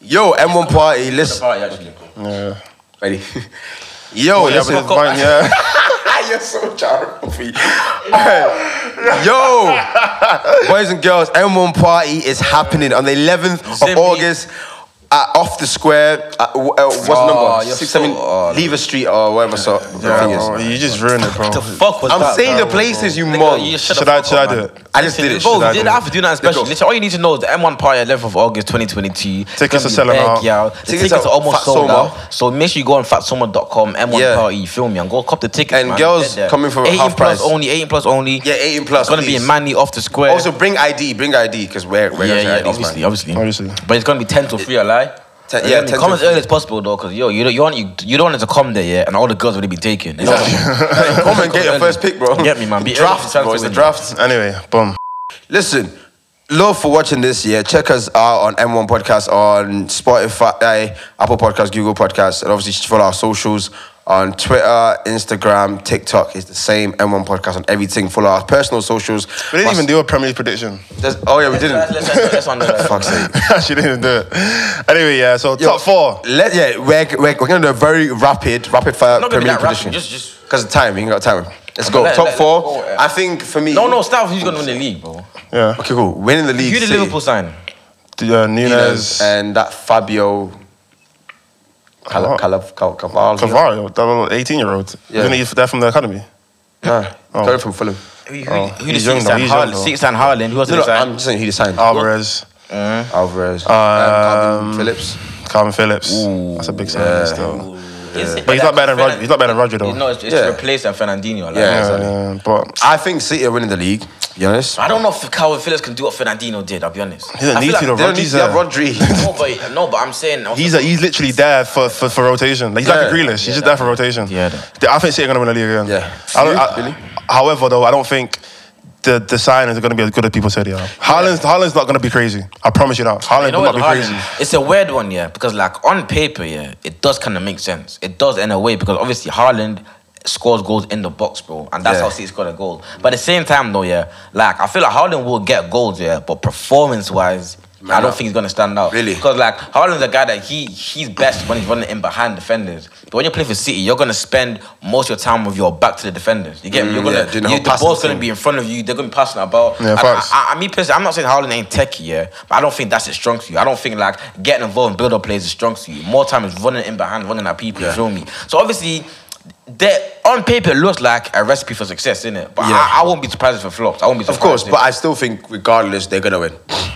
Yo, M1 party. Listen,
Party, actually.
Yeah.
ready. Yo,
Yeah,
listen.
but it's fine, yeah.
You're so charming. Yo, boys and girls, M1 party is happening on the 11th of
Zimmy.
August at off the square. At, uh, what's the number?
Ah, you're
Six,
so-
seven,
oh,
Lever Street or whatever. So
Yeah,
thing is.
bro, Oh, You just ruined it, bro.
The fuck was
I'm
that?
saying
bro?
the places you
Nigga,
mom.
you shut the
Should I?
fuck
Should
up,
I
man.
do it?
I just did it.
Bro,
Should I
you
do
didn't
it?
have to do nothing
Let's
special.
go.
Literally, all you need to know is the M1 party 11th of August 2022.
Tickets
It's gonna
are
be
selling
big,
out.
yo. The
Tickets
tickets,
are
are almost
Fat
sold
Soma.
out. So make sure you go on fatsoma.com, M1
Yeah.
party, you feel me, and go cop the tickets.
And
man.
girls
Get there.
coming for
18
half
plus
price.
only, 18 plus only.
Yeah, 18 plus,
It's gonna be
please.
in Manly off the square.
Also, bring ID. Bring ID because we're we're
yeah,
gonna
yeah,
take IDs,
obviously,
man.
obviously,
Obviously.
But it's gonna be ten to three, I lie.
Ten-
You
yeah,
get me?
10
Come
to
as
three.
early as possible though, because yo, you don't, you, want, you, you don't want it to come there, yeah, and all the girls will be taken. You know what I mean?
Hey, Come and get your
early.
first pick, bro.
Get me, man. Be early
draft,
for
bro.
chance to
It's the
win.
draft.
Anyway, boom.
Listen, love for watching this. Yeah, check us out on M1 Podcast on Spotify, eh, Apple Podcasts, Google Podcasts, and obviously just follow our socials on Twitter, Instagram, TikTok. It's the same M1 Podcast on everything. Follow our personal socials.
We didn't
Must-
even do a Premier League prediction.
There's- oh yeah, we
Let's-
didn't.
let's- let's- let's undo that.
Fuck's sake.
Actually, didn't even do it. Anyway, yeah. So
Yo,
top four.
Let yeah, we're, we're, we're gonna do a very rapid, rapid fire
Not gonna be
Premier League
that rapid,
prediction.
just- just-
because of time, you ain't got time. Let's go.
Let-
Top
let-
four.
let's go, yeah.
I think for me.
No, no, start with who's gonna win the league, bro.
Yeah.
Okay, cool. Winning the league.
You the
City,
Liverpool sign.
Yeah, Nunes.
Nunes, uh, and that Fabio. Cal-
Caval-
Cal- Cal- Cavallo.
Cavallo, that little 18 year old.
Yeah.
Isn't he there from the academy?
No,
Oh.
going from Fulham.
Who, who,
Oh,
who the
he's young
six
though,
and
he's young
Harlan?
though.
Six and Harlan. Who else
No,
did
no,
they sign?
I'm just saying he decided.
Alvarez,
Alvarez,
um,
Calvin Phillips.
Calvin Phillips. That's a big signing still.
Is it-
But he's not better than Rod- he's not better than Roger though.
No, it's, it's
Yeah.
replaced at Fernandinho. Like,
Yeah.
so-
exactly.
Yeah, but
I think City are winning the league. To be honest,
I don't know if Calvin Phillips can do what Fernandinho did. I'll be honest.
he doesn't
I feel
need to. though.
they don't need
Rodri's
to have
there.
Rodri.
No, but no, but I'm saying also-
He's, a, he's literally there for, for, for rotation. Like, he's like a
Yeah.
Grealish. He's just there for rotation.
Yeah.
I think City are going to win the league again.
Yeah.
I don't,
You?
I,
Really?
However, though, I don't think the, the signings are going to be as good as people say they are. Haaland's, Haaland's not going to be crazy. I promise you that. Haaland
You know
will not
what,
be
Harden,
crazy.
It's a weird one, yeah, because like on paper, yeah, it does kind of make sense. It does in a way because obviously Haaland scores goals in the box, bro, and that's
Yeah.
how City scored a goal. But at the same time, though, yeah, like I feel like Haaland will get goals, yeah, but performance wise. I don't
up.
think he's gonna stand out.
Really?
Because like Haaland's a guy that he he's best when he's running in behind defenders. But when you play for City, you're gonna spend most of your time with your back to the defenders. You get me? You're
Mm,
gonna
yeah, doing the
you-
whole
the
passing
ball's gonna
thing.
be in front of you. They're gonna be passing about.
Yeah,
And
facts.
I, I, I mean, personally, I'm not saying Haaland ain't techie, yeah, but I don't think that's his strong suit. I don't think like getting involved in build up plays is strong suit. More time is running in behind, running at people. You feel me? So obviously, that on paper it looks like a recipe for success, isn't it? But
Yeah.
I, I won't be surprised if it flops. I won't be
Of
surprised.
course,
if-
but I still think regardless they're gonna win.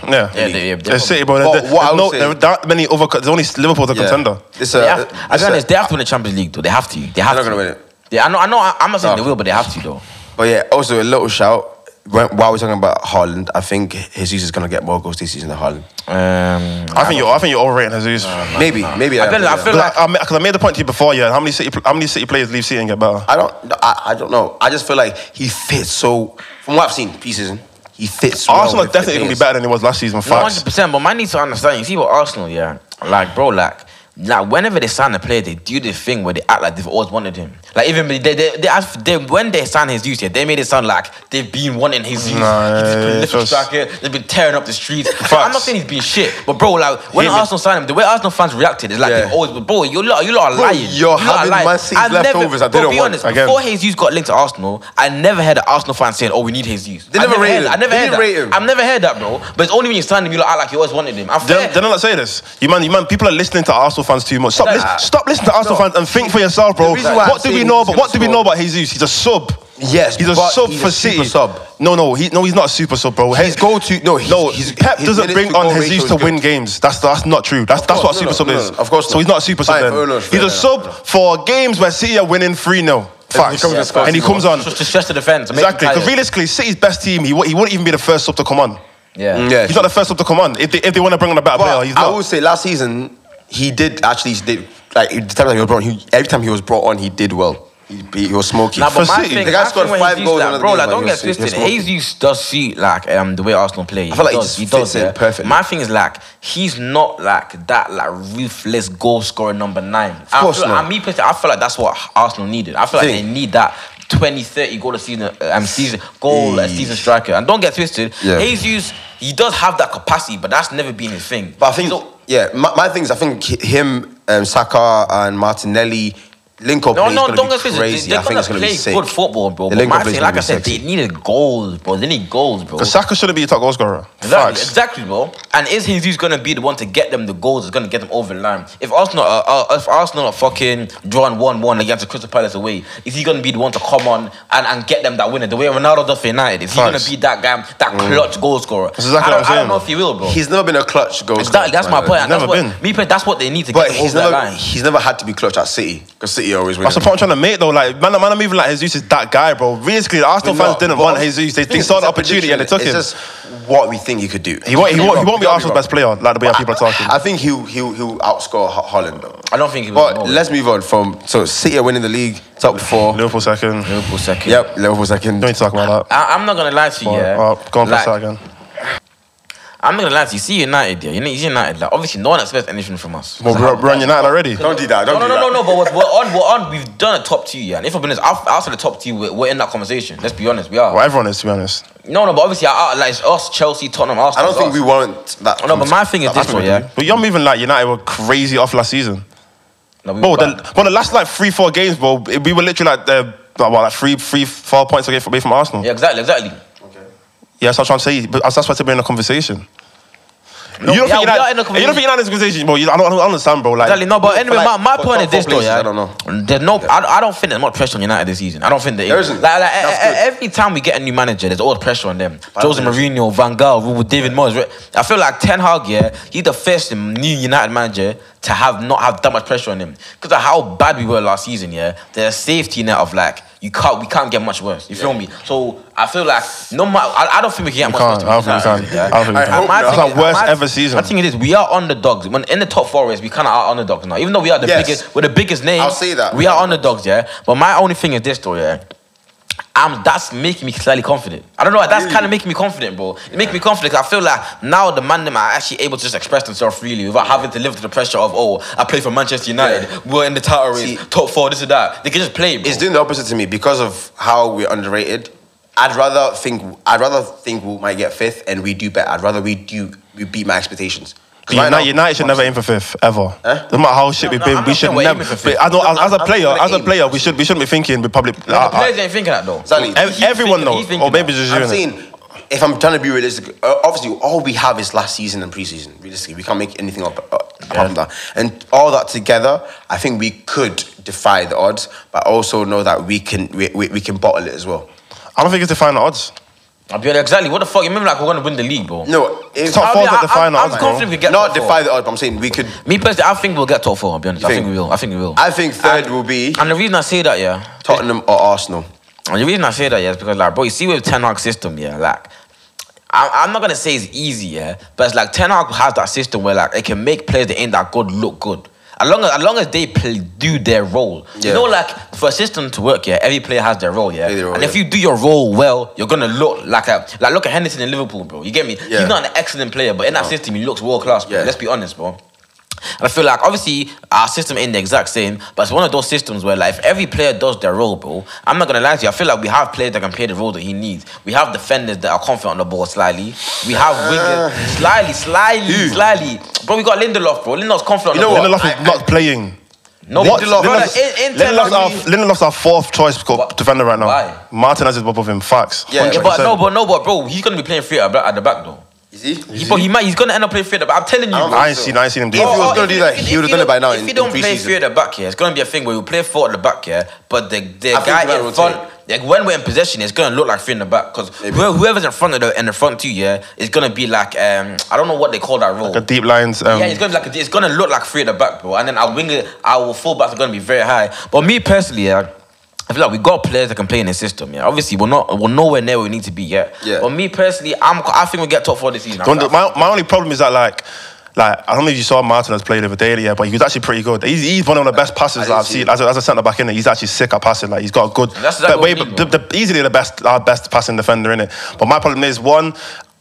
Yeah.
yeah, they, yeah, they
They're City, bro.
But
There-
what I would
no,
say-
there are that many other. There's only Liverpool's a contender.
It's
They
a,
have, I'll be
it's a-
honest, they have to win the Champions League, though. They have to. They
They're not
have to.
gonna win it.
Yeah, I know. I know. I- I'm not saying
No.
they will, but they have to, though.
But yeah, also a little shout. When, while we're talking about Haaland, I think Jesus is gonna get more goals this season than Haaland.
Um,
I think you're. I think you're overrating Jesus.
maybe, maybe.
I feel, I feel like
Because I, I, ma- 'cause I made the point to you before, yeah. How many city, pl- how many city players leave City and get better?
I don't. I, I don't know. I just feel like he fits so. From what I've seen, preseason, he fits.
Arsenal
well
are
with the
definitely gonna be
players.
better than it was last season.
No, hundred
Facts.
percent. But man needs to understand. You see, what Arsenal, yeah, like bro, like. Like whenever they sign a player, they do this thing where they act like they've always wanted him. Like even they, they, they, ask- they when they signed his youth, yeah, they made it sound like they've been wanting his youth.
Nah,
he's
yeah,
been
yeah,
lifting
just-
striker, they've been tearing up the streets. I'm not
Facts.
saying he's been shit, but bro, like when
He's a-
Arsenal signed him, the way Arsenal fans reacted is like
Yeah.
they always, bro, you lot, you lot are
Bro,
lying.
you're
You lot are
having
lying.
Man City's
I've
leftovers that they
bro,
don't
be
want.
honest,
Again.
before Jesus got linked to Arsenal, I never heard an Arsenal fan saying, "Oh, we need Jesus."
They never rated him.
I never
They
heard
didn't
that.
rate him.
I've never heard that, bro. But it's only when you sign him, you like, act like you always wanted him. I'm
They're,
fair.
they're not say this. You man, you man, people are listening to Arsenal fans too much. Stop,
Nah.
lis- stop listening to Arsenal fans and think for yourself, bro.
The reason why
What
I'm
do we
saying
know?
he's
But
gonna
what do we
score-
know about Jesus? He's a sub.
Yes,
he's a
but
sub
he's
for
a
City.
super sub.
No, no, he no, he's not a super sub, bro.
He's go-to- no, he's-
no.
he's-
Pep
his
doesn't
minutes
bring
to goal
on
ratio
Jesus
is
to
good.
win games. That's that's not true. That's that's what
course,
a super
no,
sub
no,
is.
no, of course
So
not.
he's not a super sub.
Fine,
then.
no, no,
he's
no,
a
no,
sub
no.
for games where City are winning three 0 Facts.
comes and scores
And he
two
comes on.
Just to stress the defense. make
Exactly,
them
because
tired.
realistically, City's best team, he, wa- he wouldn't even be the first sub to come on.
Yeah.
Mm, Yeah,
He's not the first sub to come on. If they, if they want to bring on a better
But
player, he's
I
not.
will say last season he did actually he did like the time that he was brought on. He, every time he was brought on, he did well. He, he was smoky.
Nah,
For
but my
City.
thing,
The guy
my thing
scored
when
five
Jesus,
goals
like,
another
bro.
game,
Like,
man,
don't
he
get
was- he was
twisted.
smoking.
Jesus does see like um the way Arsenal play. I
feel like he
does,
just fits in
yeah.
perfectly.
My thing is like he's not like that like ruthless goal scorer number nine. Of
course
I feel,
not.
And me personally, I feel like that's what Arsenal needed. I feel like
Thing.
they need that. 20, 30 goal a season, um, season goal a season striker, and don't get twisted.
Yeah.
Jesus, he does have that capacity, but that's never been his thing.
But I think,
So-
yeah, my, my thing is, I think hi- him, um, Saka, and Martinelli link up.
No,
play is
no,
gonna
don't
be
get twisted.
er crazy.
They're
I think
gonna
it's going to
play
be sick.
good football, bro.
The
But
link
my
up is
thing,
gonna
like
be
I said,
sexy.
they needed goals, bro. They need goals, bro.
'Cause Saka shouldn't be your top goal scorer.
Exactly,
Facts.
exactly, bro. And is Jesus gonna be the one to get them the goals? Is gonna get them over the line? If Arsenal, are, are, if Arsenal are fucking drawing one-one against the Crystal Palace away, is he gonna be the one to come on and, and get them that winner? The way Ronaldo does for United, is he gonna
Facts.
be that guy, that
Mm.
clutch goal scorer?
That's exactly what
I, don't,
I'm
I don't
saying,
know if he will, bro.
He's never been a clutch goal.
exactly,
scorer,
that's
by
my
the
point.
way.
and that's
never been.
what, Me, pe- that's what they need to
But
get them
he's
over that
never,
line.
he's never had to be clutch at City because City always win.
That's the point I'm trying to make though. Like man, man, I'm even like Jesus is that guy, bro. Realistically, the Arsenal
We're
fans
not,
didn't
but
want
I'm-
Jesus. They, they
it's
saw the
a
opportunity and they took
prediction.
him.
It's just what we think he could do.
He won't. He
Don't
won't. He
be
won't be
wrong.
Arsenal's
Don't
best player. Like the way people are talking.
I think he'll he'll he'll outscore Ho- Holland though.
I don't think he will.
But
No way.
let's move on from so City are winning the league, top four.
Liverpool second. Don't
Liverpool second.
Yep, Liverpool second.
need to talk about that.
I, I'm not gonna lie to you.
But,
yeah.
uh, go on for
Like,
second.
I'm not gonna lie to you. See United, yeah. You know, you see United. Like, obviously, no one expects anything from us.
Well, we're, we're on United already.
Don't do that. Don't
No, no,
do that.
no, no, no. But we're, we're on. We're on. We've done a top two, yeah. And if I'm honest, out- outside the top two, we're, we're in that conversation. Let's be honest, we are.
Well, everyone is to be honest.
No, no. But obviously, I, I, like it's us, Chelsea, Tottenham,
I
Arsenal.
don't think we
it's us.
want that.
No, but my thing is this one, yeah.
But you're moving like United were crazy off last season.
No, we
Bro,
were
the,
back.
bro, the last like three, four games, bro, we were literally like, uh, like, what, like three, three, four points away from, away from Arsenal.
yeah, exactly, exactly.
Yeah, that's what I'm trying to say. But that's what's been in the conversation.
No,
you don't
yeah,
think
we
United,
are in the
You don't think United's conversation, bro? You, I, don't, I don't understand, bro. Like,
Exactly. No, but anyway,
like,
my, my
for
point
top
is this
four
though,
places,
yeah.
I don't know.
There's no, I, I don't think there's much pressure on United this season. I don't think there,
There
is.
isn't.
Like, like,
That's
e- e-
good.
every time we get a new manager, there's always pressure on them. Jose Mourinho, Van Gaal, Ruben, David Moyes. right? I feel like Ten Hag, yeah, he's the first new United manager to have not have that much pressure on him because of how bad we were last season. Yeah, there's a safety net of like. You can't. We can't get much worse. You feel me? So I feel like no matter. I, I don't think we can get much
can't.
worse.
I don't think we can. I don't think we can.
And my
That's
thing
our
is-
worst
my-
ever season.
my thing thing it is, we are underdogs. When in the top four race, we kind of are underdogs now. Even though we are the
Yes.
biggest, we're the biggest name.
I'll say that.
We are underdogs, yeah. But my only thing is this, though, yeah. I'm that's making me slightly confident. I don't know. That's kind of making me confident, bro. It makes me confident 'cause I feel like now the man them are actually able to just express themselves freely without having to live to the pressure of oh, I play for Manchester United. We're in the title race,
See-
top four, this and that. They can just play, bro.
It's doing the opposite to me because of how we're underrated. I'd rather think I'd rather think we might get fifth and we do better. I'd rather we do we beat my expectations. 'Cause right
United,
now-
United should never aim for fifth ever. No matter how shit we've
no,
been,
I'm
we
not
should
saying we're
never.
aiming for
but
fifth.
I know
No,
as, as
I'm
a
not
player,
gonna
as a
aim.
player, we should we shouldn't be thinking republic.
the players ain't thinking that though.
Exactly.
He- he
everyone
thinking-
knows,
he thinking
or maybe
that.
just you.
I'm
innit?
saying if I'm trying to be realistic, uh, obviously all we have is last season and preseason. Realistically, we can't make anything up uh, apart from that. And all that together, I think we could defy the odds, but also know that we can we, we, we can bottle it as well.
I don't think it's the final odds.
I'll be like, exactly. What the fuck? You remember like we're gonna win the league, bro?
No, it's
Top
I'll
four's
be-
at the
I- I'm-
final
I'm
odds, bro.
confident we get
not
top four.
defy the odds. But I'm saying we could.
Me personally, I think we'll get top four. I'll be honest. I
think?
think we will. I think we will.
I think third will be
and the reason I say that, yeah,
Tottenham or Arsenal.
And the reason I say that, yeah, is because like, bro, you see with Ten Hag system, yeah, like. I- I'm not gonna say it's easy, yeah, but it's like Ten Hag has that system where like it can make players that ain't that good look good, as long as, as long as they play, do their role.
Yeah.
You know, like for a system to work, yeah, every player has their role, yeah.
Play their role,
and if
yeah.
you do your role well, you're gonna look like a like look at Henderson in Liverpool, bro. You get me?
Yeah.
He's not an excellent player, but in that system, he looks world class, bro.
Yeah.
Let's be honest, bro. And I feel like obviously our system ain't the exact same, but it's one of those systems where like if every player does their role, bro. I'm not gonna lie to you. I feel like we have players that can play the role that he needs. We have defenders that are confident on the ball slyly. We have wingers slyly, slyly, slyly. Bro, we got Lindelof, bro. Lindelof's confident.
You
on
know
the
what?
Lindelof
I-
is not playing.
ball. No,
What?
Lindelof. Bro,
Lindelof's-
like, in, in
Lindelof's, our,
Lindelof,
Lindelof's our fourth choice co-
Why?
defender right now.
Why?
Martinez is above him. Facts.
Yeah,
yeah, but no, but no, but bro, he's gonna be playing free at the- at the back though.
Is he?
He, but he might, he's gonna end up playing free at the back. I'm telling you,
I don't
bro.
I ain't seen. I ain't seen him do
If
that.
he was
Oh,
gonna
if-
do that,
if-
he would've
if
done
you
it by now
If
in-
you don't
in
play
pre-season.
three at the back here, it's gonna be a thing where you play four at the back here, but the, the
I think
guy
you might
in
rotate.
front, like when we're in possession, it's gonna look like three in the back because
Maybe.
whoever's in front of the in the front two yeah, is gonna be like um I don't know what they call that role.
The deep lines. Um,
yeah, it's gonna be like a, it's gonna look like three at the back, bro. And then our wing, our fullbacks are gonna be very high. But me personally, yeah, I feel like we got players that can play in the system. Yeah, obviously we're not we're nowhere near where we need to be yet.
Yeah.
But me personally, I'm I think we get top four this season.
Don't do- my, my only problem is that like. Like, I don't know if you saw Martinez play the other day, yeah, but he was actually pretty good. He's, he's one of the best
I
passers
didn't
I've
see
seen
it.
as a, as a centre back in it. He's actually sick at passing. Like, he's got a good,
That's exactly
but
what we need,
the,
bro.
the- easily the best, our best passing defender in it. But my problem is one,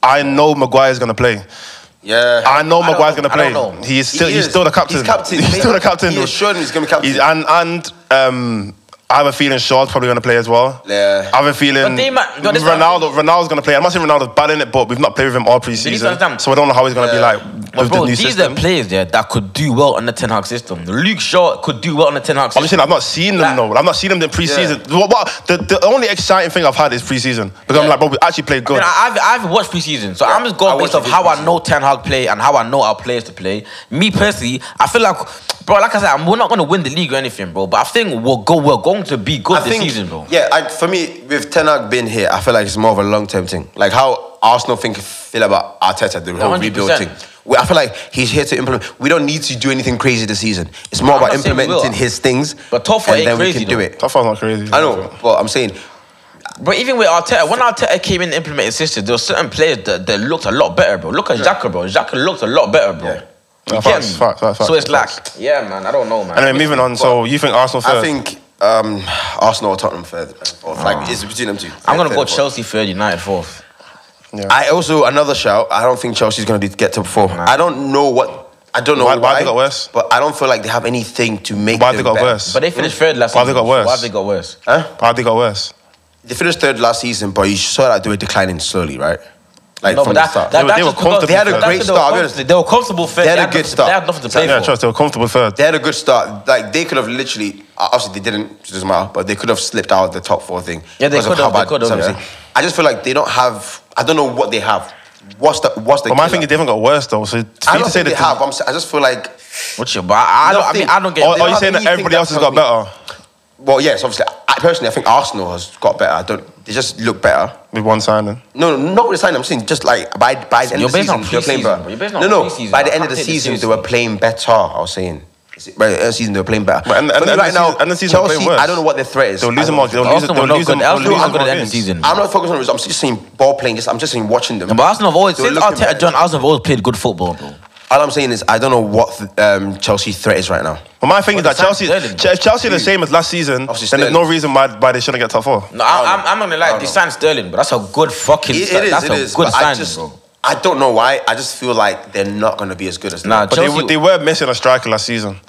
I know Maguire's gonna play.
Yeah.
I know
I don't
Maguire's
know.
gonna
I
play.
don't know.
He's
He
still he's
is.
still the captain.
He's captain.
He's still the captain.
He assured me he's gonna be captain.
He's- and and um, I have a feeling Shaw's probably gonna play as well.
Yeah.
I have a feeling
But they might- no, this is what
Ronaldo Ronaldo's gonna play. I'm not saying Ronaldo's bad in it, but we've not played with him all preseason,
understand?
so I don't know how he's gonna be like
But
with
bro,
the new
these
system.
are players there that could do well on the Ten Hag system. Luke Shaw could do well on the Ten Hag
I'm just
system.
saying I've not seen them
Like-
though. I've not seen them in preseason. What, what the, the only exciting thing I've had is preseason because I'm like, bro, we actually played
I
good.
mean, I- I've, I've watched preseason, so I'm just
I
going
watched
based off
the
how I
preseason.
know Ten Hag play and how I know our players to play. Me personally, I feel like, bro, like I said, I'm- we're not going to win the league or anything, bro. But I think we'll go, we're going to be good
I
this
think,
season, bro.
Yeah, I, for me, with Ten Hag being here, I feel like it's more of a long term thing. Like how Arsenal think feel about Arteta, the whole
100%.
rebuild thing. We- I feel like he's here to implement. We don't need to do anything crazy this season. It's more
I'm
about
not saying we
implementing
will.
his things,
But top four
and
ain't
then
crazy,
we can do
though.
it.
That sounds not crazy.
I know, but I'm saying
But even with Arteta, when Arteta came in and implemented systems, there were certain players that, that looked a lot better, bro. Look at Xhaka, bro. Xhaka looked a lot better, bro. You
Yeah,
get
facts,
me?
facts, facts,
so it's like,
facts.
yeah, man. I don't know, man.
Anyway, moving on. So you think Arsenal first?
I think um, Arsenal or Tottenham third, or like it's between them two.
I'm gonna
Third
go
or fourth.
Chelsea third, United fourth.
I also another shout. I don't think Chelsea's going to get top four. I don't know what. I don't know
Why-
why,
why they got worse?
But I don't feel like they have anything to make.
Why they
them
got
better.
worse?
But they finished third last
Why
season.
they got worse?
Why they got worse?
How they got worse?
They finished third last season, but you saw that they were declining slowly, right? Like
No,
from the
but that,
start.
that,
They were-
that's
they
just
were
because-
comfortable They had a
that's
great
because they were
start, I'll be
comfortable-
honest.
They were comfortable first.
They had a
had
good
nothing-
start.
They had nothing to play
Yeah,
for.
trust. They were comfortable third.
they had a good start. Like they could have literally, uh, obviously they didn't. It doesn't matter. But they could have slipped out of the top four thing.
Yeah, they
because of
could have,
how
they
bad
could have,
Southampton-
yeah.
I just feel like they don't have. I don't know what they have. What's the what's the?
But my
killer?
thing is they haven't got worse though. So for
I
you
don't
to say
think they
that,
have. I'm, s- I just feel like.
What's your? But I, I don't. I mean, I don't get.
Or-
are,
they
are you
don't
saying
have
that everybody
anything
else has
that
got better?
Well, yes, obviously. I, personally, I think Arsenal has got better. I don't. They just look better.
With one signing.
No, no, not with the sign. I'm saying just like by by the end
You're
of the
based
season,
on
they were playing
preseason,
better.
bro. You're based on
no, no.
preseason.
By the
I
end of
can't
the
take this
season, they
seriously.
were playing better. I was saying. Is it- By the end of the season, they were playing better.
But and- and-
For me
and
right
the season-
now,
and the season, they're
Chelsea.
playing worse.
I don't know what their threat is.
They'll
I
lose
don't
more.
know.
They'll lose.
Arsenal
They'll
were not
lose them.
good.
They'll
Arsenal
lose
were
them
not good at the end
more
of
games.
the season.
I'm not focusing on results. I'm just saying ball playing. Just, I'm just saying watching them.
But Arsenal have always
They were
since
looking
Arteta
better.
joined. Arsenal have always played good football, bro.
All I'm saying is I don't know what th- um, Chelsea's threat is right now.
But my thing
But
is that
the fact
Chelsea,
Sterling-
Ch- if Chelsea are the same as last season,
Obviously
then there's no
Sterling.
reason why, why they shouldn't get top four.
No, I, I'm, I'm not gonna lie.
don't
They
know.
signed Sterling, but that's a good fucking.
It-
sign-
it is.
that's
it
a
is,
good
but I
signing,
just,
bro.
I don't know why. I just feel like they're not going to be as good as.
Nah,
But they,
Chelsea-
were- they were missing a striker last season,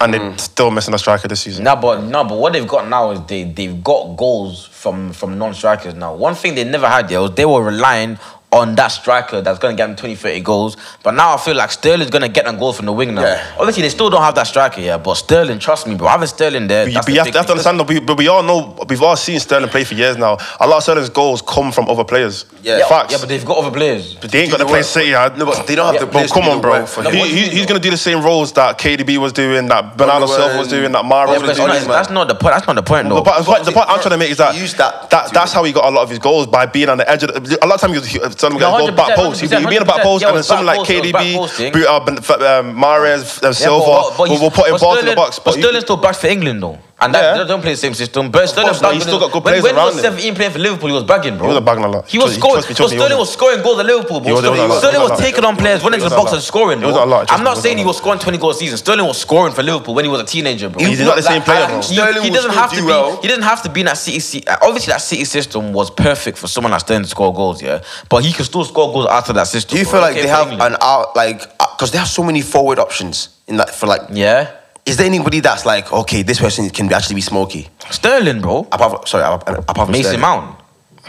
and they're still missing a striker this season.
Nah, but no, but what they've got now is they they've got goals from from non-strikers now. One thing they never had there was they were relying on that striker that's gonna get them 20, 30 goals. But now I feel like Sterling's gonna get them goals from the wing now.
Yeah.
Obviously, they still don't have that striker here, but Sterling, trust me, bro, having Sterling there,
But you, but
that's the
you have,
big
you have to
thing.
understand, though, we- but we all know, we've all seen Sterling play for years now. A lot of Sterling's goals come from other players.
Yeah.
Yeah,
Facts.
yeah, but they've got other players.
but they ain't got to
know
play
what?
City. I, no,
but they don't have the players to
come
do
on,
the
bro.
work for
Who-
them.
who- who's going to do the same roles that KDB was doing, that Bernardo
Donovan.
Silva was doing, that Mara
Yeah,
was
But it's
doing?
not- that's not the point. That's not the point, though.
But, but the point- the point I'm trying to make is that,
He used that to-
that's how he got a lot of his goals by being on the edge of the, a lot of times he was telling him
No,
to go back
100%,
post. He'd be, he'd be in the back
100%,
post
yeah,
and then
it was back
someone like
post, it was back
KDB,
posting.
Bru- uh, Ben- f- um, Mahrez, uh, Silva,
but- but
will,
he's-
will put in
but
balls in the
Sterling-
box.
But
he-
Sterling's still back for England though, and that,
Yeah.
they don't play the same system. But Sterling,
course not, he's still got good players
when, when
around
he
him.
was 17 playing for Liverpool, he was bagging, bro.
He was bagging a lot.
He was
Trust-
scoring.
trust me, trust
but
me,
Sterling
he
was scoring goals at Liverpool,
He
bro.
was- he was
Sterling
a lot.
Sterling
He was
was
a lot.
taking on players,
He
running to
was
the
a
box
lot.
and scoring.
He was
bro.
a lot, trust me, he
I'm not
was a
saying he
lot.
was scoring 20 goals a season. Sterling was scoring for Liverpool when he was a teenager, bro.
He's not the same player, bro.
He,
Sterling
he
will
doesn't
still
have to
do
be.
well.
He doesn't have to be in that City. se- uh, Obviously, that City system was perfect for someone like Sterling to score goals, yeah. But he can still score goals out of that system.
Do you
bro.
feel like
Okay,
they
for
have
England.
an out like because they have so many forward options in that for like?
Yeah,
Is there anybody that's like okay, this person can actually be smoky?
Sterling, bro.
Apart from, sorry, apart apart from
Mason
Sterling.
Mount.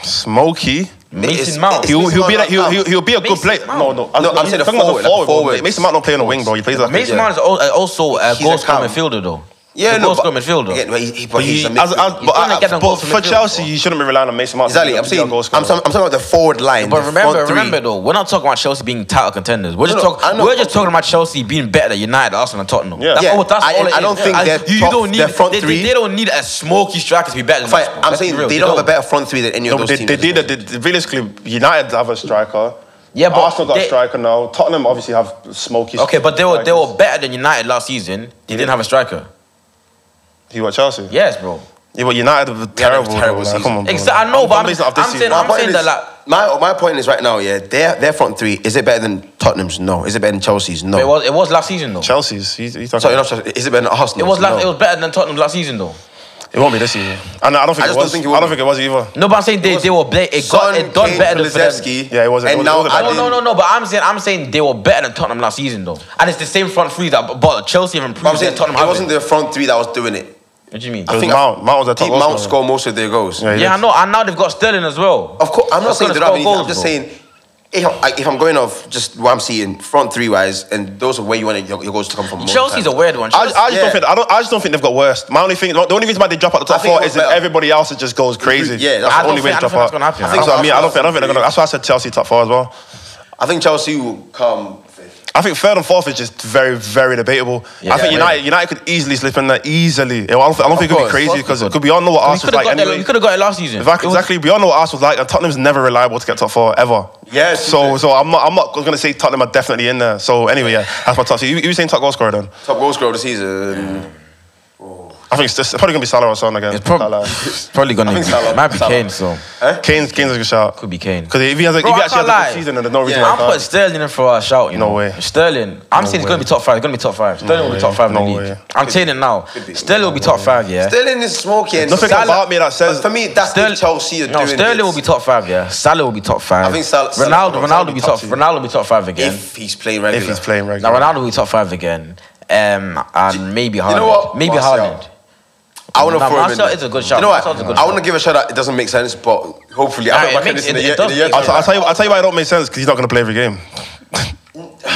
Smokey.
It's-
Mason Mount.
it's-
He'll, he'll, be
Mason
like, he'll,
Mount.
he'll, he'll be a good
Mason
player. No,
Mount.
no.
No, I'm saying the
talking about
forward, like
forward, bro.
forwards.
Mason Mount don't play on the wing, bro. He plays like
Mason
Yeah.
Mount is al- uh, also a
He's a
goal scoring
cam.
midfielder, though.
Yeah,
He's a
no,
goal
but-
scoring midfielder.
Again, but he- he- but he's a
as, as,
midfielder.
but,
gonna get
but,
them goals
for
from midfield,
Chelsea,
bro.
you shouldn't be relying on Mason Mount.
Exactly.
to
I'm
be
saying
a
I'm,
goal scorer.
I'm talking about the forward line.
But
the
remember,
front three.
remember though, we're not talking about Chelsea being title contenders. We're just
No, no, I
talking.
know.
We're just talking about Chelsea being better than United, Arsenal, and Tottenham.
Yeah.
That's
Yeah,
all. That's
I-
all. it
I don't
is.
think
And
their
you, you
top-
don't need
their front
they, they-
three-
they don't need a smoky striker to be better than.
Fine,
us, bro.
I'm
Let's
saying
be real,
they don't have a better front three than any
No,
of
but
those
they,
teams.
they did. They, they, realistically, United have a striker.
Yeah, but
Arsenal got
they-
a striker now. Tottenham obviously have smoky.
Okay, but they were they
strikers.
were better than United last season. They didn't have a striker.
You got Chelsea.
Yes, bro.
Yeah, but United were terrible.
terrible
though, like,
season.
Come on, bro.
Exactly. I know, but I'm,
basing it off
I'm
this
saying
season.
My
I'm
point
saying
is-
that like.
my my point is right now, yeah, their their front three is it better than Tottenham's? No. Is it better than Chelsea's? No.
It was, it was last season though.
Chelsea's. He's, he's talking.
Sorry, not Chelsea. Is it better than
It
Arsenal?
was last,
no.
it was better than Tottenham last season though.
It won't be this season. And I don't think
I
it
just
was.
don't think it
I
will
don't think it was either.
No, but I'm saying they, they were play, it
Son,
got it done
Kane,
better than for them.
Kulusevski,
Yeah, it wasn't- it
And
wasn't- it
now
wasn't bad.
No,
adding-
no, no, no. But I'm saying, I'm saying they were better than Tottenham last season, though. And it's the same front three that bought Chelsea have improved.
But I'm saying
than Tottenham
it
have
wasn't the front three that was doing it.
What do you mean?
It was
think
Mount. Mount was a top.
Deep
goal
Mount
scorer.
scored most of their goals.
Yeah, he
yeah,
did.
I know. And now they've got Sterling as well.
Of course, I'm not
That's
saying
gonna
they don't have
score
any. I'm
goals,
just
bro.
saying if I'm, I- if I'm going off just what I'm seeing front three wise, and those are where you want your, your goals to come from. most
Chelsea's a
times.
weird one.
I, I
Chelsea,
just
Yeah.
don't think I, don't, I just don't think they've got worse. My only thing, the only reason why they drop out the
I
top
think
four
it
is
was
if
better.
everybody else just goes crazy.
Yeah,
that's
that's
the
what I
only
don't
way to drop
think- I don't
out.
think that's gonna happen.
I think
I
so. I
don't
mean, I don't
think
think I don't think they're gonna. That's why I said Chelsea top four as well.
I think Chelsea will come fifth.
I think third and fourth is just very, very debatable. I think
yeah.
United, United could easily slip in there easily. I don't, I don't think it could be
course,
crazy
of
because it could be all know what
we could
Arsenal's
have
like
got,
anyway.
that- we could've got it last season.
Exactly,
It was-
exactly. We all know what Arsenal's like, and Tottenham's never reliable to get top four ever.
Yeah, it's
So,
true.
so I'm not, I'm not going to say Tottenham are definitely in there. So anyway, yeah, that's my top. So you, you were saying top goal scorer then?
Top goal scorer of the season.
I think it's, just, it's probably going to be Salah or Son again.
It's prob-
Salah.
it's probably gonna
think
be,
Salah-
it might be
Salah.
Kane, so
Eh?
Kane's, Kane's a good shout.
could be Kane.
Because if he has, a,
Bro,
if he
I
actually has
can't
a
lie.
good season, then there's no reason
I'm
why.
putting
he can't.
Sterling in for a shout. You
No
know.
way.
Sterling. I'm saying he's gonna be top five. He's gonna be top five. Sterling will be
way.
top five in
No
the
way.
league. I'm saying it now. Sterling will be top five. Yeah.
Sterling is smoky. And
Nothing
Salah-
about me that says-
But for me, that's
Sterl-
the Chelsea are
no,
doing.
Sterling
it
will be top five, yeah. Salah will be top five.
I think Sal- Salah-
Ronaldo,
Salah
Ronaldo
will
will
be
be
top
top.
two.
Ronaldo will be top five again.
if he's playing regular.
If he's playing
now
regular.
Ronaldo will be top five again. Um, and maybe Haaland.
know what?
Maybe
Martial.
Haaland.
I want to
Nah,
throw him in.
Martial
there.
is a good shout.
You know what?
Martial's a good
I
shout.
want to give a shout out. It doesn't make sense, but hopefully,
Nah,
I
it
don't reckon
makes-
this in a
it- it
year.
does
in a year
make
I'll, t-
time.
sense.
I'll tell you, I'll tell you why it don't make sense because he's not going to play every game.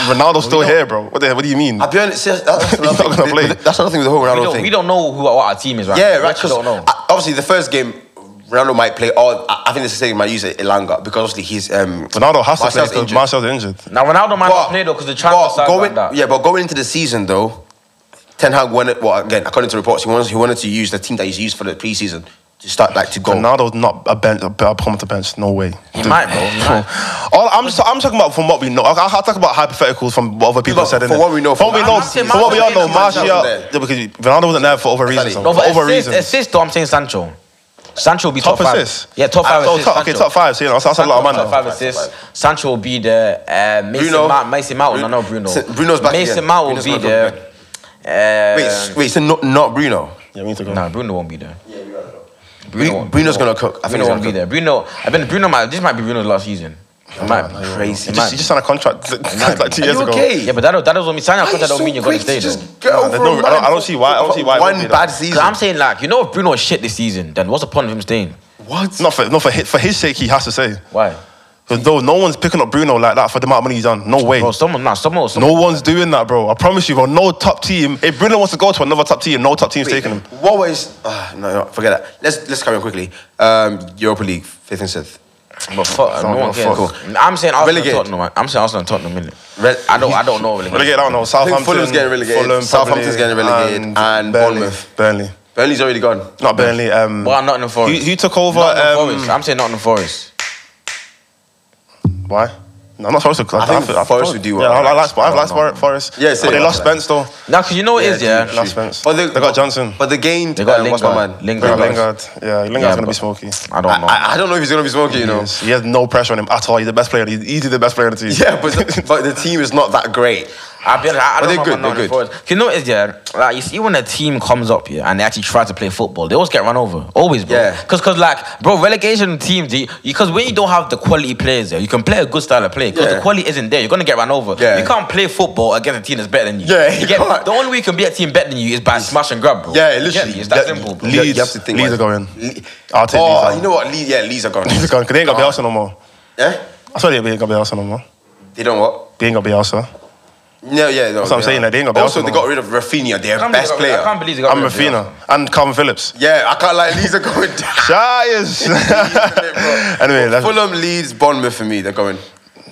Ronaldo's still here, bro. What the, what do you mean?
I'll be honest. That's that's another
not gonna
thing.
play.
with- That's another thing with the whole
We
Ronaldo
don't, we
thing.
don't know who what our team is right
Yeah,
now. We
right.
actually
Because
don't know.
obviously, the first game, Ronaldo might play. Or I I think this is saying might use it Ilanga because obviously he's um,
Ronaldo has to play
Martial's
because
injured.
Martial's injured.
now Ronaldo might
But-
not play though because the
but
transfer
going,
like that.
yeah, but going into the season though, Ten Hag wanted. Well, again, according to reports, he wanted he wanted to use the team that he's used for the preseason to start like to go.
Ronaldo's not a bench, a, a plumber to bench. No way.
He might, bro. He might.
All, I'm just, I'm talking about from what we know. I, I'll talk about hypotheticals from what other people
But
said.
for
innit?
what we know,
from what
from-
we know,
I'm saying
from what we all know,
Martial
Martial
wasn't there.
yeah, because Ronaldo wasn't there for other reasons.
Exactly.
though,
No,
for
but
other
assist,
reasons.
assist though, I'm saying Sancho. Sancho will be top,
Top
five.
assists?
Yeah, top
Ah,
five.
so
assists,
top- okay,
Sancho.
top five, so, you know, that's- that's a
Sancho
lot of
will be
man
Top
now.
five assists. Sancho will be there. Uh, Mason
Bruno.
Mount. Mason Mount. No,
Bruno.
no, Bruno.
S- Bruno's back
Mason
again.
Mount will
Bruno's
be
back
there.
again.
Uh,
Wait, s- wait, so not, not Bruno.
Yeah, we need to go.
Nah, Bruno won't be there. Yeah,
Bru-
Bruno. won't-
Bruno's gonna cook. I think
Bruno
he's gonna
won't be
cook.
there. Bruno. I think Bruno might. This might be Bruno's last season. It might be
He
crazy.
just,
It might
he
be.
just signed a contract like two
Are
years
you
ago.
okay?
Yeah, but that that doesn't mean signing a
Why are you
contract don't
so
mean you're gonna
quick
stay
to
though.
just get over
there's
a
no- I don't- I don't see why- I don't see why it would
One
be
bad
that.
season.
Cause I'm saying like, you know, if Bruno is shit this season, then what's the point of him staying?
What? Not for, not for, his, for his sake, he has to say.
Why?
Because though no one's picking up Bruno like that for the amount of money he's done. No way.
Bro, someone, nah, someone, someone
no one's doing that, bro. I promise you, bro. No top team. If Bruno wants to go to another top team, no top team's taking him.
What was? Uh, no, no, forget that. Let's let's carry on quickly. Um, Europa League, fifth and sixth. Um,
But fuck, no
Someone
one
give
cares.
a
I'm saying Arsenal
Relegate.
and Tottenham. man. I'm saying Arsenal and Tottenham. Innit?
Re-
I don't. I don't know. Relegate.
Relegate, I don't know.
I think
Southampton.
Fulham's getting relegated. Southampton's getting relegated and
Burnley.
Bournemouth.
Burnley.
Burnley's already gone.
Not Burnley. Um,
Well, Nottingham
who,
Forest.
who took over?
Nottingham
Um,
Forest. I'm saying Nottingham Forest.
Why? No, I'm not supposed to. I,
think Forest would do well.
Yeah, I, I like,
I
I've
don't
liked
know.
Forest.
Yeah, same,
but they
I
lost
like that.
Spence though.
Now, cause you know what it is, yeah.
Last Spence.
But they,
They got Johnson.
But they gained.
They got
um, what's my
Lingard.
man?
Lingard.
Yeah,
Lingard.
Lingard. Yeah, Lingard's
Yeah,
gonna
but-
be smoky.
I don't know.
I, I, I don't know if he's gonna be smoking. You
He,
know.
is. He has no pressure on him at all. He's the best player. He's easily the best player on the team.
Yeah, but the, but the team is not that great.
I've been, I, I
But
don't
they're
know
good,
about Nottingham
they're good.
Forest. You know what it is, yeah. Like you see, when a team comes up here and they actually try to play football, they always get run over. Always, bro.
Yeah.
Cause, cause like, bro, relegation teams. Because when you don't have the quality players there, you can play a good style of play. Cause
Yeah.
the quality isn't there, you're gonna get run over.
Yeah.
You can't play football against a team that's better than you.
Yeah, you
You get,
can't.
the only way you can be a team better than you is by smash and grab, bro.
Yeah,
You get
literally.
me? It's that
Yeah,
simple, bro.
you-
Leeds-
you have to think
Leeds
like-
are going.
Le-
I'll take Leeds
oh,
out.
you know what? Le- yeah, Leeds are gone.
He's gone. 'cause They ain't got Bielsa no more.
Yeah,
I swear they ain't got Bielsa no more.
they don't what?
They ain't got Bielsa.
No, yeah, no,
That's what I'm
they
saying,
are.
like, they ain't got
Also,
Belgium
they
on.
got rid of Rafinha, their
I can't
best
believe they got-
player.
I can't believe they got
I'm
rid of Bielsa.
Rafina and Calvin Phillips.
yeah, I can't like Leeds are going down.
Shires. anyway, that's,
Fulham, Leeds, Bournemouth for me. They're going.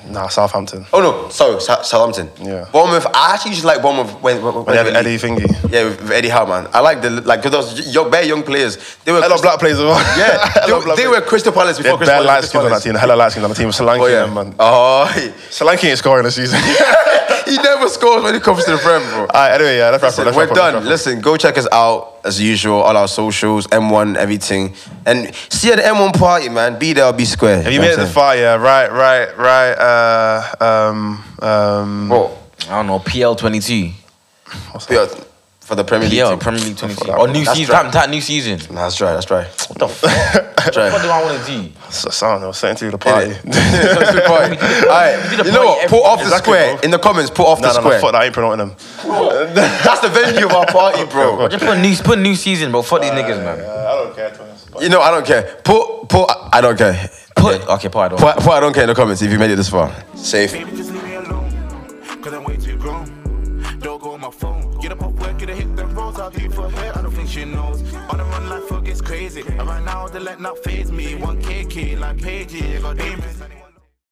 nah, Southampton.
Oh no, sorry, Sa- Southampton.
Yeah.
Bournemouth. I actually just like Bournemouth when, when, when
But they had
when-
Eddie Thingy.
Yeah, with Eddie Howe, man. I like the like because those young, bare young players. They were
Hello,
Crystal-
black players as well.
Yeah,
Hello,
they,
black
they were
players.
Crystal Palace
They're
before
bare
Crystal
light
Palace.
skins on that team. Hella light skins on the team. Solanke,
Oh yeah,
them, man.
Oh, he,
Solanke ain't scoring this season.
he never scores when it comes to the Prem, bro.
All right, anyway, yeah, let's wrap
Listen,
up. let's
we're
wrap up,
done.
let's wrap up.
Listen, go check us out as usual, all our socials, M1, everything. And see you at the M1 party, man. Be there, or be square.
If you made it to fire, right, right, right, uh, um, um,
Bro,
I don't know. PL twenty two.
for the Premier League.
PL
team.
Premier League twenty two.
that
Or
one.
new
That's
season.
dry.
That, that new season.
Nah, that's dry, that's dry.
What the fuck?
Dry.
what do I want to do?
so- so I don't know, sent to the party.
Innit? That's the point. All
We
right,
did a
you know
party
what?
every-
Put off the
Exactly,
square
bro.
in the comments. Put off
No,
the
no, no,
square.
fuck that, I ain't promoting them.
That's the venue of our party, bro.
Just put new, put new season, bro. Fuck these niggas, man.
I don't care, Thomas.
You know, I don't care. Put, put, I don't care.
Put okay, pardon.
Put, put, I don't care in the comments if you made it this far. Safe.
Baby, just leave me alone. Cause I'm way too grown. Don't go on my phone. Get up off work, get a hit them rolls. I'll do for her. I don't think she knows. On the run, life fuck gets crazy. And right now, the let not phase me. 1KK like Paige, yeah, got dangerous.